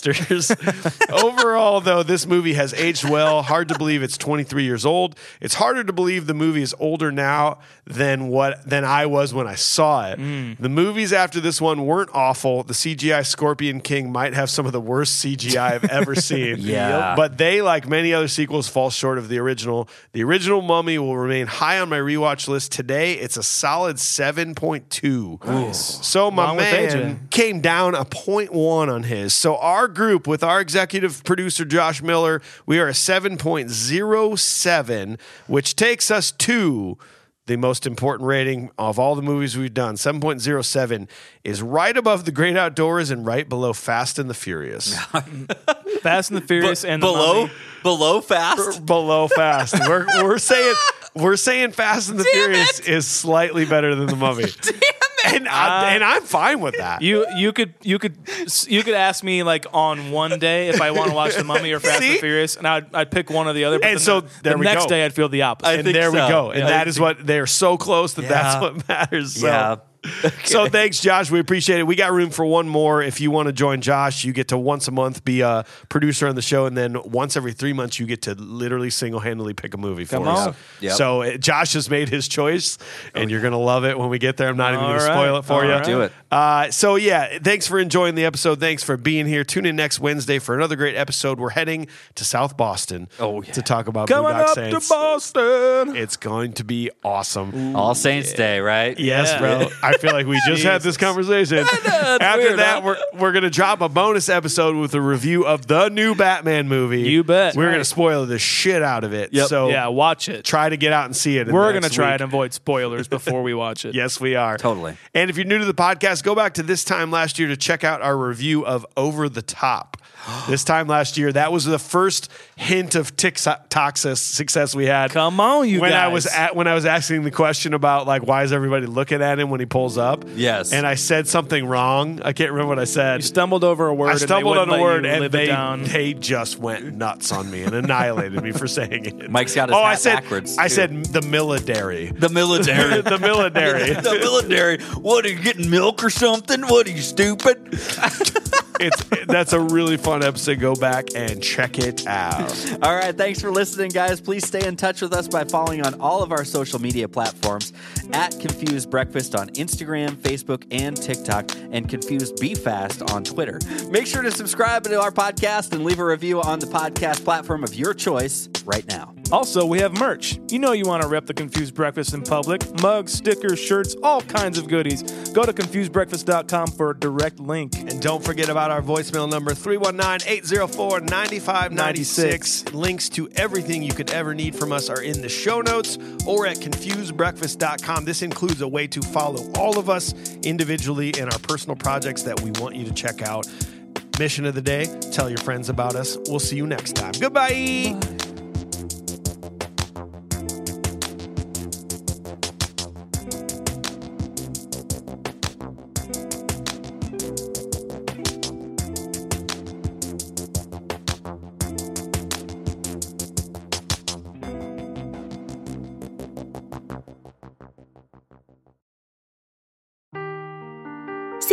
Ghostbusters. *laughs* Overall, though, this movie has aged well. Hard to believe it's 23 years old. It's harder to believe the movie is older now than what than I was when I saw it. The movies after this one weren't awful. The CGI Scorpion King might have some of the worst CGI I've ever seen. Yeah. But they, like many other sequels, fall short of the original. The original Mummy will remain high on my rewatch list today. It's a solid 7.2. So my Along with AJ. man came down a point one on his. So our group with our executive producer Josh Miller, we are a seven point zero seven, which takes us to the most important rating of all the movies we've done. Seven point zero seven is right above The Great Outdoors and right below Fast and the Furious. Fast and the Furious and the below Mummy. below fast. below *laughs* Fast, we're we're saying we're saying Fast and the Furious is slightly better than the Mummy. *laughs* Damn it! And, I, and I'm fine with that. You you could you could you could ask me like on one day if I want to watch the Mummy or Fast and See? the Furious, and I'd, I'd pick one or the other. But And then so the, there the we next go. day I'd feel the opposite. I and think there we so. go. And Yeah. that is what they're so close that that's Yeah. what *laughs* matters. So. Yeah. So thanks, Josh. We appreciate it. We got room for one more. If you want to join Josh, you get to once a month be a producer on the show, and then once every three months, you get to literally single handedly pick a movie for Come us. on. Oh, Yeah. So uh, Josh has made his choice, and you're gonna love it when we get there. I'm not even All gonna right. spoil it for All you. right. Do it. Uh, so yeah, thanks for enjoying the episode. Thanks for being here. Tune in next Wednesday for another great episode. We're heading to South Boston Oh, yeah. to talk about Coming Boondock up Saints. to Boston. It's going to be awesome. All Saints Day, right? Yes, Yeah. bro. *laughs* I feel like we just had this conversation. After weird, that, huh? we're, we're going to drop a bonus episode with a review of the new Batman movie. You bet. We're going to Right. spoil the shit out of it. So yeah, watch it. try to get out and see it. in We're the gonna next try week. and avoid spoilers before we watch it. Yes, we are. Totally. And if you're new to the podcast, go back to this time last year to check out our review of Over the *gasps* Top. this time last year, that was the first hint of TikTok success we had. Come on, you when I guys. was at when I was asking the question about like why is everybody looking at him when he pulls up? Yes. And I said something wrong. I can't remember what I said. You stumbled over a word. I stumbled and on they a wouldn't word let you and live they it down. they just went nuts on me and annihilated me for saying it. Mike's got his oh, hat I said backwards, I too. said the military. The *laughs* *laughs* military. the military. *laughs* the military. What are you getting milk or something? What are you stupid? it's that's a really fun episode. Go back and check it out. All right, thanks for listening, guys. Please stay in touch with us by following on all of our social media platforms at Confused Breakfast on Instagram, Facebook, and TikTok, and Confused Be Fast on Twitter. Make sure to subscribe to our podcast and leave a review on the podcast platform of your choice right now. Also, we have merch. You know you want to rep the Confused Breakfast in public. Mugs, stickers, shirts, all kinds of goodies. Go to confusedbreakfast.com for a direct link. And don't forget about our voicemail number 319 804 9596. Links to everything you could ever need from us are in the show notes or at confusedbreakfast.com. This includes a way to follow all of us individually and our personal projects that we want you to check out. Mission of the day tell your friends about us. We'll see you next time. Goodbye.